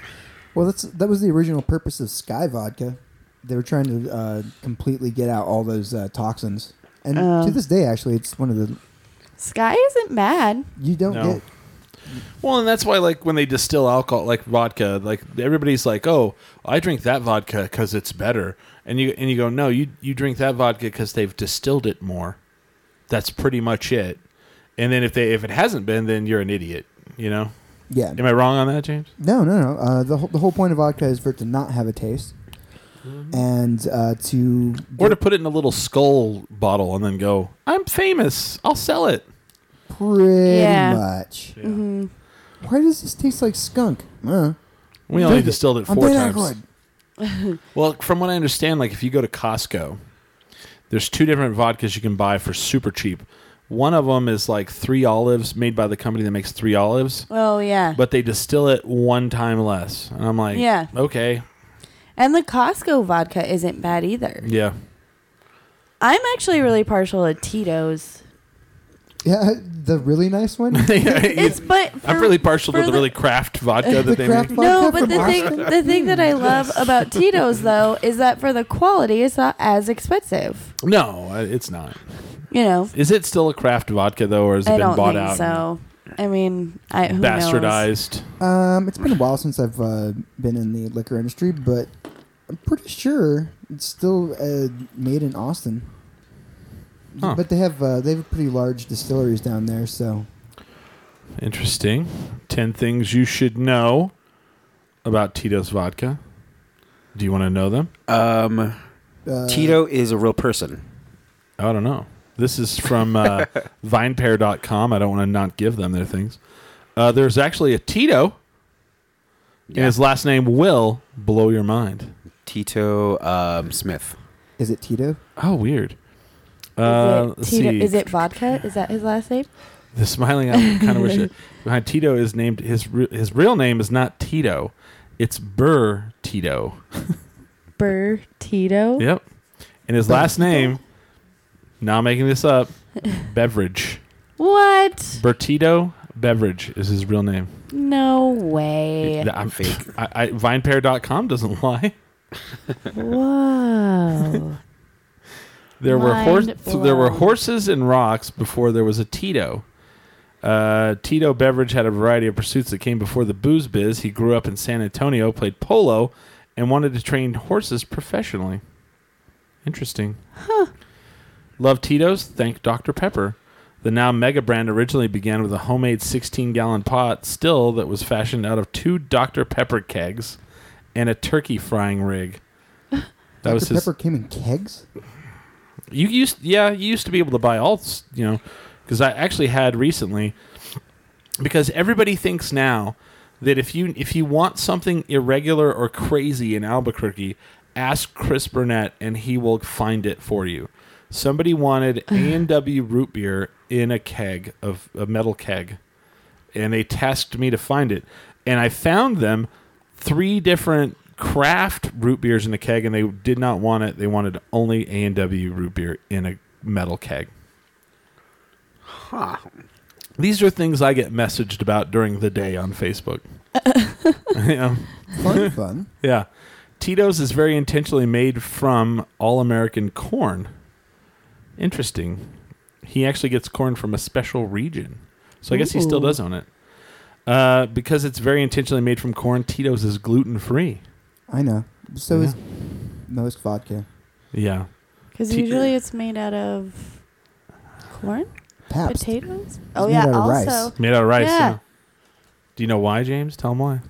Speaker 5: Well, that's that was the original purpose of Sky Vodka. They were trying to uh, completely get out all those uh, toxins, and
Speaker 3: Oh.
Speaker 5: to this day, actually, it's one of the
Speaker 3: Sky isn't bad.
Speaker 5: you don't
Speaker 2: No.
Speaker 5: get.
Speaker 2: Well, and that's why, like, when they distill alcohol, like vodka, like everybody's like, "Oh, I drink that vodka because it's better," and you and you go, "No, you you drink that vodka because they've distilled it more." That's pretty much it. And then if they if it hasn't been, then you're an idiot. You know?
Speaker 5: Yeah,
Speaker 2: Am I wrong on that, James?
Speaker 5: no, no, no. Uh, the whole the whole point of vodka is for it to not have a taste,
Speaker 2: Mm-hmm.
Speaker 5: and uh, to
Speaker 2: Or to put it in a little skull bottle and then go, "I'm famous. I'll sell it."
Speaker 5: pretty
Speaker 3: Yeah.
Speaker 5: much. Why does this taste like skunk? Uh,
Speaker 2: We only
Speaker 5: drink
Speaker 2: distilled it
Speaker 5: I'm
Speaker 2: four
Speaker 5: Dan
Speaker 2: times.
Speaker 5: Aykroyd.
Speaker 2: Well, from what I understand, like if you go to Costco, there's two different vodkas you can buy for super cheap. One of them is like three olives made by the company that makes three olives,
Speaker 3: Oh yeah,
Speaker 2: but they distill it one time less. And I'm like,
Speaker 3: Yeah.
Speaker 2: okay,
Speaker 3: and the Costco vodka isn't bad either.
Speaker 2: yeah.
Speaker 3: I'm actually really partial to Tito's.
Speaker 5: Yeah, the really nice one.
Speaker 3: It's but
Speaker 2: I'm
Speaker 3: for-
Speaker 2: really partial to
Speaker 3: for
Speaker 2: the, really craft vodka
Speaker 5: The
Speaker 2: that they
Speaker 5: craft
Speaker 2: make.
Speaker 5: vodka
Speaker 3: no, but
Speaker 5: from
Speaker 3: the thing
Speaker 5: Austin?
Speaker 3: the thing that I love about Tito's though is that for the quality, it's not as expensive.
Speaker 2: No, uh, it's not.
Speaker 3: You know,
Speaker 2: Is it still a craft vodka though, or has it
Speaker 3: I
Speaker 2: been
Speaker 3: don't
Speaker 2: bought
Speaker 3: think
Speaker 2: out, and
Speaker 3: so. I mean, I who Knows?
Speaker 2: bastardized?
Speaker 5: Um, it's been a while since I've uh, been in the liquor industry, but I'm pretty sure it's still uh, made in Austin.
Speaker 2: Huh.
Speaker 5: But they have uh, they have pretty large distilleries down there, so
Speaker 2: Interesting. Ten things you should know about Tito's vodka. Do you want to know them?
Speaker 4: Um,
Speaker 5: uh,
Speaker 4: Tito is a real person.
Speaker 2: I don't know. This is from uh, vinepair.com. I don't want to not give them their things. Uh, there's actually a Tito, and his last name will blow your mind.
Speaker 4: Tito um, Smith.
Speaker 5: Is it Tito?
Speaker 2: Oh, weird. Uh,
Speaker 3: is,
Speaker 2: let's
Speaker 3: it Tito,
Speaker 2: see.
Speaker 3: is it vodka? Is that his last name?
Speaker 2: The smiling I kind of wish it. Behind Tito is named his re- his real name is not Tito, it's Burr Tito.
Speaker 3: Burr Tito.
Speaker 2: Yep. And his last name, not making this up, Beverage.
Speaker 3: What?
Speaker 2: Bertito Beverage is his real name.
Speaker 3: No way.
Speaker 2: Th- I'm fake. I, I, VinePair.com doesn't lie.
Speaker 3: Whoa.
Speaker 2: There were horse,
Speaker 3: Mind
Speaker 2: th- there were
Speaker 3: blown.
Speaker 2: horses and rocks before there was a Tito. Uh, Tito Beverage had a variety of pursuits that came before the booze biz. He grew up in San Antonio, played polo, and wanted to train horses professionally. Interesting. Huh. Love Tito's. Thank Dr Pepper. The now mega brand originally began with a homemade 16 gallon pot still that was fashioned out of two Dr Pepper kegs and a turkey frying rig. That was
Speaker 5: Dr.
Speaker 2: his-
Speaker 5: Pepper came in kegs.
Speaker 2: You used, yeah, you used to be able to buy all, s- you know, because I actually had recently, because everybody thinks now that if you if you want something irregular or crazy in Albuquerque, ask Chris Burnett and he will find it for you. Somebody wanted A and W root beer in a keg of a metal keg, and they tasked me to find it, and I found them three different craft root beers in a keg, and they did not want it. They wanted only A and W root beer in a metal keg.
Speaker 1: Huh.
Speaker 2: These are things I get messaged about during the day on Facebook. yeah.
Speaker 5: Fun, fun.
Speaker 2: Yeah. Tito's is very intentionally made from all American corn. Interesting. He actually gets corn from a special region. So I guess he still
Speaker 1: Ooh.
Speaker 2: does own it. Uh, because it's very intentionally made from corn, Tito's is gluten free.
Speaker 5: I know. So is most vodka.
Speaker 2: Yeah.
Speaker 3: Because
Speaker 2: T-
Speaker 3: usually it's made out of corn,
Speaker 5: Pabst.
Speaker 3: potatoes. Oh
Speaker 5: made
Speaker 3: yeah,
Speaker 5: out of rice.
Speaker 3: also
Speaker 2: Made out of rice. Yeah.
Speaker 3: Yeah.
Speaker 2: Do you know why, James? Tell him why.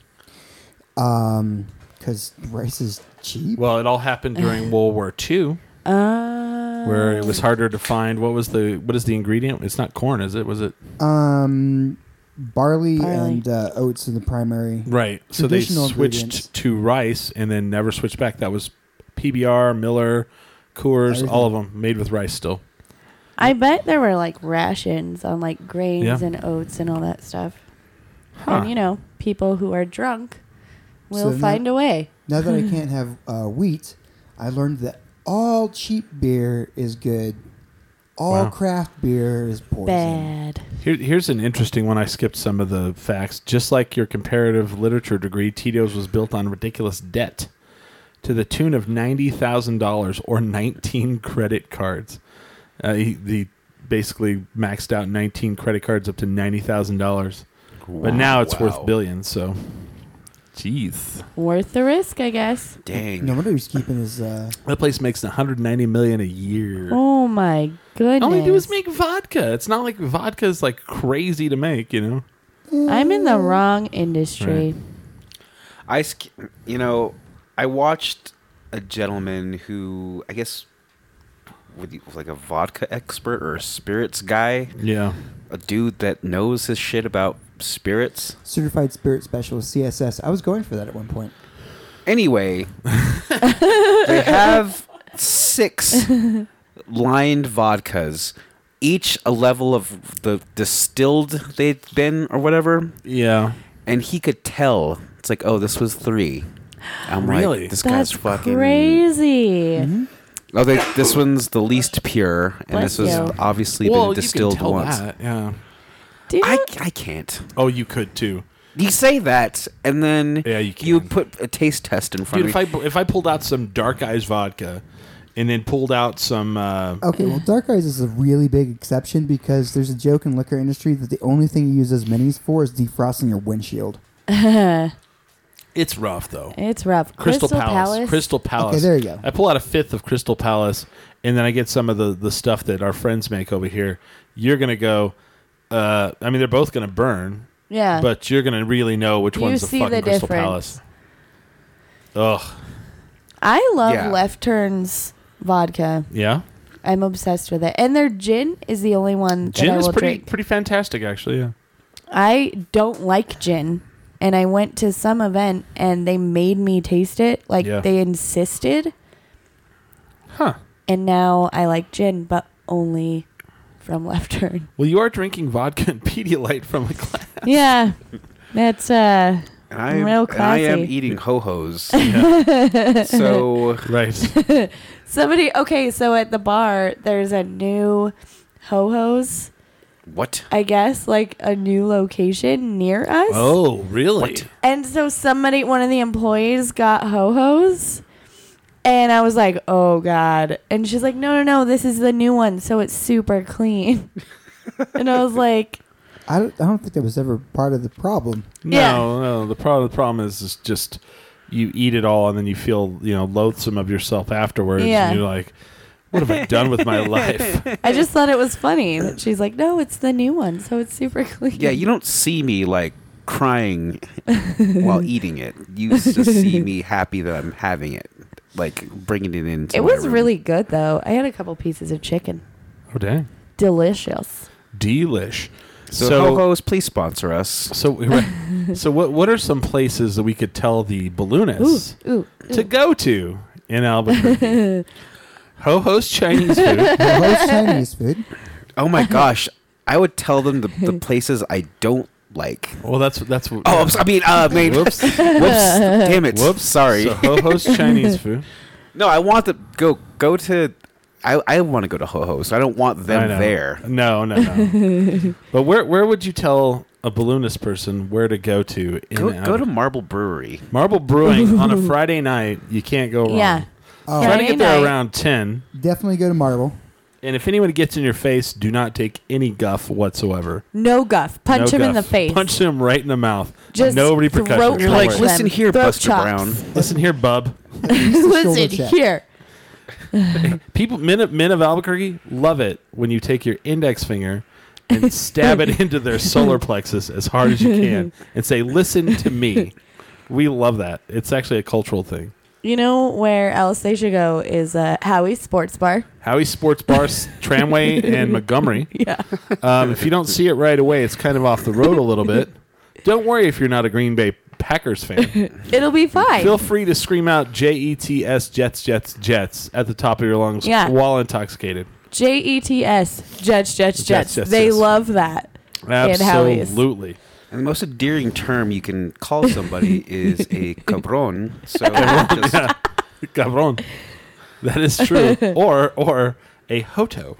Speaker 5: Um, because rice is cheap.
Speaker 2: Well, it all happened during World War II,
Speaker 3: Oh.
Speaker 2: where it was harder to find. What was the what is the ingredient? It's not corn, is it? Was it
Speaker 5: Um, barley,
Speaker 3: Barley.
Speaker 5: and uh, oats are the primary.
Speaker 2: right? So they
Speaker 5: traditional
Speaker 2: switched
Speaker 5: ingredients.
Speaker 2: to rice and then never switched back. That was PBR, Miller, Coors, all of them made with rice still.
Speaker 3: I bet there were like rations on like grains
Speaker 2: Yeah.
Speaker 3: and oats and all that stuff.
Speaker 2: Huh.
Speaker 3: And you know, people who are drunk will
Speaker 5: So now-
Speaker 3: find a way.
Speaker 5: Now that I can't have uh, wheat, I learned that all cheap beer is good. All
Speaker 2: Wow.
Speaker 5: craft beer is poison.
Speaker 3: Bad.
Speaker 2: Here, here's an interesting one. I skipped some of the facts. Just like your comparative literature degree, Tito's was built on ridiculous debt to the tune of ninety thousand dollars or nineteen credit cards. Uh, he, he basically maxed out nineteen credit cards up to ninety thousand dollars, but
Speaker 3: Wow.
Speaker 2: now it's
Speaker 3: Wow.
Speaker 2: worth billions. So, jeez,
Speaker 3: Worth the risk, I guess.
Speaker 5: No wonder he's keeping his. Uh,
Speaker 2: that place makes one hundred ninety million a year.
Speaker 3: Oh my goodness.
Speaker 2: All they do is make vodka. It's not like vodka is like crazy to make, you know.
Speaker 3: I'm in
Speaker 5: Mm.
Speaker 3: the wrong industry.
Speaker 4: I, sk- you know, I watched a gentleman who I guess would he- was like a vodka expert or a spirits guy.
Speaker 2: Yeah.
Speaker 4: A dude that knows his shit about spirits.
Speaker 5: Certified Spirit Specialist, CSS. I was going for that at one point.
Speaker 4: Anyway, they have six lined vodkas, each a level of the distilled they'd been or whatever.
Speaker 2: Yeah.
Speaker 4: And he could tell. It's like, oh, this was three. I'm
Speaker 2: Really?
Speaker 4: like, this
Speaker 3: That's
Speaker 4: guy's fucking
Speaker 3: crazy.
Speaker 4: Oh, they, this one's the least pure, and
Speaker 3: Bless
Speaker 4: this was
Speaker 3: you.
Speaker 4: obviously
Speaker 3: Well,
Speaker 4: been
Speaker 3: you can
Speaker 4: distilled
Speaker 2: tell
Speaker 4: once.
Speaker 2: that, yeah.
Speaker 4: Uh, I, I can't.
Speaker 2: Oh, you could too.
Speaker 4: You say that, and then yeah,
Speaker 2: you,
Speaker 4: put a taste test in front
Speaker 2: Dude, if
Speaker 4: of me.
Speaker 2: I if I pulled out some Dark Eyes vodka, and then pulled out some uh,
Speaker 5: Okay, well, Dark Eyes is a really big exception because there's a joke in liquor industry that the only thing you use those minis for is defrosting your windshield. Mm-hmm.
Speaker 2: it's rough though.
Speaker 3: it's rough.
Speaker 2: Oh. Crystal, Palace. Crystal Palace.
Speaker 5: Okay, there you go.
Speaker 2: I pull out a fifth of Crystal Palace, and then I get some of the the stuff that our friends make over here. You're gonna go. Uh, I mean, they're both gonna burn.
Speaker 3: Yeah.
Speaker 2: But you're gonna really know which
Speaker 3: You
Speaker 2: one's the
Speaker 3: see
Speaker 2: fucking
Speaker 3: the
Speaker 2: Crystal
Speaker 3: difference.
Speaker 2: Palace. Ugh.
Speaker 3: I love
Speaker 2: Yeah.
Speaker 3: Left Turn's vodka.
Speaker 2: Yeah.
Speaker 3: I'm obsessed with it. And their gin is the only one that
Speaker 2: Gin
Speaker 3: I
Speaker 2: is
Speaker 3: will
Speaker 2: pretty
Speaker 3: drink.
Speaker 2: pretty fantastic, actually. Yeah.
Speaker 3: I don't like gin. And I went to some event and they made me taste it. Like
Speaker 2: Yeah.
Speaker 3: they insisted.
Speaker 2: Huh.
Speaker 3: And now I like gin, but only from Left Turn.
Speaker 2: Well, you are drinking vodka and Pedialyte from a glass.
Speaker 3: yeah. That's uh
Speaker 4: And I am,
Speaker 3: real
Speaker 4: and I
Speaker 3: classy.
Speaker 4: am eating ho hos.
Speaker 3: Yeah.
Speaker 4: so
Speaker 2: right.
Speaker 3: Somebody okay, so at the bar there's a new ho ho's,
Speaker 4: What?
Speaker 3: I guess, like a new location near us.
Speaker 2: Oh, really?
Speaker 3: And so somebody, one of the employees got ho hos. And I was like, oh God. And she's like, no, no, no, this is the new one. So it's super clean. and I was like,
Speaker 5: I don't, I don't think that was ever part of the problem.
Speaker 2: No, no. The problem, the problem is, is just you eat it all and then you feel you know loathsome of yourself afterwards.
Speaker 3: Yeah.
Speaker 2: And you're like, what have I done with my life?
Speaker 3: I just thought it was funny. that She's like, no, it's the new one. So it's super clean.
Speaker 4: yeah, you don't see me like crying while eating it. You just see me happy that I'm having it. like bringing it into.
Speaker 3: It
Speaker 4: my
Speaker 3: was
Speaker 4: room.
Speaker 3: really good though. I had a couple pieces of chicken.
Speaker 2: Oh dang,
Speaker 3: delicious.
Speaker 2: delish.
Speaker 4: So, Ho-Ho's, please sponsor us.
Speaker 2: So, right. so what? What are some places that we could tell the balloonists
Speaker 3: Ooh, ooh,
Speaker 2: to go to in Albuquerque? Ho host Chinese food.
Speaker 5: Ho-Ho's Chinese food.
Speaker 4: Oh my gosh, I would tell them the, the places I don't like.
Speaker 2: Well, that's that's what.
Speaker 4: Oh, I'm so- I mean, uh, man, whoops, whoops, damn it,
Speaker 2: Whoops.
Speaker 4: sorry.
Speaker 2: So Ho ho's Chinese food.
Speaker 4: no, I want to go go to. I, I want to go to Ho Ho, so I don't want
Speaker 2: I
Speaker 4: them
Speaker 2: know.
Speaker 4: there.
Speaker 2: No, no, no. but where where would you tell a balloonist person where to go to? In
Speaker 4: Go, go
Speaker 2: Albuquerque?
Speaker 4: to Marble Brewery.
Speaker 2: Marble Brewing on a Friday night. You can't go wrong.
Speaker 3: Yeah.
Speaker 5: Oh.
Speaker 2: Try to
Speaker 3: Friday
Speaker 2: get there
Speaker 3: night.
Speaker 2: around ten.
Speaker 5: Definitely go to Marble.
Speaker 2: And if anyone gets in your face, do not take any guff whatsoever.
Speaker 3: No guff. Punch
Speaker 2: No
Speaker 3: him in the
Speaker 2: guff.
Speaker 3: face.
Speaker 2: Punch him right in the mouth.
Speaker 3: Just
Speaker 2: no
Speaker 3: throat
Speaker 2: repercussions.
Speaker 4: You're
Speaker 2: Don't
Speaker 4: like,
Speaker 3: punch
Speaker 2: worry.
Speaker 4: listen
Speaker 3: them.
Speaker 4: here,
Speaker 3: Throat
Speaker 4: Buster
Speaker 3: chops.
Speaker 4: Brown.
Speaker 2: listen here, bub.
Speaker 5: shoulder
Speaker 3: Listen
Speaker 5: check.
Speaker 3: here.
Speaker 2: People, men of, men of Albuquerque love it when you take your index finger and stab it into their solar plexus as hard as you can and say, "Listen to me." We love that. It's actually a cultural thing.
Speaker 3: You know where else they should go is uh, Howie's Sports Bar.
Speaker 2: Howie Sports Bar, Tramway, and Montgomery.
Speaker 3: Yeah.
Speaker 2: Um, if you don't see it right away, it's kind of off the road a little bit. Don't worry if you're not a Green Bay Packers fan.
Speaker 3: It'll be fine.
Speaker 2: Feel free to scream out J E T S Jets Jets Jets at the top of your lungs
Speaker 3: Yeah.
Speaker 2: while intoxicated.
Speaker 3: J E T S. Jets, Jets, Jets.
Speaker 2: Jets,
Speaker 3: They
Speaker 2: Jets.
Speaker 3: love that. And Howie's.
Speaker 2: Absolutely.
Speaker 4: And the most endearing term you can call somebody is a cabron. So just,
Speaker 2: Cabron. That is true. or or a hoto.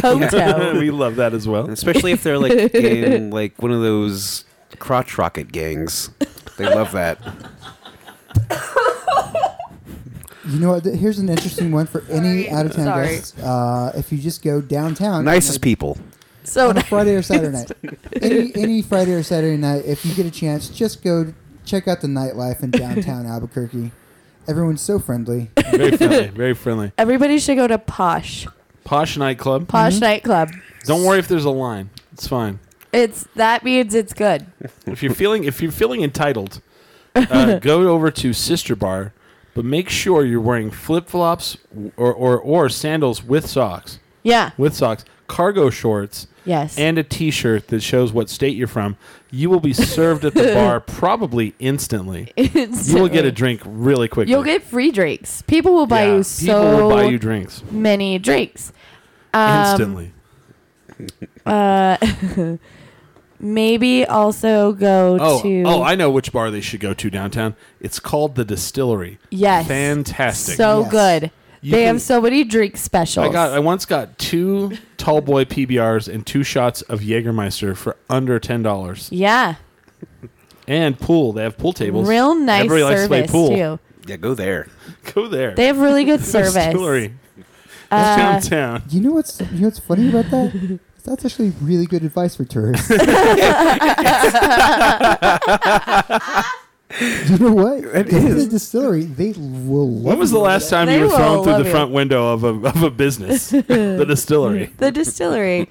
Speaker 3: Hotel.
Speaker 2: we love that as well.
Speaker 4: especially if they're like in like one of those crotch rocket gangs, they love that.
Speaker 5: You know what? th- Here's an interesting one for any
Speaker 3: Sorry.
Speaker 5: out of town
Speaker 3: Sorry.
Speaker 5: guests. Uh, if you just go downtown,
Speaker 4: Nicest people.
Speaker 3: so
Speaker 5: on a Friday or Saturday night. Any any Friday or Saturday night, if you get a chance, just go check out the nightlife in downtown Albuquerque. Everyone's so friendly.
Speaker 2: Very friendly. Very friendly.
Speaker 3: everybody should go to Posh.
Speaker 2: Posh nightclub.
Speaker 3: Posh nightclub.
Speaker 2: Mm-hmm. Don't worry if there's a line. It's fine.
Speaker 3: It's that means it's good.
Speaker 2: If you're feeling if you're feeling entitled, uh, go over to Sister Bar, but make sure you're wearing flip flops or, or or sandals with socks.
Speaker 3: Yeah.
Speaker 2: With socks, cargo shorts,
Speaker 3: Yes.
Speaker 2: and a T-shirt that shows what state you're from. You will be served at the bar probably instantly. You will get a drink really quickly.
Speaker 3: You'll get free drinks. People will buy
Speaker 2: Yeah,
Speaker 3: you
Speaker 2: people
Speaker 3: so
Speaker 2: will buy you drinks
Speaker 3: many drinks. um,
Speaker 2: instantly.
Speaker 3: uh, Maybe also go
Speaker 2: Oh,
Speaker 3: to
Speaker 2: oh, I know which bar they should go to downtown. It's called the Distillery.
Speaker 3: yes,
Speaker 2: fantastic.
Speaker 3: so
Speaker 5: Yes.
Speaker 3: good.
Speaker 2: You
Speaker 3: they
Speaker 2: can-
Speaker 3: have so many drink specials.
Speaker 2: I got. I once got two tall boy PBRs and two shots of Jägermeister for under ten dollars.
Speaker 3: yeah,
Speaker 2: And pool. They have pool tables.
Speaker 3: real nice
Speaker 2: Everybody likes to play
Speaker 3: service
Speaker 2: pool.
Speaker 3: too.
Speaker 4: Yeah, go there.
Speaker 2: Go there.
Speaker 3: They have really good service.
Speaker 2: Distillery.
Speaker 3: Uh,
Speaker 2: downtown.
Speaker 5: You know what's you know what's funny about that? That's actually really good advice for tourists. you know what? It
Speaker 4: is.
Speaker 5: the distillery. They will love
Speaker 2: When was the
Speaker 5: you.
Speaker 2: last time
Speaker 3: They
Speaker 2: you were
Speaker 3: will
Speaker 2: thrown through
Speaker 3: love
Speaker 2: the
Speaker 3: you.
Speaker 2: front window of a, of a business? the distillery.
Speaker 3: the distillery.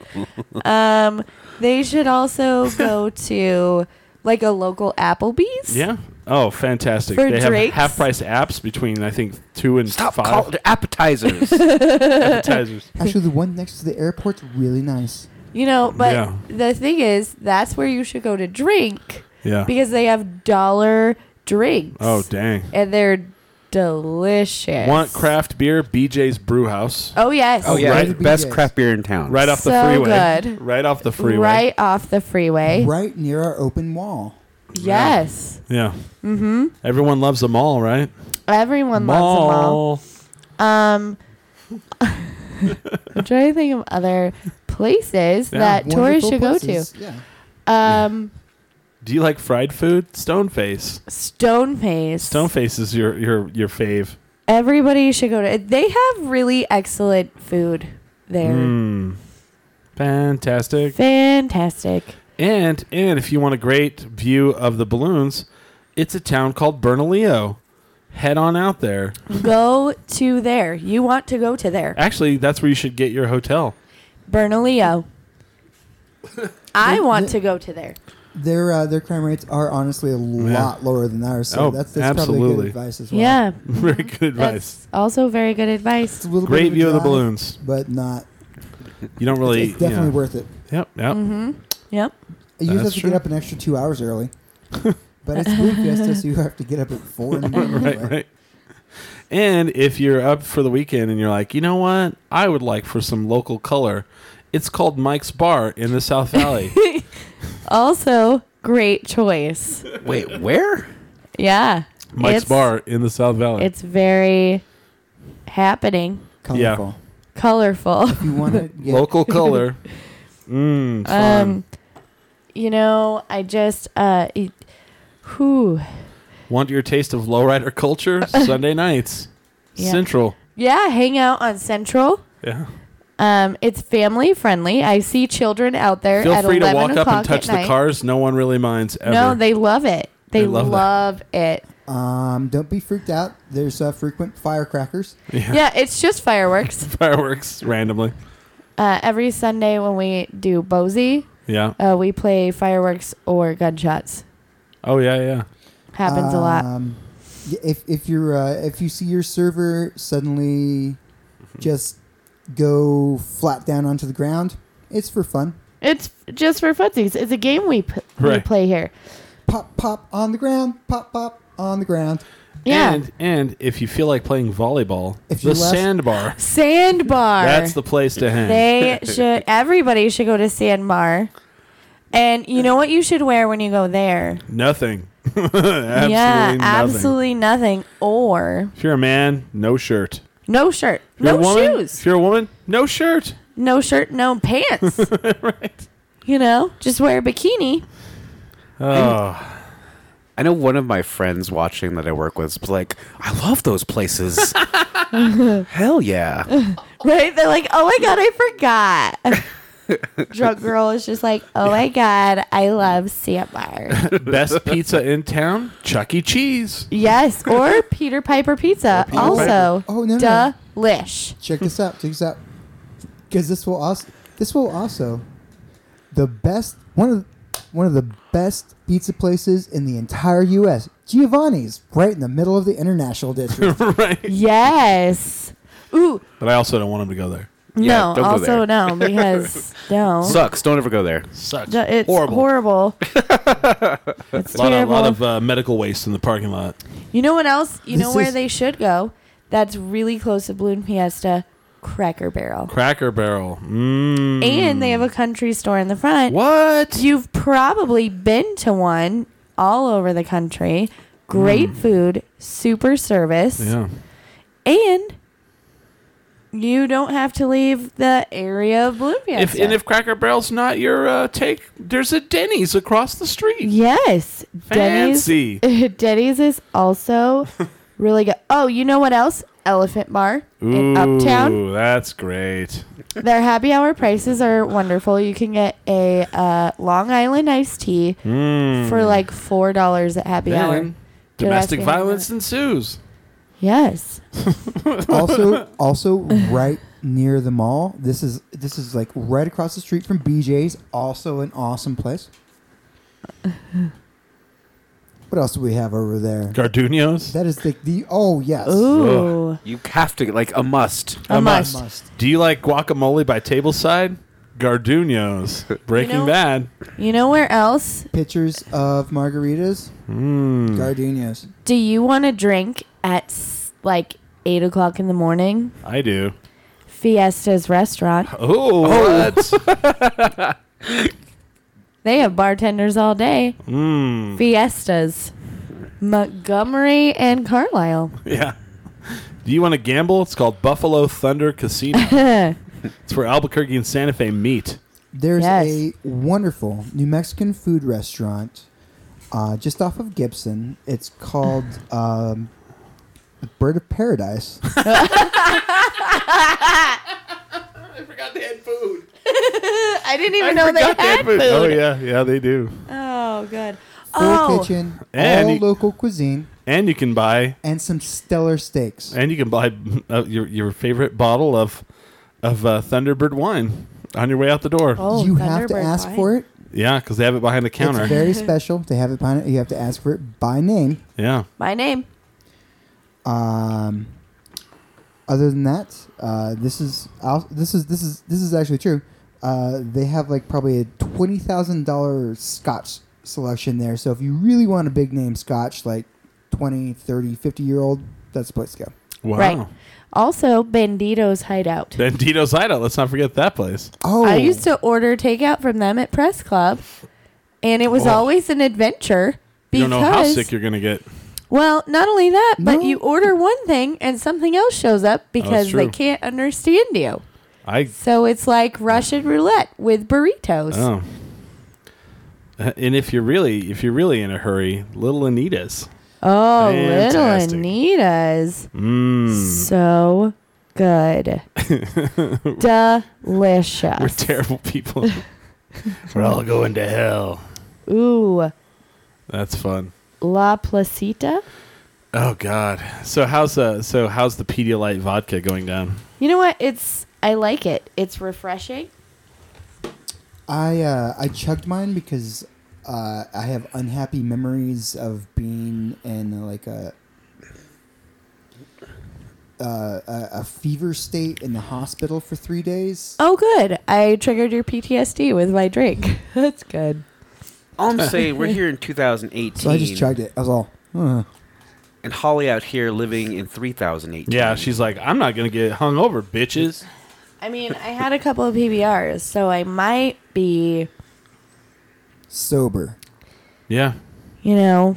Speaker 3: um, they should also go to like a local Applebee's.
Speaker 2: Yeah. Oh, fantastic.
Speaker 3: For
Speaker 2: they
Speaker 3: drinks?
Speaker 2: have half price apps between, I think, two and
Speaker 4: Stop
Speaker 2: five
Speaker 4: calling appetizers.
Speaker 2: appetizers.
Speaker 5: Actually, the one next to the airport's really nice.
Speaker 3: You know, but
Speaker 2: Yeah.
Speaker 3: the thing is, that's where you should go to drink
Speaker 2: Yeah.
Speaker 3: because they have dollar drinks.
Speaker 2: Oh, dang.
Speaker 3: and they're delicious.
Speaker 2: Want craft beer? BJ's Brewhouse.
Speaker 3: Oh yes.
Speaker 4: oh yeah,
Speaker 2: Right.
Speaker 4: the best craft beer in town.
Speaker 2: Right off the
Speaker 3: So
Speaker 2: freeway.
Speaker 3: good.
Speaker 2: Right off the freeway.
Speaker 3: Right off the freeway.
Speaker 5: Right near our open wall.
Speaker 3: Yes.
Speaker 2: Yeah. Mm-hmm. Everyone loves them all, right?
Speaker 3: Everyone loves them all. Um I'm trying to think of other places
Speaker 2: Yeah.
Speaker 3: that tourists should
Speaker 5: go to. Yeah.
Speaker 3: go to. Um
Speaker 2: Do you like fried food? Stoneface.
Speaker 3: Stoneface.
Speaker 2: Stoneface is your your your fave.
Speaker 3: Everybody should go to they have really excellent food there.
Speaker 2: Mm. Fantastic.
Speaker 3: Fantastic.
Speaker 2: And and if you want a great view of the balloons, it's a town called Bernalillo. Head on out there.
Speaker 3: Go to there. You want to go to there.
Speaker 2: Actually, that's where you should get your hotel.
Speaker 3: Bernalillo. I want to go to there.
Speaker 5: Their uh, their crime rates are honestly a lot lower than ours. So
Speaker 2: Oh,
Speaker 5: that's, that's probably good
Speaker 2: absolutely.
Speaker 5: advice as well.
Speaker 3: Yeah.
Speaker 2: Very good advice.
Speaker 3: That's also very good advice.
Speaker 5: It's a little bit a
Speaker 2: Great view of the
Speaker 5: drive,
Speaker 2: balloons.
Speaker 5: but not.
Speaker 2: You don't really.
Speaker 5: It's definitely
Speaker 2: yeah.
Speaker 5: worth it.
Speaker 2: Yep. Yep.
Speaker 3: Mm-hmm. Yep.
Speaker 5: You just have
Speaker 2: That's
Speaker 5: to
Speaker 2: true.
Speaker 5: get up an extra two hours early. but it's Blue Fiesta, so you have to get up at four in the morning.
Speaker 2: right,
Speaker 5: anyway.
Speaker 2: right. And if you're up for the weekend and you're like, you know what, I would like for some local color. It's called Mike's Bar in the South Valley.
Speaker 3: Also, great choice.
Speaker 4: Wait, where?
Speaker 3: Yeah.
Speaker 2: Mike's
Speaker 3: It's-
Speaker 2: Bar in the South Valley.
Speaker 3: It's very happening,
Speaker 2: Yeah.
Speaker 5: Colorful.
Speaker 3: colorful.
Speaker 5: If you want to get
Speaker 2: Local color. Mm, fun.
Speaker 3: Um, you know, I just uh, it, whew.
Speaker 2: Want your taste of lowrider culture? Sunday nights,
Speaker 3: Yeah.
Speaker 2: Central.
Speaker 3: yeah, hang out on Central.
Speaker 2: Yeah.
Speaker 3: Um, it's family friendly. I see children out there
Speaker 2: Feel
Speaker 3: at
Speaker 2: free to
Speaker 3: eleven
Speaker 2: walk
Speaker 3: o'clock
Speaker 2: up and touch
Speaker 3: at
Speaker 2: the
Speaker 3: night.
Speaker 2: cars. No one really minds ever.
Speaker 3: No, they love it. They,
Speaker 2: They love
Speaker 3: love,
Speaker 2: that.
Speaker 3: it.
Speaker 5: Um, don't be freaked out. There's uh, frequent firecrackers.
Speaker 3: Yeah. it's just fireworks.
Speaker 2: fireworks randomly.
Speaker 3: uh, every Sunday when we do Bozy,
Speaker 2: Yeah.
Speaker 3: uh, we play fireworks or gunshots.
Speaker 2: Oh yeah, yeah.
Speaker 3: Happens a lot.
Speaker 5: Um, y- if if you're uh, if you see your server suddenly just go flat down onto the ground, it's for fun.
Speaker 3: It's just for funsies. It's a game we, p- we
Speaker 2: Right.
Speaker 3: play here.
Speaker 5: Pop pop on the ground. Pop pop on the ground.
Speaker 3: Yeah.
Speaker 2: And and if you feel like playing volleyball,
Speaker 5: If
Speaker 2: the
Speaker 5: you left-
Speaker 2: sandbar.
Speaker 3: Sandbar.
Speaker 2: That's the place to hang.
Speaker 3: They should. Everybody should go to Sandbar. And you know what you should wear when you go there?
Speaker 2: Nothing. absolutely
Speaker 3: yeah,
Speaker 2: nothing.
Speaker 3: absolutely nothing. Or
Speaker 2: If you're a man, no shirt.
Speaker 3: no shirt,
Speaker 2: If
Speaker 3: no
Speaker 2: you're a woman, If
Speaker 3: shoes,
Speaker 2: you're a woman, no shirt.
Speaker 3: no shirt, no pants. right. You know, just wear a bikini.
Speaker 2: Oh,
Speaker 4: I know one of my friends watching that I work with was like, I love those places. Hell yeah.
Speaker 3: Right? They're like, oh my god, I forgot. Drunk girl is just like, oh my god, I love Sandbar.
Speaker 2: best pizza in town, Chuck E. Cheese.
Speaker 3: yes, or Peter Piper Pizza. also,
Speaker 5: Oh, no, no.
Speaker 3: delish.
Speaker 5: Check this out. Check this out. Because this will also this will also the best one of one of the best pizza places in the entire U.S. Giovanni's, right in the middle of the international district.
Speaker 2: right.
Speaker 3: Yes. Ooh,
Speaker 2: But I also don't want him to go there.
Speaker 4: Yeah,
Speaker 3: no,
Speaker 4: don't go
Speaker 3: also
Speaker 4: there.
Speaker 3: Oh, no, because no,
Speaker 4: Sucks. Don't ever go there.
Speaker 2: Sucks.
Speaker 3: No, it's horrible. it's
Speaker 2: A lot of,
Speaker 3: terrible.
Speaker 2: lot of uh, medical waste in the parking lot.
Speaker 3: you know what else? You know
Speaker 5: This
Speaker 3: where
Speaker 5: is-
Speaker 3: they should go? That's really close to Balloon Fiesta, Cracker Barrel,
Speaker 2: Cracker Barrel. Mm.
Speaker 3: and they have a country store in the front.
Speaker 2: what?
Speaker 3: You've probably been to one all over the country. Great food, super service,
Speaker 2: Hmm. Yeah.
Speaker 3: and you don't have to leave the area of Balloon Fiesta.
Speaker 2: If, and if Cracker Barrel's not your uh, take, there's a Denny's across the street.
Speaker 3: Yes,
Speaker 2: Fancy.
Speaker 3: Denny's. Denny's is also really good. Oh, you know what else? Elephant Bar in Uptown.
Speaker 2: that's great.
Speaker 3: Their happy hour prices are wonderful. You can get a uh, Long Island iced tea for like four dollars at happy hour.
Speaker 2: Then
Speaker 3: Did
Speaker 2: domestic
Speaker 3: I say that?
Speaker 2: violence ensues.
Speaker 3: Yes.
Speaker 5: also, also right near the mall. This is this is like right across the street from BJ's. Also an awesome place. What else do we have over there?
Speaker 2: Gardunios.
Speaker 5: That is like the oh yes,
Speaker 3: Ooh,
Speaker 4: You have to, like, a must.
Speaker 3: a, must.
Speaker 5: must.
Speaker 2: Do you like guacamole by tableside? Gardunos. Breaking
Speaker 3: You know-
Speaker 2: Bad.
Speaker 3: You know where else?
Speaker 5: Pictures of margaritas,
Speaker 2: Hmm.
Speaker 5: gardenias.
Speaker 3: Do you want to drink at s- like eight o'clock in the morning?
Speaker 2: I do.
Speaker 3: Fiesta's restaurant.
Speaker 2: Oh, what?
Speaker 3: They have bartenders all day. Fiestas. Montgomery and Carlisle.
Speaker 2: yeah. Do you want to gamble? It's called Buffalo Thunder Casino. it's where Albuquerque and Santa Fe meet.
Speaker 5: There's
Speaker 3: Yes.
Speaker 5: a wonderful New Mexican food restaurant uh, just off of Gibson. It's called um, the Bird of Paradise.
Speaker 3: I didn't even know they had food.
Speaker 2: Oh yeah, yeah they do.
Speaker 3: Oh, good.
Speaker 5: Full
Speaker 3: Oh,
Speaker 5: kitchen,
Speaker 2: And
Speaker 5: all
Speaker 2: you-
Speaker 5: local cuisine,
Speaker 2: And you can buy
Speaker 5: and some stellar steaks.
Speaker 2: and you can buy uh, your your favorite bottle of of uh, Thunderbird wine on your way out the door.
Speaker 3: oh
Speaker 5: you have to ask for it.
Speaker 2: Yeah, because they have it behind the counter.
Speaker 5: It's very special. They have it behind it. You have to ask for it by name.
Speaker 2: yeah.
Speaker 3: My name.
Speaker 5: Um, other than that, uh, this is I'll- this is this is this is actually true. Uh, they have like probably a twenty thousand dollar scotch selection there. So if you really want a big name scotch, like 20, 30, 50 year old, that's the place to go.
Speaker 2: Wow.
Speaker 3: Right. Also, Bandito's Hideout.
Speaker 2: Bandito's Hideout. Let's not forget that place.
Speaker 5: Oh,
Speaker 3: I used to order takeout from them at Press Club, and it was
Speaker 2: Oh.
Speaker 3: always an adventure
Speaker 2: You
Speaker 3: because
Speaker 2: don't know how sick you're going to get.
Speaker 3: well, not only that, but
Speaker 5: No.
Speaker 3: you order one thing and something else shows up because they
Speaker 2: Oh, true.
Speaker 3: can't understand you.
Speaker 2: I
Speaker 3: So it's like Russian roulette with burritos.
Speaker 2: oh. Uh, And if you're really if you're really in a hurry, Little Anita's.
Speaker 3: Oh,
Speaker 2: Fantastic.
Speaker 3: little Anita's.
Speaker 2: Mmm.
Speaker 3: So good. Delicious.
Speaker 2: We're terrible people. We're all going to hell.
Speaker 3: Ooh,
Speaker 2: That's fun.
Speaker 3: La Placita.
Speaker 2: Oh God. So how's uh so how's the Pedialyte vodka going down?
Speaker 3: You know what? It's I like it. It's refreshing.
Speaker 5: I uh, I chugged mine because uh, I have unhappy memories of being in uh, like a uh, a, a fever state in the hospital for three days.
Speaker 3: Oh, good. I triggered your PTSD with my drink. That's good.
Speaker 4: All I'm saying, we're here in 2018.
Speaker 5: So I just chugged it. I was all. "Huh."
Speaker 4: And Holly out here living in 3018.
Speaker 2: Yeah, she's like, I'm not gonna get hung over, bitches.
Speaker 3: I mean, I had a couple of PBRs, so I might be,
Speaker 5: sober.
Speaker 2: Yeah.
Speaker 3: you know,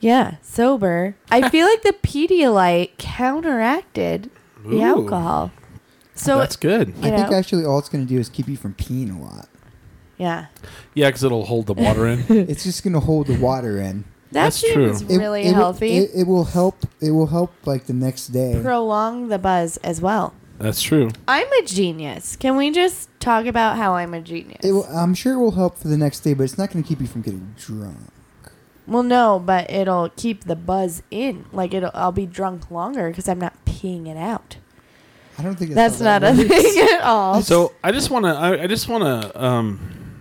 Speaker 3: yeah, sober. I feel like the Pedialyte counteracted the
Speaker 2: Ooh.
Speaker 3: alcohol. So
Speaker 2: That's good.
Speaker 3: You
Speaker 5: I think
Speaker 3: know?
Speaker 5: actually all it's going to do is keep you from peeing a lot.
Speaker 3: yeah,
Speaker 2: Yeah, because it'll hold the water in.
Speaker 5: It's just going to hold the water in.
Speaker 3: that
Speaker 2: That's
Speaker 3: seems
Speaker 2: true.
Speaker 5: It-
Speaker 3: really
Speaker 5: it will-
Speaker 3: healthy.
Speaker 5: It, it will help. It will help like the next day.
Speaker 3: Prolong the buzz as well.
Speaker 2: That's true.
Speaker 3: I'm a genius. Can we just talk about how I'm a genius?
Speaker 5: It will, I'm sure it will help for the next day, but it's not going to keep you from getting drunk.
Speaker 3: Well, no, but it'll keep the buzz in. Like it'll, I'll be drunk longer because I'm not peeing it out.
Speaker 5: I don't think
Speaker 3: That's
Speaker 5: how that
Speaker 3: not a
Speaker 5: works.
Speaker 3: thing at all.
Speaker 2: So I just want to. I, I just want to. Um,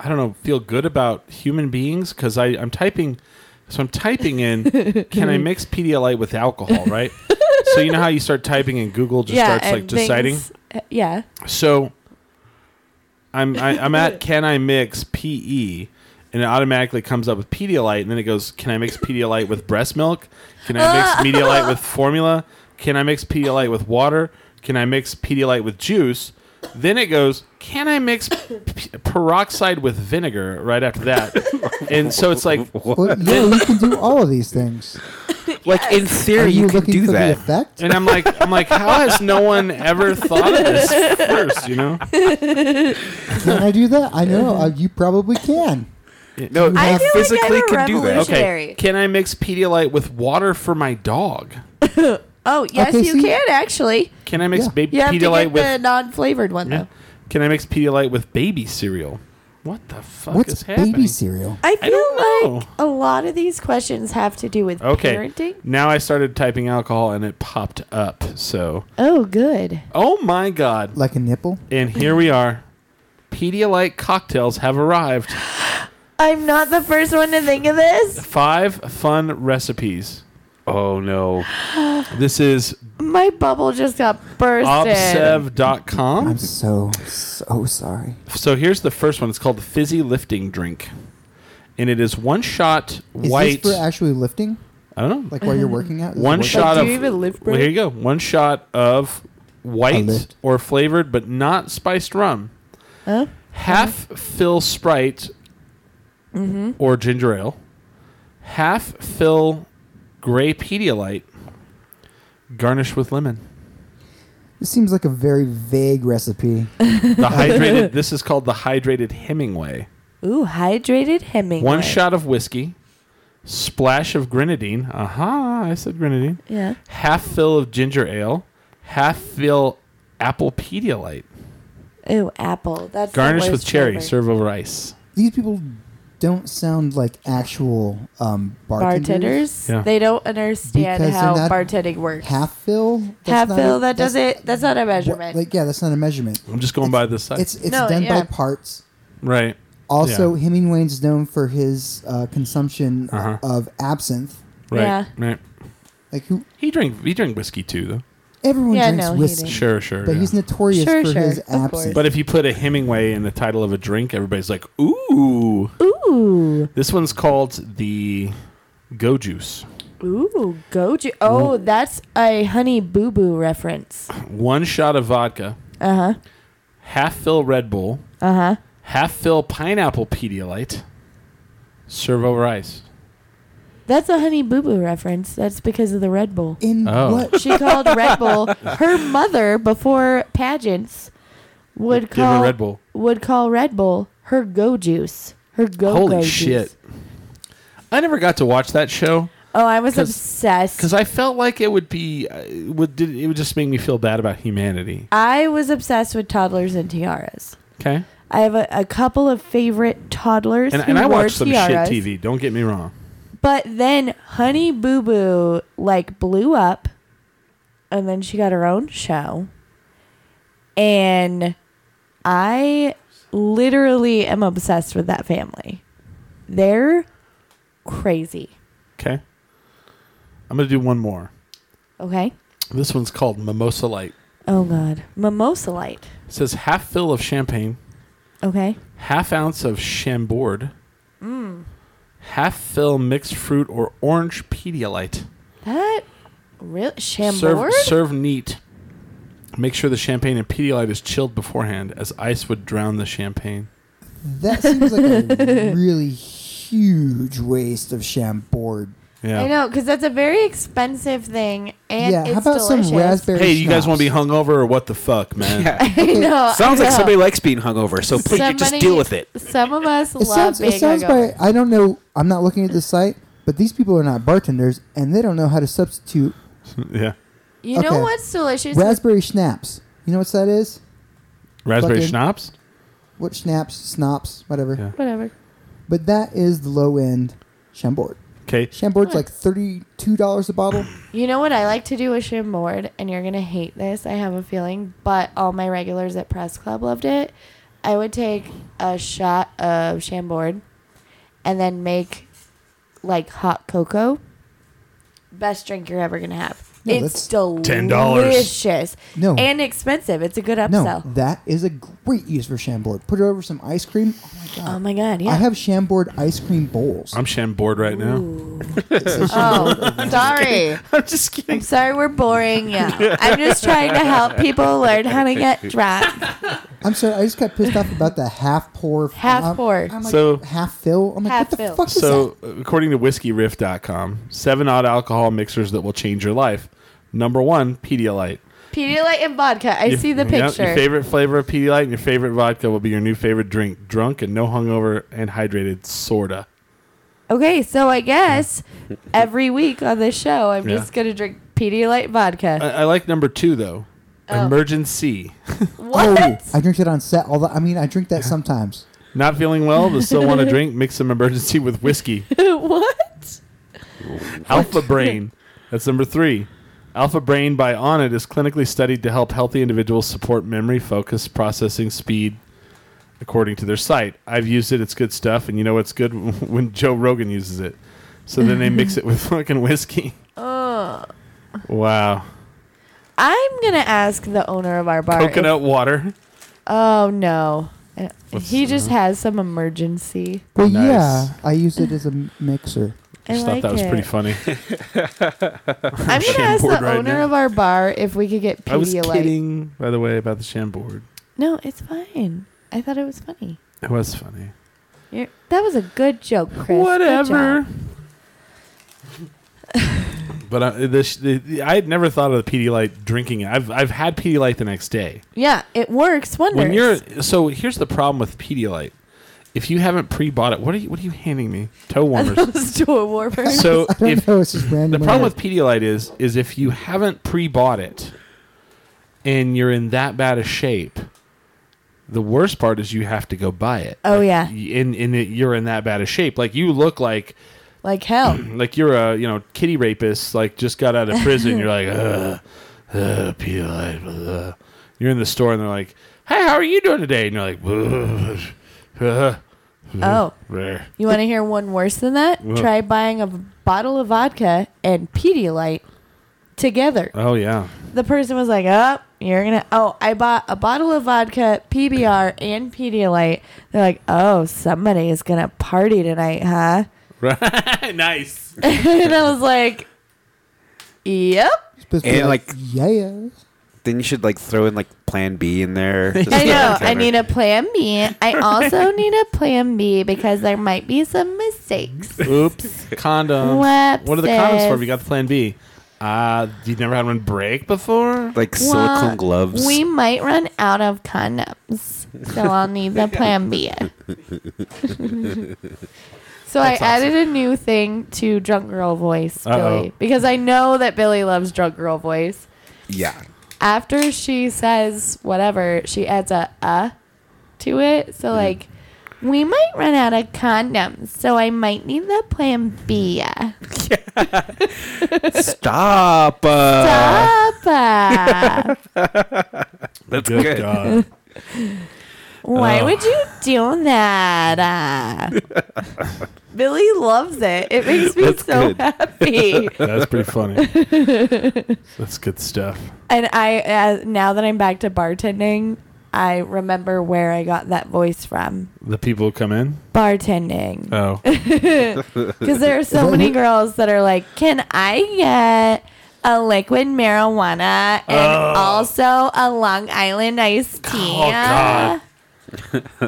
Speaker 2: I don't know. Feel good about human beings because I I'm typing. So I'm typing in. can I mix Pedialyte with alcohol? Right. so you know how you start typing and Google just starts like
Speaker 3: and
Speaker 2: deciding.
Speaker 3: things- uh, Yeah.
Speaker 2: So I'm I, I'm at can I mix PE. And it automatically comes up with Pedialyte, and then it goes, "Can I mix Pedialyte with breast milk? Can I mix Pedialyte with formula? Can I mix Pedialyte with water? Can I mix Pedialyte with juice?" Then it goes, "Can I mix p- peroxide with vinegar?" Right after that, and so it's like,
Speaker 5: Well, yeah, you can do all of these things.
Speaker 4: Like, in
Speaker 5: Are
Speaker 4: theory,
Speaker 5: you,
Speaker 4: you, could
Speaker 5: looking
Speaker 4: do
Speaker 5: for
Speaker 4: that.
Speaker 5: the effect?
Speaker 2: and I'm like, I'm like, how has no one ever thought of this first? You know?
Speaker 5: Can I do that? I know uh, you probably can.
Speaker 4: No,
Speaker 5: I
Speaker 4: I
Speaker 5: feel
Speaker 3: like
Speaker 4: physically
Speaker 3: I'm a
Speaker 4: could do that.
Speaker 3: revolution-
Speaker 2: Okay,
Speaker 3: Sherry.
Speaker 2: can I mix Pedialyte with water for my dog?
Speaker 3: Oh yes,
Speaker 5: Okay,
Speaker 3: you
Speaker 5: see?
Speaker 3: can actually.
Speaker 2: Can I mix
Speaker 5: Yeah.
Speaker 2: baby
Speaker 3: You have
Speaker 2: Pedialyte
Speaker 3: to get the
Speaker 2: with?
Speaker 3: non-flavored one though.
Speaker 2: Can I mix Pedialyte with baby cereal? What the fuck is
Speaker 5: What's
Speaker 2: happening?
Speaker 5: baby cereal?
Speaker 3: I
Speaker 2: I don't
Speaker 3: feel
Speaker 2: know.
Speaker 3: like a lot of these questions have to do with
Speaker 2: Okay.
Speaker 3: parenting.
Speaker 2: Now I started typing alcohol and it popped up. So,
Speaker 3: Oh, good.
Speaker 2: oh my god!
Speaker 5: Like a nipple?
Speaker 2: And here we are. Pedialyte cocktails have arrived.
Speaker 3: I'm not the first one to think of this.
Speaker 2: Five fun recipes.
Speaker 4: Oh, no.
Speaker 2: This is
Speaker 3: My bubble just got bursted.
Speaker 5: I'm
Speaker 2: obsev.com.
Speaker 5: so so sorry.
Speaker 2: So here's the first one. It's called the fizzy lifting drink, and it is one shot
Speaker 5: Is
Speaker 2: white.
Speaker 5: this for actually lifting?
Speaker 2: I don't know.
Speaker 5: Like while you're working out? Is it
Speaker 2: one
Speaker 5: working-
Speaker 2: shot
Speaker 3: do
Speaker 2: of
Speaker 3: you even lift
Speaker 2: well,
Speaker 3: bread?
Speaker 2: here you go one shot of
Speaker 5: I
Speaker 2: white
Speaker 5: lift.
Speaker 2: or flavored but not spiced rum
Speaker 3: Huh?
Speaker 2: half fill sprite or ginger ale half fill gray pedialyte garnish with lemon
Speaker 5: This seems like a very vague recipe.
Speaker 2: the hydrated this is called the hydrated hemingway
Speaker 3: Ooh, hydrated Hemingway.
Speaker 2: one shot of whiskey splash of grenadine aha i said grenadine
Speaker 3: Yeah.
Speaker 2: half fill of ginger ale half fill apple pedialyte
Speaker 3: Ooh, apple. That's the
Speaker 2: Garnish with
Speaker 3: worst
Speaker 2: cherry.
Speaker 3: flavor.
Speaker 2: Serve over ice.
Speaker 5: These people don't sound like actual um, bartenders.
Speaker 3: bartenders.
Speaker 2: Yeah.
Speaker 3: They don't understand
Speaker 5: Because they're
Speaker 3: how
Speaker 5: not
Speaker 3: bartending works.
Speaker 5: Half fill? That's
Speaker 3: Half
Speaker 5: not a-
Speaker 3: fill. that does
Speaker 5: that's-
Speaker 3: it. That's not a measurement.
Speaker 5: Like yeah, that's not a measurement.
Speaker 2: I'm just going by the side.
Speaker 5: It's it's
Speaker 3: No,
Speaker 5: done
Speaker 3: yeah.
Speaker 5: by parts.
Speaker 2: Right.
Speaker 5: Also,
Speaker 2: Yeah.
Speaker 5: Hemingway is known for his uh, consumption
Speaker 2: Uh-huh.
Speaker 5: of absinthe.
Speaker 2: Right.
Speaker 3: Yeah.
Speaker 2: Right.
Speaker 5: Like who?
Speaker 2: He drink he drank whiskey too though.
Speaker 5: Everyone
Speaker 3: Yeah,
Speaker 5: drinks
Speaker 3: no, he
Speaker 5: whiskey.
Speaker 3: didn't.
Speaker 2: Sure, sure.
Speaker 5: But
Speaker 2: yeah.
Speaker 5: he's notorious
Speaker 3: Sure,
Speaker 5: for
Speaker 3: sure,
Speaker 5: his
Speaker 3: of course.
Speaker 5: absinthe.
Speaker 2: But if you put a Hemingway in the title of a drink, everybody's like, "Ooh."
Speaker 3: Ooh,
Speaker 2: This one's called the Go Juice.
Speaker 3: ooh, go ju- Oh, that's a honey boo boo reference.
Speaker 2: One shot of vodka,
Speaker 3: Uh huh.
Speaker 2: half fill Red Bull,
Speaker 3: Uh huh.
Speaker 2: half fill pineapple Pedialyte. Serve over ice.
Speaker 3: That's a honey boo boo reference. That's because of the Red Bull.
Speaker 5: in
Speaker 10: Oh.
Speaker 5: what?
Speaker 3: She called Red Bull her mother before pageants would
Speaker 2: Give her
Speaker 3: call
Speaker 2: Red Bull.
Speaker 3: would call Red Bull her go juice. Her Oh, go
Speaker 2: Holy shit! I never got to watch that show
Speaker 3: Oh, I was
Speaker 2: 'Cause-
Speaker 3: obsessed.
Speaker 2: because I felt like it would be uh, it would did- it would just make me feel bad about humanity.
Speaker 3: I was obsessed with toddlers and tiaras.
Speaker 2: Okay,
Speaker 3: I have a, a couple of favorite toddlers
Speaker 2: and,
Speaker 3: who
Speaker 2: and I
Speaker 3: wore
Speaker 2: watched some
Speaker 3: tiaras,
Speaker 2: shit TV. Don't get me wrong.
Speaker 3: But then Honey Boo Boo like blew up, and then she got her own show, and I literally am obsessed with that family. They're crazy.
Speaker 2: Okay, I'm gonna do one more.
Speaker 3: Okay.
Speaker 2: This one's called Mimosa Light.
Speaker 3: Oh God, mimosa light.
Speaker 2: It says half fill of champagne,
Speaker 3: Okay.
Speaker 2: half ounce of Chambord,
Speaker 3: Mm.
Speaker 2: half fill mixed fruit or orange Pedialyte.
Speaker 3: That real
Speaker 2: Serve,
Speaker 3: Chambord.
Speaker 2: serve neat. Make sure the champagne and Pedialyte is chilled beforehand, as ice would drown the champagne.
Speaker 5: That seems like a really huge waste of Chambord.
Speaker 2: Yeah.
Speaker 3: I know because that's a very expensive thing, and
Speaker 5: yeah,
Speaker 3: it's
Speaker 5: how about
Speaker 3: delicious.
Speaker 5: some raspberry?
Speaker 2: Hey, you guys want
Speaker 5: schnapps?
Speaker 2: to be hungover or what the fuck, man?
Speaker 11: Yeah.
Speaker 3: I know.
Speaker 11: Sounds
Speaker 3: I
Speaker 11: like
Speaker 3: know.
Speaker 11: somebody likes being hungover, so please just
Speaker 3: Somebody-
Speaker 11: deal with it.
Speaker 3: Some of us
Speaker 5: It
Speaker 3: love
Speaker 5: sounds.
Speaker 3: being
Speaker 5: It sounds
Speaker 3: hungover.
Speaker 5: by. I don't know. I'm not looking at the site, but these people are not bartenders, and they don't know how to substitute
Speaker 2: yeah.
Speaker 3: You
Speaker 5: okay.
Speaker 3: know what's delicious?
Speaker 5: raspberry schnapps. You know what that is?
Speaker 2: Raspberry
Speaker 5: Fucking-
Speaker 2: schnapps?
Speaker 5: What schnapps, snaps, whatever.
Speaker 2: Yeah.
Speaker 3: Whatever.
Speaker 5: But that is the low end Chambord.
Speaker 2: Okay.
Speaker 5: Chambord's like thirty-two dollars a bottle.
Speaker 3: You know what I like to do with Shimboard, and you're gonna hate this. I have a feeling, but all my regulars at Press Club loved it. I would take a shot of Chambord, and then make like hot cocoa. Best drink you're ever gonna have.
Speaker 5: No,
Speaker 3: it's
Speaker 5: that's-
Speaker 2: $10.
Speaker 3: delicious.
Speaker 5: No.
Speaker 3: and expensive. It's a good
Speaker 5: No,
Speaker 3: upsell.
Speaker 5: that is a great use for Chambord. Put it over some ice cream. Oh my god.
Speaker 3: Oh my god! Yeah.
Speaker 5: I have Chambord ice cream bowls.
Speaker 2: I'm sham bored right now.
Speaker 3: oh, sorry.
Speaker 2: I'm just kidding.
Speaker 3: I'm sorry we're boring you. I'm just trying to help people learn how to get drunk.
Speaker 5: I'm sorry, I just got pissed off about the half pour.
Speaker 3: Half
Speaker 5: I'm-
Speaker 3: pour.
Speaker 5: I'm like,
Speaker 2: So-
Speaker 5: half fill. I'm like,
Speaker 3: Half
Speaker 5: what the
Speaker 3: fill.
Speaker 5: fuck is that?
Speaker 2: So, according to whiskeyriff.com, seven odd alcohol mixers that will change your life. Number one, Pedialyte.
Speaker 3: Pedialyte and vodka. I
Speaker 2: Your-
Speaker 3: see the
Speaker 2: yeah,
Speaker 3: picture.
Speaker 2: your favorite flavor of Pedialyte and your favorite vodka will be your new favorite drink. Drunk and no hungover and hydrated, sorta.
Speaker 3: okay, so I guess every week on this show, I'm
Speaker 2: Yeah. Uh,
Speaker 3: just going to drink Pedialyte vodka.
Speaker 2: I, I like number two though.
Speaker 3: Oh.
Speaker 2: Emergency.
Speaker 3: what?
Speaker 5: Oh, I drink it on set. Although I mean, I drink that sometimes.
Speaker 2: Not feeling well, but still want to drink? Mix some emergency with whiskey.
Speaker 3: what?
Speaker 2: Alpha Brain. That's number three. Alpha Brain by Onnit is clinically studied to help healthy individuals support memory, focus, processing speed, according to their site. I've used it. It's good stuff. And you know what's good? when Joe Rogan uses it. So then they mix it with fucking whiskey. Wow.
Speaker 3: Uh, I'm going to ask the owner of our bar. if-
Speaker 2: Coconut water.
Speaker 3: oh, no. Uh,
Speaker 2: What's-
Speaker 3: He just has some emergency.
Speaker 5: Well,
Speaker 2: Nice.
Speaker 5: yeah, I use it as a mixer.
Speaker 3: I
Speaker 2: just
Speaker 3: like
Speaker 2: thought that was
Speaker 3: it.
Speaker 2: pretty funny.
Speaker 3: I'm going to ask the
Speaker 2: Shamboard right
Speaker 3: owner
Speaker 2: now.
Speaker 3: of our bar if we could get Pedialyte.
Speaker 2: I was kidding, by the way, about the sham board.
Speaker 3: No, it's fine. I thought it was funny.
Speaker 2: It was funny.
Speaker 3: You're, that was a good joke, Chris. Good
Speaker 2: Whatever.
Speaker 3: job.
Speaker 2: but uh, the, sh- the, the- I had never thought of the Pedialyte drinking it. I've I've had Pedialyte the next day.
Speaker 3: Yeah, it works wonders.
Speaker 2: When you're so here's the problem with Pedialyte. If you haven't pre-bought it, what are you what are you handing me? Toe warmers.
Speaker 3: Those door warmers.
Speaker 2: so
Speaker 5: I don't
Speaker 2: if
Speaker 5: know. It's just random.
Speaker 2: the
Speaker 5: in
Speaker 2: problem
Speaker 5: my
Speaker 2: with Pedialyte is is if you haven't pre-bought it and you're in that bad of shape, the worst part is you have to go buy it.
Speaker 3: Oh yeah,
Speaker 2: And, and it, you're in that bad of shape. Like you look like
Speaker 3: like hell.
Speaker 2: like you're a you know kitty rapist like just got out of prison you're like uh, uh, Pedialyte, blah, blah. you're in the store and they're like hey how are you doing today and you're like "Ugh,
Speaker 3: Oh. You want to hear one worse than that?
Speaker 2: What?
Speaker 3: Try buying a bottle of vodka and Pedialyte together.
Speaker 2: Oh yeah.
Speaker 3: The person was like, "Oh, you're gonna." Oh, I bought a bottle of vodka, PBR, and Pedialyte. They're like, "Oh, somebody is gonna party tonight, huh?"
Speaker 2: Right. nice.
Speaker 3: and I was like, "Yep."
Speaker 5: Supposed to be
Speaker 4: And, like-
Speaker 5: yeah, yeah.
Speaker 4: Then you should like throw in like Plan B in there. Just
Speaker 3: I know.
Speaker 4: like,
Speaker 3: I need a plan B. I also need a plan B because there might be some mistakes.
Speaker 2: Oops. Condoms.
Speaker 3: Whoops.
Speaker 2: What are the condoms for? if You got the plan B. Uh, you never had one break before?
Speaker 4: like silicone
Speaker 3: Well,
Speaker 4: gloves.
Speaker 3: We might run out of condoms, so I'll need the plan B. so I added a new thing to Drunk Girl Voice, Billy,
Speaker 2: Uh-oh.
Speaker 3: because I know that Billy loves Drunk Girl Voice.
Speaker 4: yeah.
Speaker 3: After she says whatever, she adds a uh to it. So,
Speaker 2: Mm-hmm.
Speaker 3: like, we might run out of condoms, so I might need the plan B.
Speaker 4: Stop. Uh,
Speaker 3: Papa,
Speaker 2: That's
Speaker 4: good.
Speaker 2: uh. God. Oh.
Speaker 3: why would you do that? Uh, Billy loves it. It makes me so happy.
Speaker 2: That's pretty funny. That's good stuff.
Speaker 3: And I, uh, now that I'm back to bartending, I remember where I got that voice from.
Speaker 2: The people who come in.
Speaker 3: Bartending.
Speaker 2: Oh.
Speaker 3: Because there are so many girls that are like, "Can I get a liquid marijuana and also a Long Island iced tea?"
Speaker 2: Oh, God.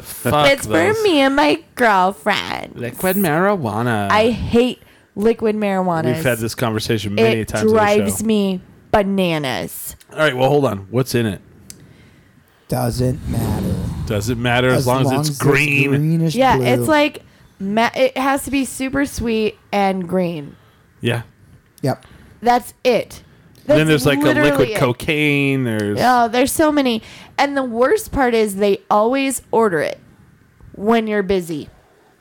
Speaker 2: Fuck
Speaker 3: It's for me and my girlfriend.
Speaker 2: Liquid marijuana.
Speaker 3: I hate liquid marijuana.
Speaker 2: Uh. We've had this conversation many
Speaker 3: It
Speaker 2: times on the
Speaker 3: drives
Speaker 2: show.
Speaker 3: me bananas.
Speaker 2: All right, well, hold on. What's in it?
Speaker 5: Doesn't matter.
Speaker 2: Does it matter as, long, as it's green?
Speaker 5: greenish
Speaker 3: Yeah,
Speaker 5: blue.
Speaker 3: it's like ma- it has to be super sweet and green.
Speaker 2: Yeah.
Speaker 5: Yep.
Speaker 3: That's it. That's
Speaker 2: then there's like a
Speaker 3: literally
Speaker 2: liquid
Speaker 3: it.
Speaker 2: cocaine. There's
Speaker 3: Oh, there's so many. And the worst part is they always order it when you're busy.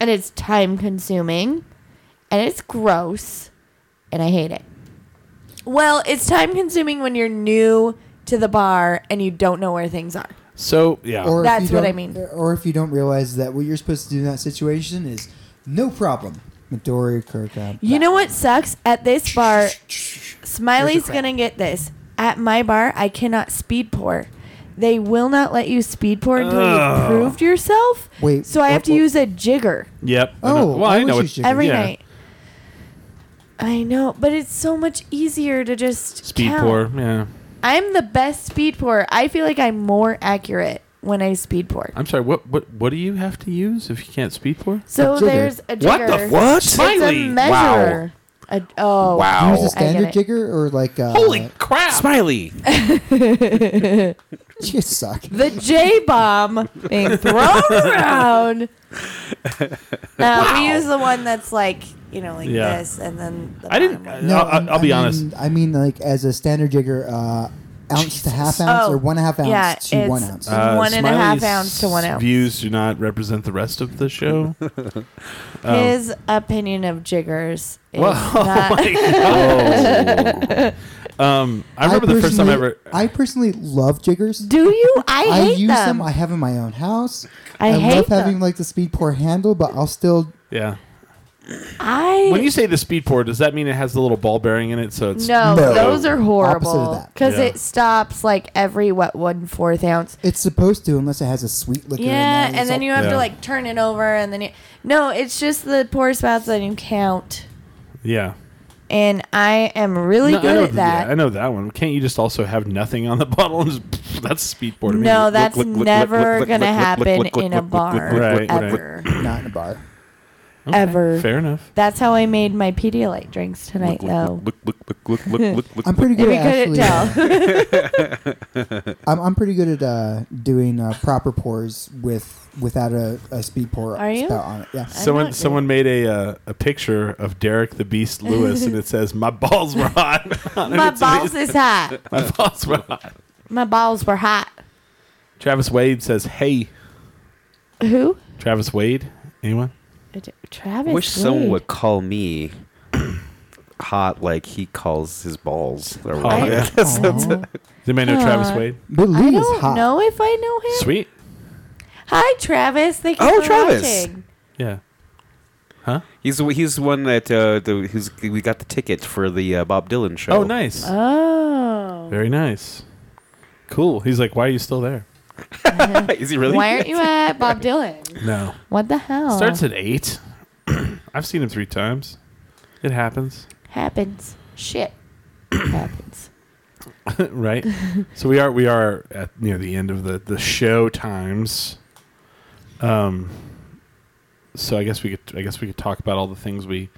Speaker 3: And it's time consuming and it's gross and I hate it. Well, it's time consuming when you're new to the bar and you don't know where things are.
Speaker 2: so yeah.
Speaker 5: Or if
Speaker 3: That's
Speaker 5: you
Speaker 3: what I
Speaker 5: don't-
Speaker 3: mean.
Speaker 5: Or if you don't realize that what you're supposed to do in that situation is no problem. Midori Kirkland.
Speaker 3: You know what sucks? At this bar, Smiley's going to get this. At my bar, I cannot speed pour. They will not let you speed pour until you've proved yourself.
Speaker 5: Wait,
Speaker 3: So I have
Speaker 5: what-
Speaker 3: to
Speaker 5: what-
Speaker 3: use a jigger.
Speaker 2: yep.
Speaker 5: Oh,
Speaker 2: well, I
Speaker 5: I
Speaker 2: know
Speaker 5: wish
Speaker 2: it.
Speaker 5: you should-
Speaker 3: every
Speaker 2: yeah.
Speaker 3: night. I know, but it's so much easier to just
Speaker 2: Speed
Speaker 3: count.
Speaker 2: pour. Yeah.
Speaker 3: I'm the best speed pour. I feel like I'm more accurate when I speed pour.
Speaker 2: I'm sorry. What what what do you have to use if you can't speed pour?
Speaker 3: So
Speaker 5: A jigger.
Speaker 3: there's a
Speaker 4: What
Speaker 3: jigger.
Speaker 4: the what?
Speaker 3: It's a
Speaker 2: Smiley.
Speaker 3: measure. A, oh
Speaker 5: Use a
Speaker 4: Wow.
Speaker 3: I get
Speaker 5: standard
Speaker 3: it.
Speaker 5: jigger or like uh,
Speaker 2: Holy crap!
Speaker 4: Smiley.
Speaker 5: You suck.
Speaker 3: The J bomb being thrown around. Now we use the one that's like you know like
Speaker 2: Yeah.
Speaker 3: this, and then the
Speaker 2: I didn't.
Speaker 3: bottom one.
Speaker 2: I'll, I'll, I'll be
Speaker 5: I mean-
Speaker 2: honest.
Speaker 5: I mean, like as a standard jigger, uh, ounce to half ounce
Speaker 3: Oh,
Speaker 5: or one half ounce
Speaker 3: yeah,
Speaker 5: to one
Speaker 3: it's-
Speaker 5: ounce.
Speaker 3: Uh, one and a half
Speaker 2: Smiley's
Speaker 3: ounce to one ounce.
Speaker 2: Views do not represent the rest of the show. Um,
Speaker 3: His opinion of jiggers
Speaker 2: oh
Speaker 3: is not.
Speaker 2: um, I remember the first time
Speaker 5: personally-
Speaker 2: I ever.
Speaker 5: I personally love jiggers.
Speaker 3: Do you? I
Speaker 5: I,
Speaker 3: hate
Speaker 5: use
Speaker 3: them.
Speaker 5: them. I have in my own house.
Speaker 3: I
Speaker 5: love
Speaker 3: hate them.
Speaker 5: having like the speed pour handle, but I'll still.
Speaker 2: Yeah.
Speaker 3: I
Speaker 2: When you say the speed pour, does that mean it has the little ball bearing in it? So it's
Speaker 3: no,
Speaker 5: No.
Speaker 3: those are
Speaker 5: Opposite of
Speaker 3: horrible
Speaker 5: that.
Speaker 3: because
Speaker 2: Yeah.
Speaker 3: it stops like every what one fourth ounce.
Speaker 5: It's supposed to, unless it has a sweet liquor. in there,
Speaker 3: Yeah,
Speaker 5: it's
Speaker 3: and then
Speaker 5: all-
Speaker 3: you have
Speaker 2: Yeah.
Speaker 3: to like turn it over, and then you no, it's just the pour spots that you count.
Speaker 2: yeah.
Speaker 3: And I am really
Speaker 2: No, I
Speaker 3: good
Speaker 2: know
Speaker 3: at
Speaker 2: th-
Speaker 3: that.
Speaker 2: yeah, I know that one. Can't you just also have nothing on the bottle? And just, that's speed pour to me.
Speaker 3: no, that's
Speaker 4: look, look,
Speaker 3: never
Speaker 4: look, look,
Speaker 3: gonna
Speaker 4: look, look,
Speaker 3: happen
Speaker 4: look, look,
Speaker 3: in a
Speaker 4: look, look,
Speaker 3: bar
Speaker 2: look, look, look,
Speaker 3: ever.
Speaker 5: not in a bar.
Speaker 3: Ever.
Speaker 2: Fair enough.
Speaker 3: That's how I made my Pedialyte drinks tonight, though.
Speaker 4: Look, look, look, look, look, look, look.
Speaker 5: I'm pretty
Speaker 3: If
Speaker 5: good
Speaker 3: you
Speaker 5: at actually.
Speaker 3: couldn't
Speaker 5: uh,
Speaker 3: tell,
Speaker 5: I'm, I'm pretty good at uh, doing uh, proper pours with without a, a speed pour
Speaker 3: Are you?
Speaker 5: spout on it. Yeah.
Speaker 2: Someone
Speaker 3: not
Speaker 2: someone made a uh, a picture of Derek the Beast Lewis, and it says, "My balls were hot.
Speaker 3: my balls is hot.
Speaker 2: My balls were hot."
Speaker 3: My balls were hot.
Speaker 2: Travis Wade says, "Hey,
Speaker 3: Who?
Speaker 2: Travis Wade. Anyone?
Speaker 3: It- Travis.
Speaker 4: I wish someone
Speaker 3: Wade.
Speaker 4: would call me hot like he calls his balls. Or
Speaker 2: Oh,
Speaker 4: whatever.
Speaker 2: yeah.
Speaker 5: Aw.
Speaker 2: Does anybody know Travis
Speaker 3: Uh,
Speaker 2: Wade?
Speaker 5: But Lee
Speaker 3: I
Speaker 5: is
Speaker 3: don't
Speaker 5: hot.
Speaker 3: know if I know him.
Speaker 2: Sweet.
Speaker 3: Hi, Travis. Thank you
Speaker 4: Oh,
Speaker 3: for
Speaker 4: Travis.
Speaker 3: watching.
Speaker 2: Yeah.
Speaker 4: He's the he's the one that uh, the who's we got the ticket for the uh, Bob Dylan show.
Speaker 2: Oh, nice.
Speaker 3: Oh.
Speaker 2: Very nice. Cool. He's like, why are you still there?
Speaker 4: Is he really?
Speaker 3: Why aren't you at Bob Dylan?
Speaker 2: No.
Speaker 3: What the hell?
Speaker 2: Starts at eight. I've seen him three times. It happens,
Speaker 3: happens. Shit happens.
Speaker 2: right? so we are we are at near the end of the the show times. Um. So I guess we could I guess we could talk about all the things we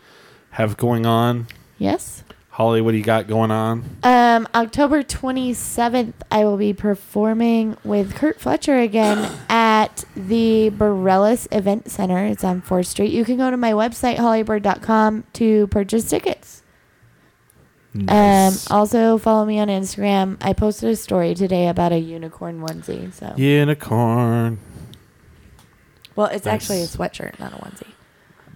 Speaker 2: have going on.
Speaker 3: Yes.
Speaker 2: Holly, what do you got going on?
Speaker 3: Um, October 27th, I will be performing with Kurt Fletcher again at the Borellis Event Center. It's on 4th Street. You can go to my website, hollybird.com, to purchase tickets. Um, also, follow me on Instagram. I posted a story today about a unicorn onesie. So,
Speaker 2: Unicorn.
Speaker 3: Well, it's actually a
Speaker 2: Nice.
Speaker 3: sweatshirt, not a onesie.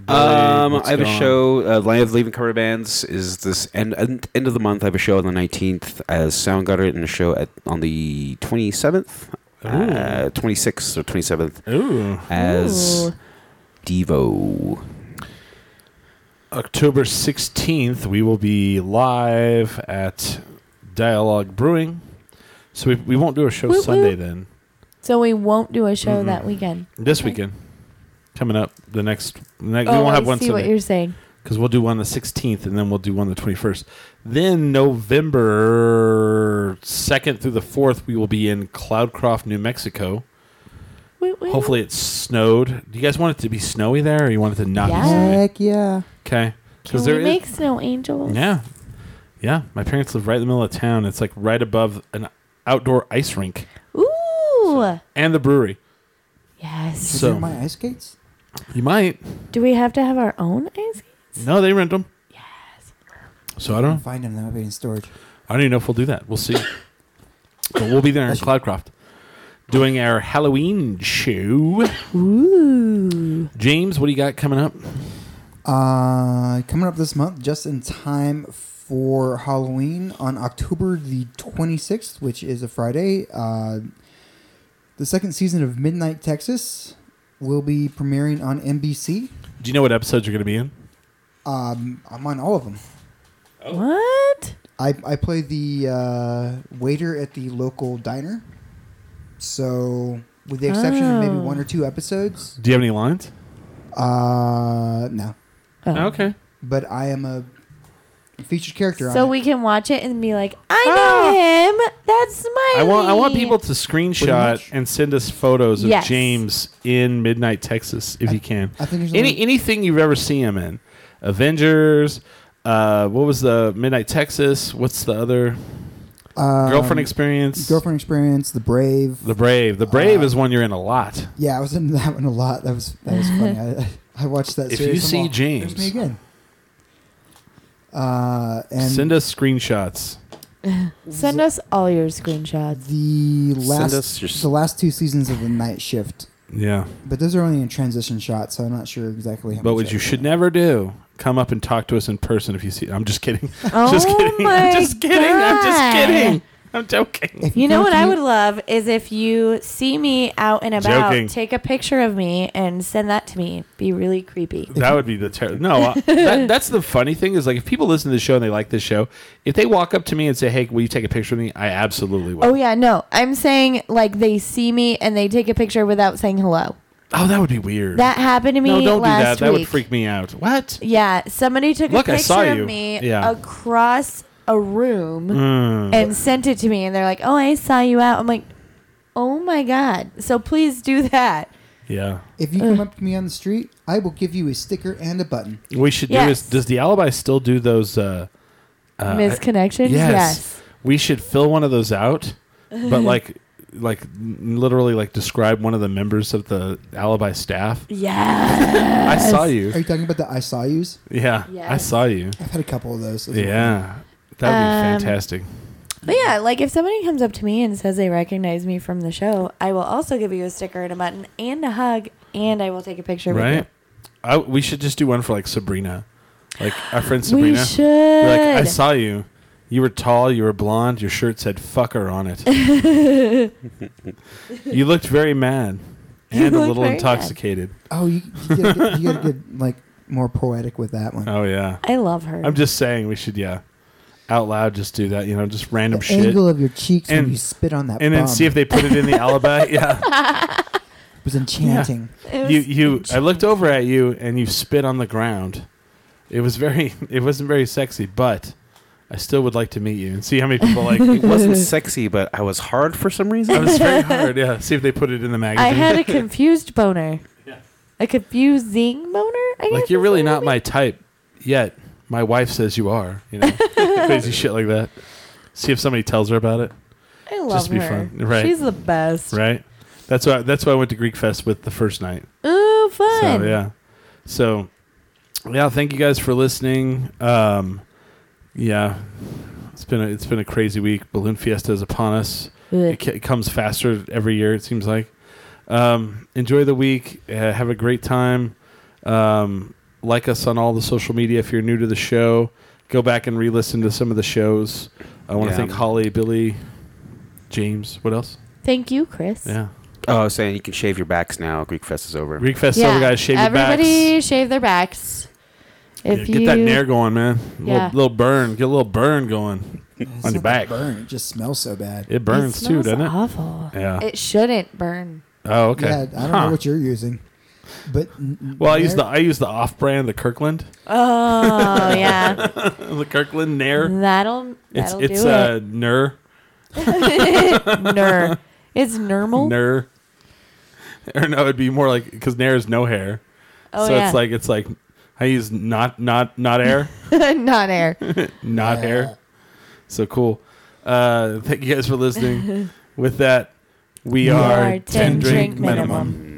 Speaker 4: Um,
Speaker 2: What's
Speaker 4: I have a
Speaker 2: going on?
Speaker 4: show. Uh, Live Leaving Cover Bands is this end, end end of the month. I have a show on the nineteenth as Soundgarden and a show at on the twenty seventh,
Speaker 2: Ooh.
Speaker 4: twenty sixth or twenty seventh
Speaker 2: Ooh.
Speaker 4: as
Speaker 3: Ooh.
Speaker 4: Devo.
Speaker 2: October 16th, we will be live at Dialogue Brewing. So we, we won't do a show
Speaker 3: Woot
Speaker 2: Sunday
Speaker 3: woot.
Speaker 2: then.
Speaker 3: So, we won't do a show
Speaker 2: Mm-mm.
Speaker 3: that weekend.
Speaker 2: Mm-hmm. This
Speaker 3: Okay.
Speaker 2: weekend. Coming up the next. The next we
Speaker 3: oh,
Speaker 2: won't
Speaker 3: I
Speaker 2: have one
Speaker 3: see what
Speaker 2: Sunday.
Speaker 3: you're saying.
Speaker 2: Because we'll do one the 16th and then we'll do one the 21st. Then November 2nd through the 4th, we will be in Cloudcroft, New Mexico.
Speaker 3: Woot woot.
Speaker 2: Hopefully it snowed. Do you guys want it to be snowy there or you want it to not be
Speaker 3: Yeah.
Speaker 2: snowy?
Speaker 5: Heck yeah.
Speaker 2: Okay.
Speaker 3: Can
Speaker 2: there
Speaker 3: we
Speaker 2: is-
Speaker 3: make snow angels?
Speaker 2: Yeah. Yeah. My parents live right in the middle of town. It's like right above an outdoor ice rink
Speaker 3: Ooh.
Speaker 2: and the brewery.
Speaker 3: yes.
Speaker 5: Is
Speaker 2: So-
Speaker 5: it my ice skates?
Speaker 2: You might.
Speaker 3: Do we have to have our own ice?
Speaker 2: No, they rent them. Yes. So I don't know.
Speaker 5: Find them. They might be in storage.
Speaker 2: I don't even know if we'll do that. We'll see. but we'll be there in Cloudcroft doing our Halloween show.
Speaker 3: Ooh.
Speaker 2: James, what do you got coming up?
Speaker 5: Uh, coming up this month, just in time for Halloween on October the 26th, which is a Friday. Uh, the second season of Midnight Texas will be premiering on NBC.
Speaker 2: Do you know what episodes you're going to be in?
Speaker 5: Um, I'm on all of them.
Speaker 3: What?
Speaker 5: I, I play the uh, waiter at the local diner. So, with the exception of maybe
Speaker 3: Oh.
Speaker 5: one or two episodes,
Speaker 2: Do you have any lines?
Speaker 5: uh, no.
Speaker 3: Oh.
Speaker 2: Okay.
Speaker 5: But I am a featured character.
Speaker 3: So
Speaker 5: on
Speaker 3: we can watch it and be like, I know him. That's Smiley.
Speaker 2: I want I want people to screenshot
Speaker 5: much.
Speaker 2: and send us photos of
Speaker 3: Yes.
Speaker 2: James in Midnight Texas if you can.
Speaker 5: I think there's
Speaker 2: any
Speaker 5: only-
Speaker 2: anything you've ever seen him in, Avengers. Uh, what was the Midnight Texas? What's the other
Speaker 5: it. Um,
Speaker 2: girlfriend experience?
Speaker 5: Girlfriend experience, the brave.
Speaker 2: The Brave. The Brave
Speaker 5: Uh,
Speaker 2: is one you're in a lot.
Speaker 5: yeah, I was into that one a lot. That was that was funny. I, I watched that.
Speaker 2: If
Speaker 5: series
Speaker 2: you
Speaker 5: I'm all,
Speaker 2: see James-
Speaker 5: there's me again. Uh, and
Speaker 2: Send us screenshots.
Speaker 3: send us all your screenshots.
Speaker 5: the last
Speaker 4: us your s-
Speaker 5: the last two seasons of the night shift,
Speaker 2: Yeah,
Speaker 5: but those are only in transition shots, so I'm not sure exactly. How
Speaker 2: but
Speaker 5: much
Speaker 2: what
Speaker 5: I-
Speaker 2: you should never do: come up and talk to us in person if you see. I'm just kidding.
Speaker 3: Oh
Speaker 2: just kidding.
Speaker 3: my
Speaker 2: I'm just kidding. I'm
Speaker 3: God.
Speaker 2: just kidding. I'm joking.
Speaker 5: If
Speaker 3: You know
Speaker 5: come
Speaker 3: what
Speaker 5: to
Speaker 3: I
Speaker 5: me-
Speaker 3: would love is if you see me out and about,
Speaker 2: Joking.
Speaker 3: take a picture of me and send that to me. Be really creepy.
Speaker 2: That would be the ter- no. uh, that, that's the funny thing is like if people listen to the show and they like this show, if they walk up to me and say, "Hey, will you take a picture of me?" I absolutely will.
Speaker 3: Oh yeah, no. I'm saying like they see me and they take a picture without saying hello.
Speaker 2: Oh, that would be weird.
Speaker 3: That happened to me
Speaker 2: no, don't do that.
Speaker 3: last
Speaker 2: That would
Speaker 3: week.
Speaker 2: freak me out. What?
Speaker 3: Yeah, somebody took
Speaker 2: Look,
Speaker 3: a
Speaker 2: I
Speaker 3: picture
Speaker 2: saw you.
Speaker 3: of me
Speaker 2: Yeah. Mm.
Speaker 3: across a room and sent it to me, and they're like, "Oh, I saw you out." I'm like, "Oh my god!" So please do that.
Speaker 2: Yeah.
Speaker 5: If you come up to me on the street, I will give you a sticker and a button.
Speaker 2: We should do
Speaker 3: Yes.
Speaker 2: is does the alibi still do those uh, uh
Speaker 3: Misconnections.
Speaker 2: Yes. We should fill one of those out, but like like n- literally like describe one of the members of the alibi staff.
Speaker 3: Yes. Yes.
Speaker 2: I saw
Speaker 5: Are
Speaker 2: you.
Speaker 5: you talking about the I saw yous?
Speaker 2: Yeah. I
Speaker 3: Yes.
Speaker 2: saw you.
Speaker 5: I've had a couple of those. Those are-
Speaker 2: Yeah. That would be
Speaker 3: Um,
Speaker 2: fantastic.
Speaker 3: but yeah, like if somebody comes up to me and says they recognize me from the show, I will also give you a sticker and a button and a hug, and I will take a picture
Speaker 2: Right?
Speaker 3: with
Speaker 2: I, we should just do one for like Sabrina. Like our friend
Speaker 3: you.
Speaker 2: Sabrina.
Speaker 3: We should.
Speaker 2: Be Like, I saw you. You were tall. You were blonde. Your shirt said "fucker" on it. you looked very mad, and a
Speaker 10: You look
Speaker 2: little
Speaker 10: very
Speaker 2: intoxicated.
Speaker 5: Oh, you, you, gotta get, you gotta get like more poetic with that one.
Speaker 2: Oh yeah,
Speaker 10: I love her.
Speaker 2: I'm just saying we should yeah, out loud just do that. You know, just random
Speaker 5: the
Speaker 2: shit.
Speaker 5: angle of your cheeks
Speaker 2: And-
Speaker 5: when you spit on that,
Speaker 2: and then
Speaker 5: bum
Speaker 2: see if they put it in the alibi. Yeah,
Speaker 5: It was enchanting.
Speaker 10: It
Speaker 2: you
Speaker 10: was-
Speaker 2: you. I looked over at you and you spit on the ground. It was very. It wasn't very sexy, but I still would like to meet you and see how many people like.
Speaker 4: It wasn't sexy, but I was hard for some
Speaker 2: It
Speaker 4: reason.
Speaker 2: was very hard. Yeah, see if they put it in the magazine.
Speaker 3: I had a confused boner. A confusing boner? I
Speaker 2: like
Speaker 3: guess
Speaker 2: you're
Speaker 3: is
Speaker 2: really
Speaker 3: what
Speaker 2: not
Speaker 3: it
Speaker 2: my type yet. My wife says you are. You know, crazy shit like that. See if somebody tells her about it.
Speaker 3: I love
Speaker 2: Just be
Speaker 3: her.
Speaker 2: fun. Right.
Speaker 3: She's the best.
Speaker 2: Right. That's why. That's why I went to Greek Fest with the first night.
Speaker 3: Ooh, fun.
Speaker 2: So yeah. So yeah, thank you guys for listening. Um, yeah, it's been a, it's been a crazy week. Balloon Fiesta is upon us. It, ca- it comes faster every year. It seems like. Um, enjoy the week. Uh, have a great time. Um, like us on all the social media if you're new to the show. Go back and re-listen to some of the shows. I want to
Speaker 4: Yeah.
Speaker 2: thank Holly, Billy, James. What else?
Speaker 3: Thank you, Chris.
Speaker 2: Yeah.
Speaker 4: Oh, I was saying you can shave your backs now. Greek Fest is over.
Speaker 2: Greek Fest over, guys. Shave
Speaker 3: Everybody
Speaker 2: your backs.
Speaker 3: shave their backs. If
Speaker 2: Yeah,
Speaker 3: you
Speaker 2: get that nair going, man.
Speaker 3: Yeah.
Speaker 2: Little, little burn. Get a little burn going
Speaker 5: It's
Speaker 2: on
Speaker 5: not
Speaker 2: your back.
Speaker 5: the burn. It just smells so bad.
Speaker 2: It burns too,
Speaker 3: smells
Speaker 2: doesn't it?
Speaker 3: awful.
Speaker 2: Yeah.
Speaker 3: It shouldn't burn.
Speaker 2: oh, okay.
Speaker 5: Yeah, I don't
Speaker 2: Huh.
Speaker 5: know what you're using, but n-
Speaker 2: well, I use
Speaker 5: Nair-
Speaker 2: the I use the off brand, the Kirkland,
Speaker 3: Oh yeah,
Speaker 2: the Kirkland Nair.
Speaker 3: that'll
Speaker 2: It's
Speaker 3: that'll
Speaker 2: it's
Speaker 3: do
Speaker 2: uh, Nair
Speaker 3: it. Ner, it's normal.
Speaker 2: Nair. Or no, it'd be more like because Nair is no hair,
Speaker 3: oh
Speaker 2: so
Speaker 3: yeah,
Speaker 2: it's like it's like I use not not not air,
Speaker 3: not air.
Speaker 2: not hair. So cool. Uh, thank you guys for listening. With that, we,
Speaker 3: We
Speaker 2: are,
Speaker 3: are 10 drink minimum.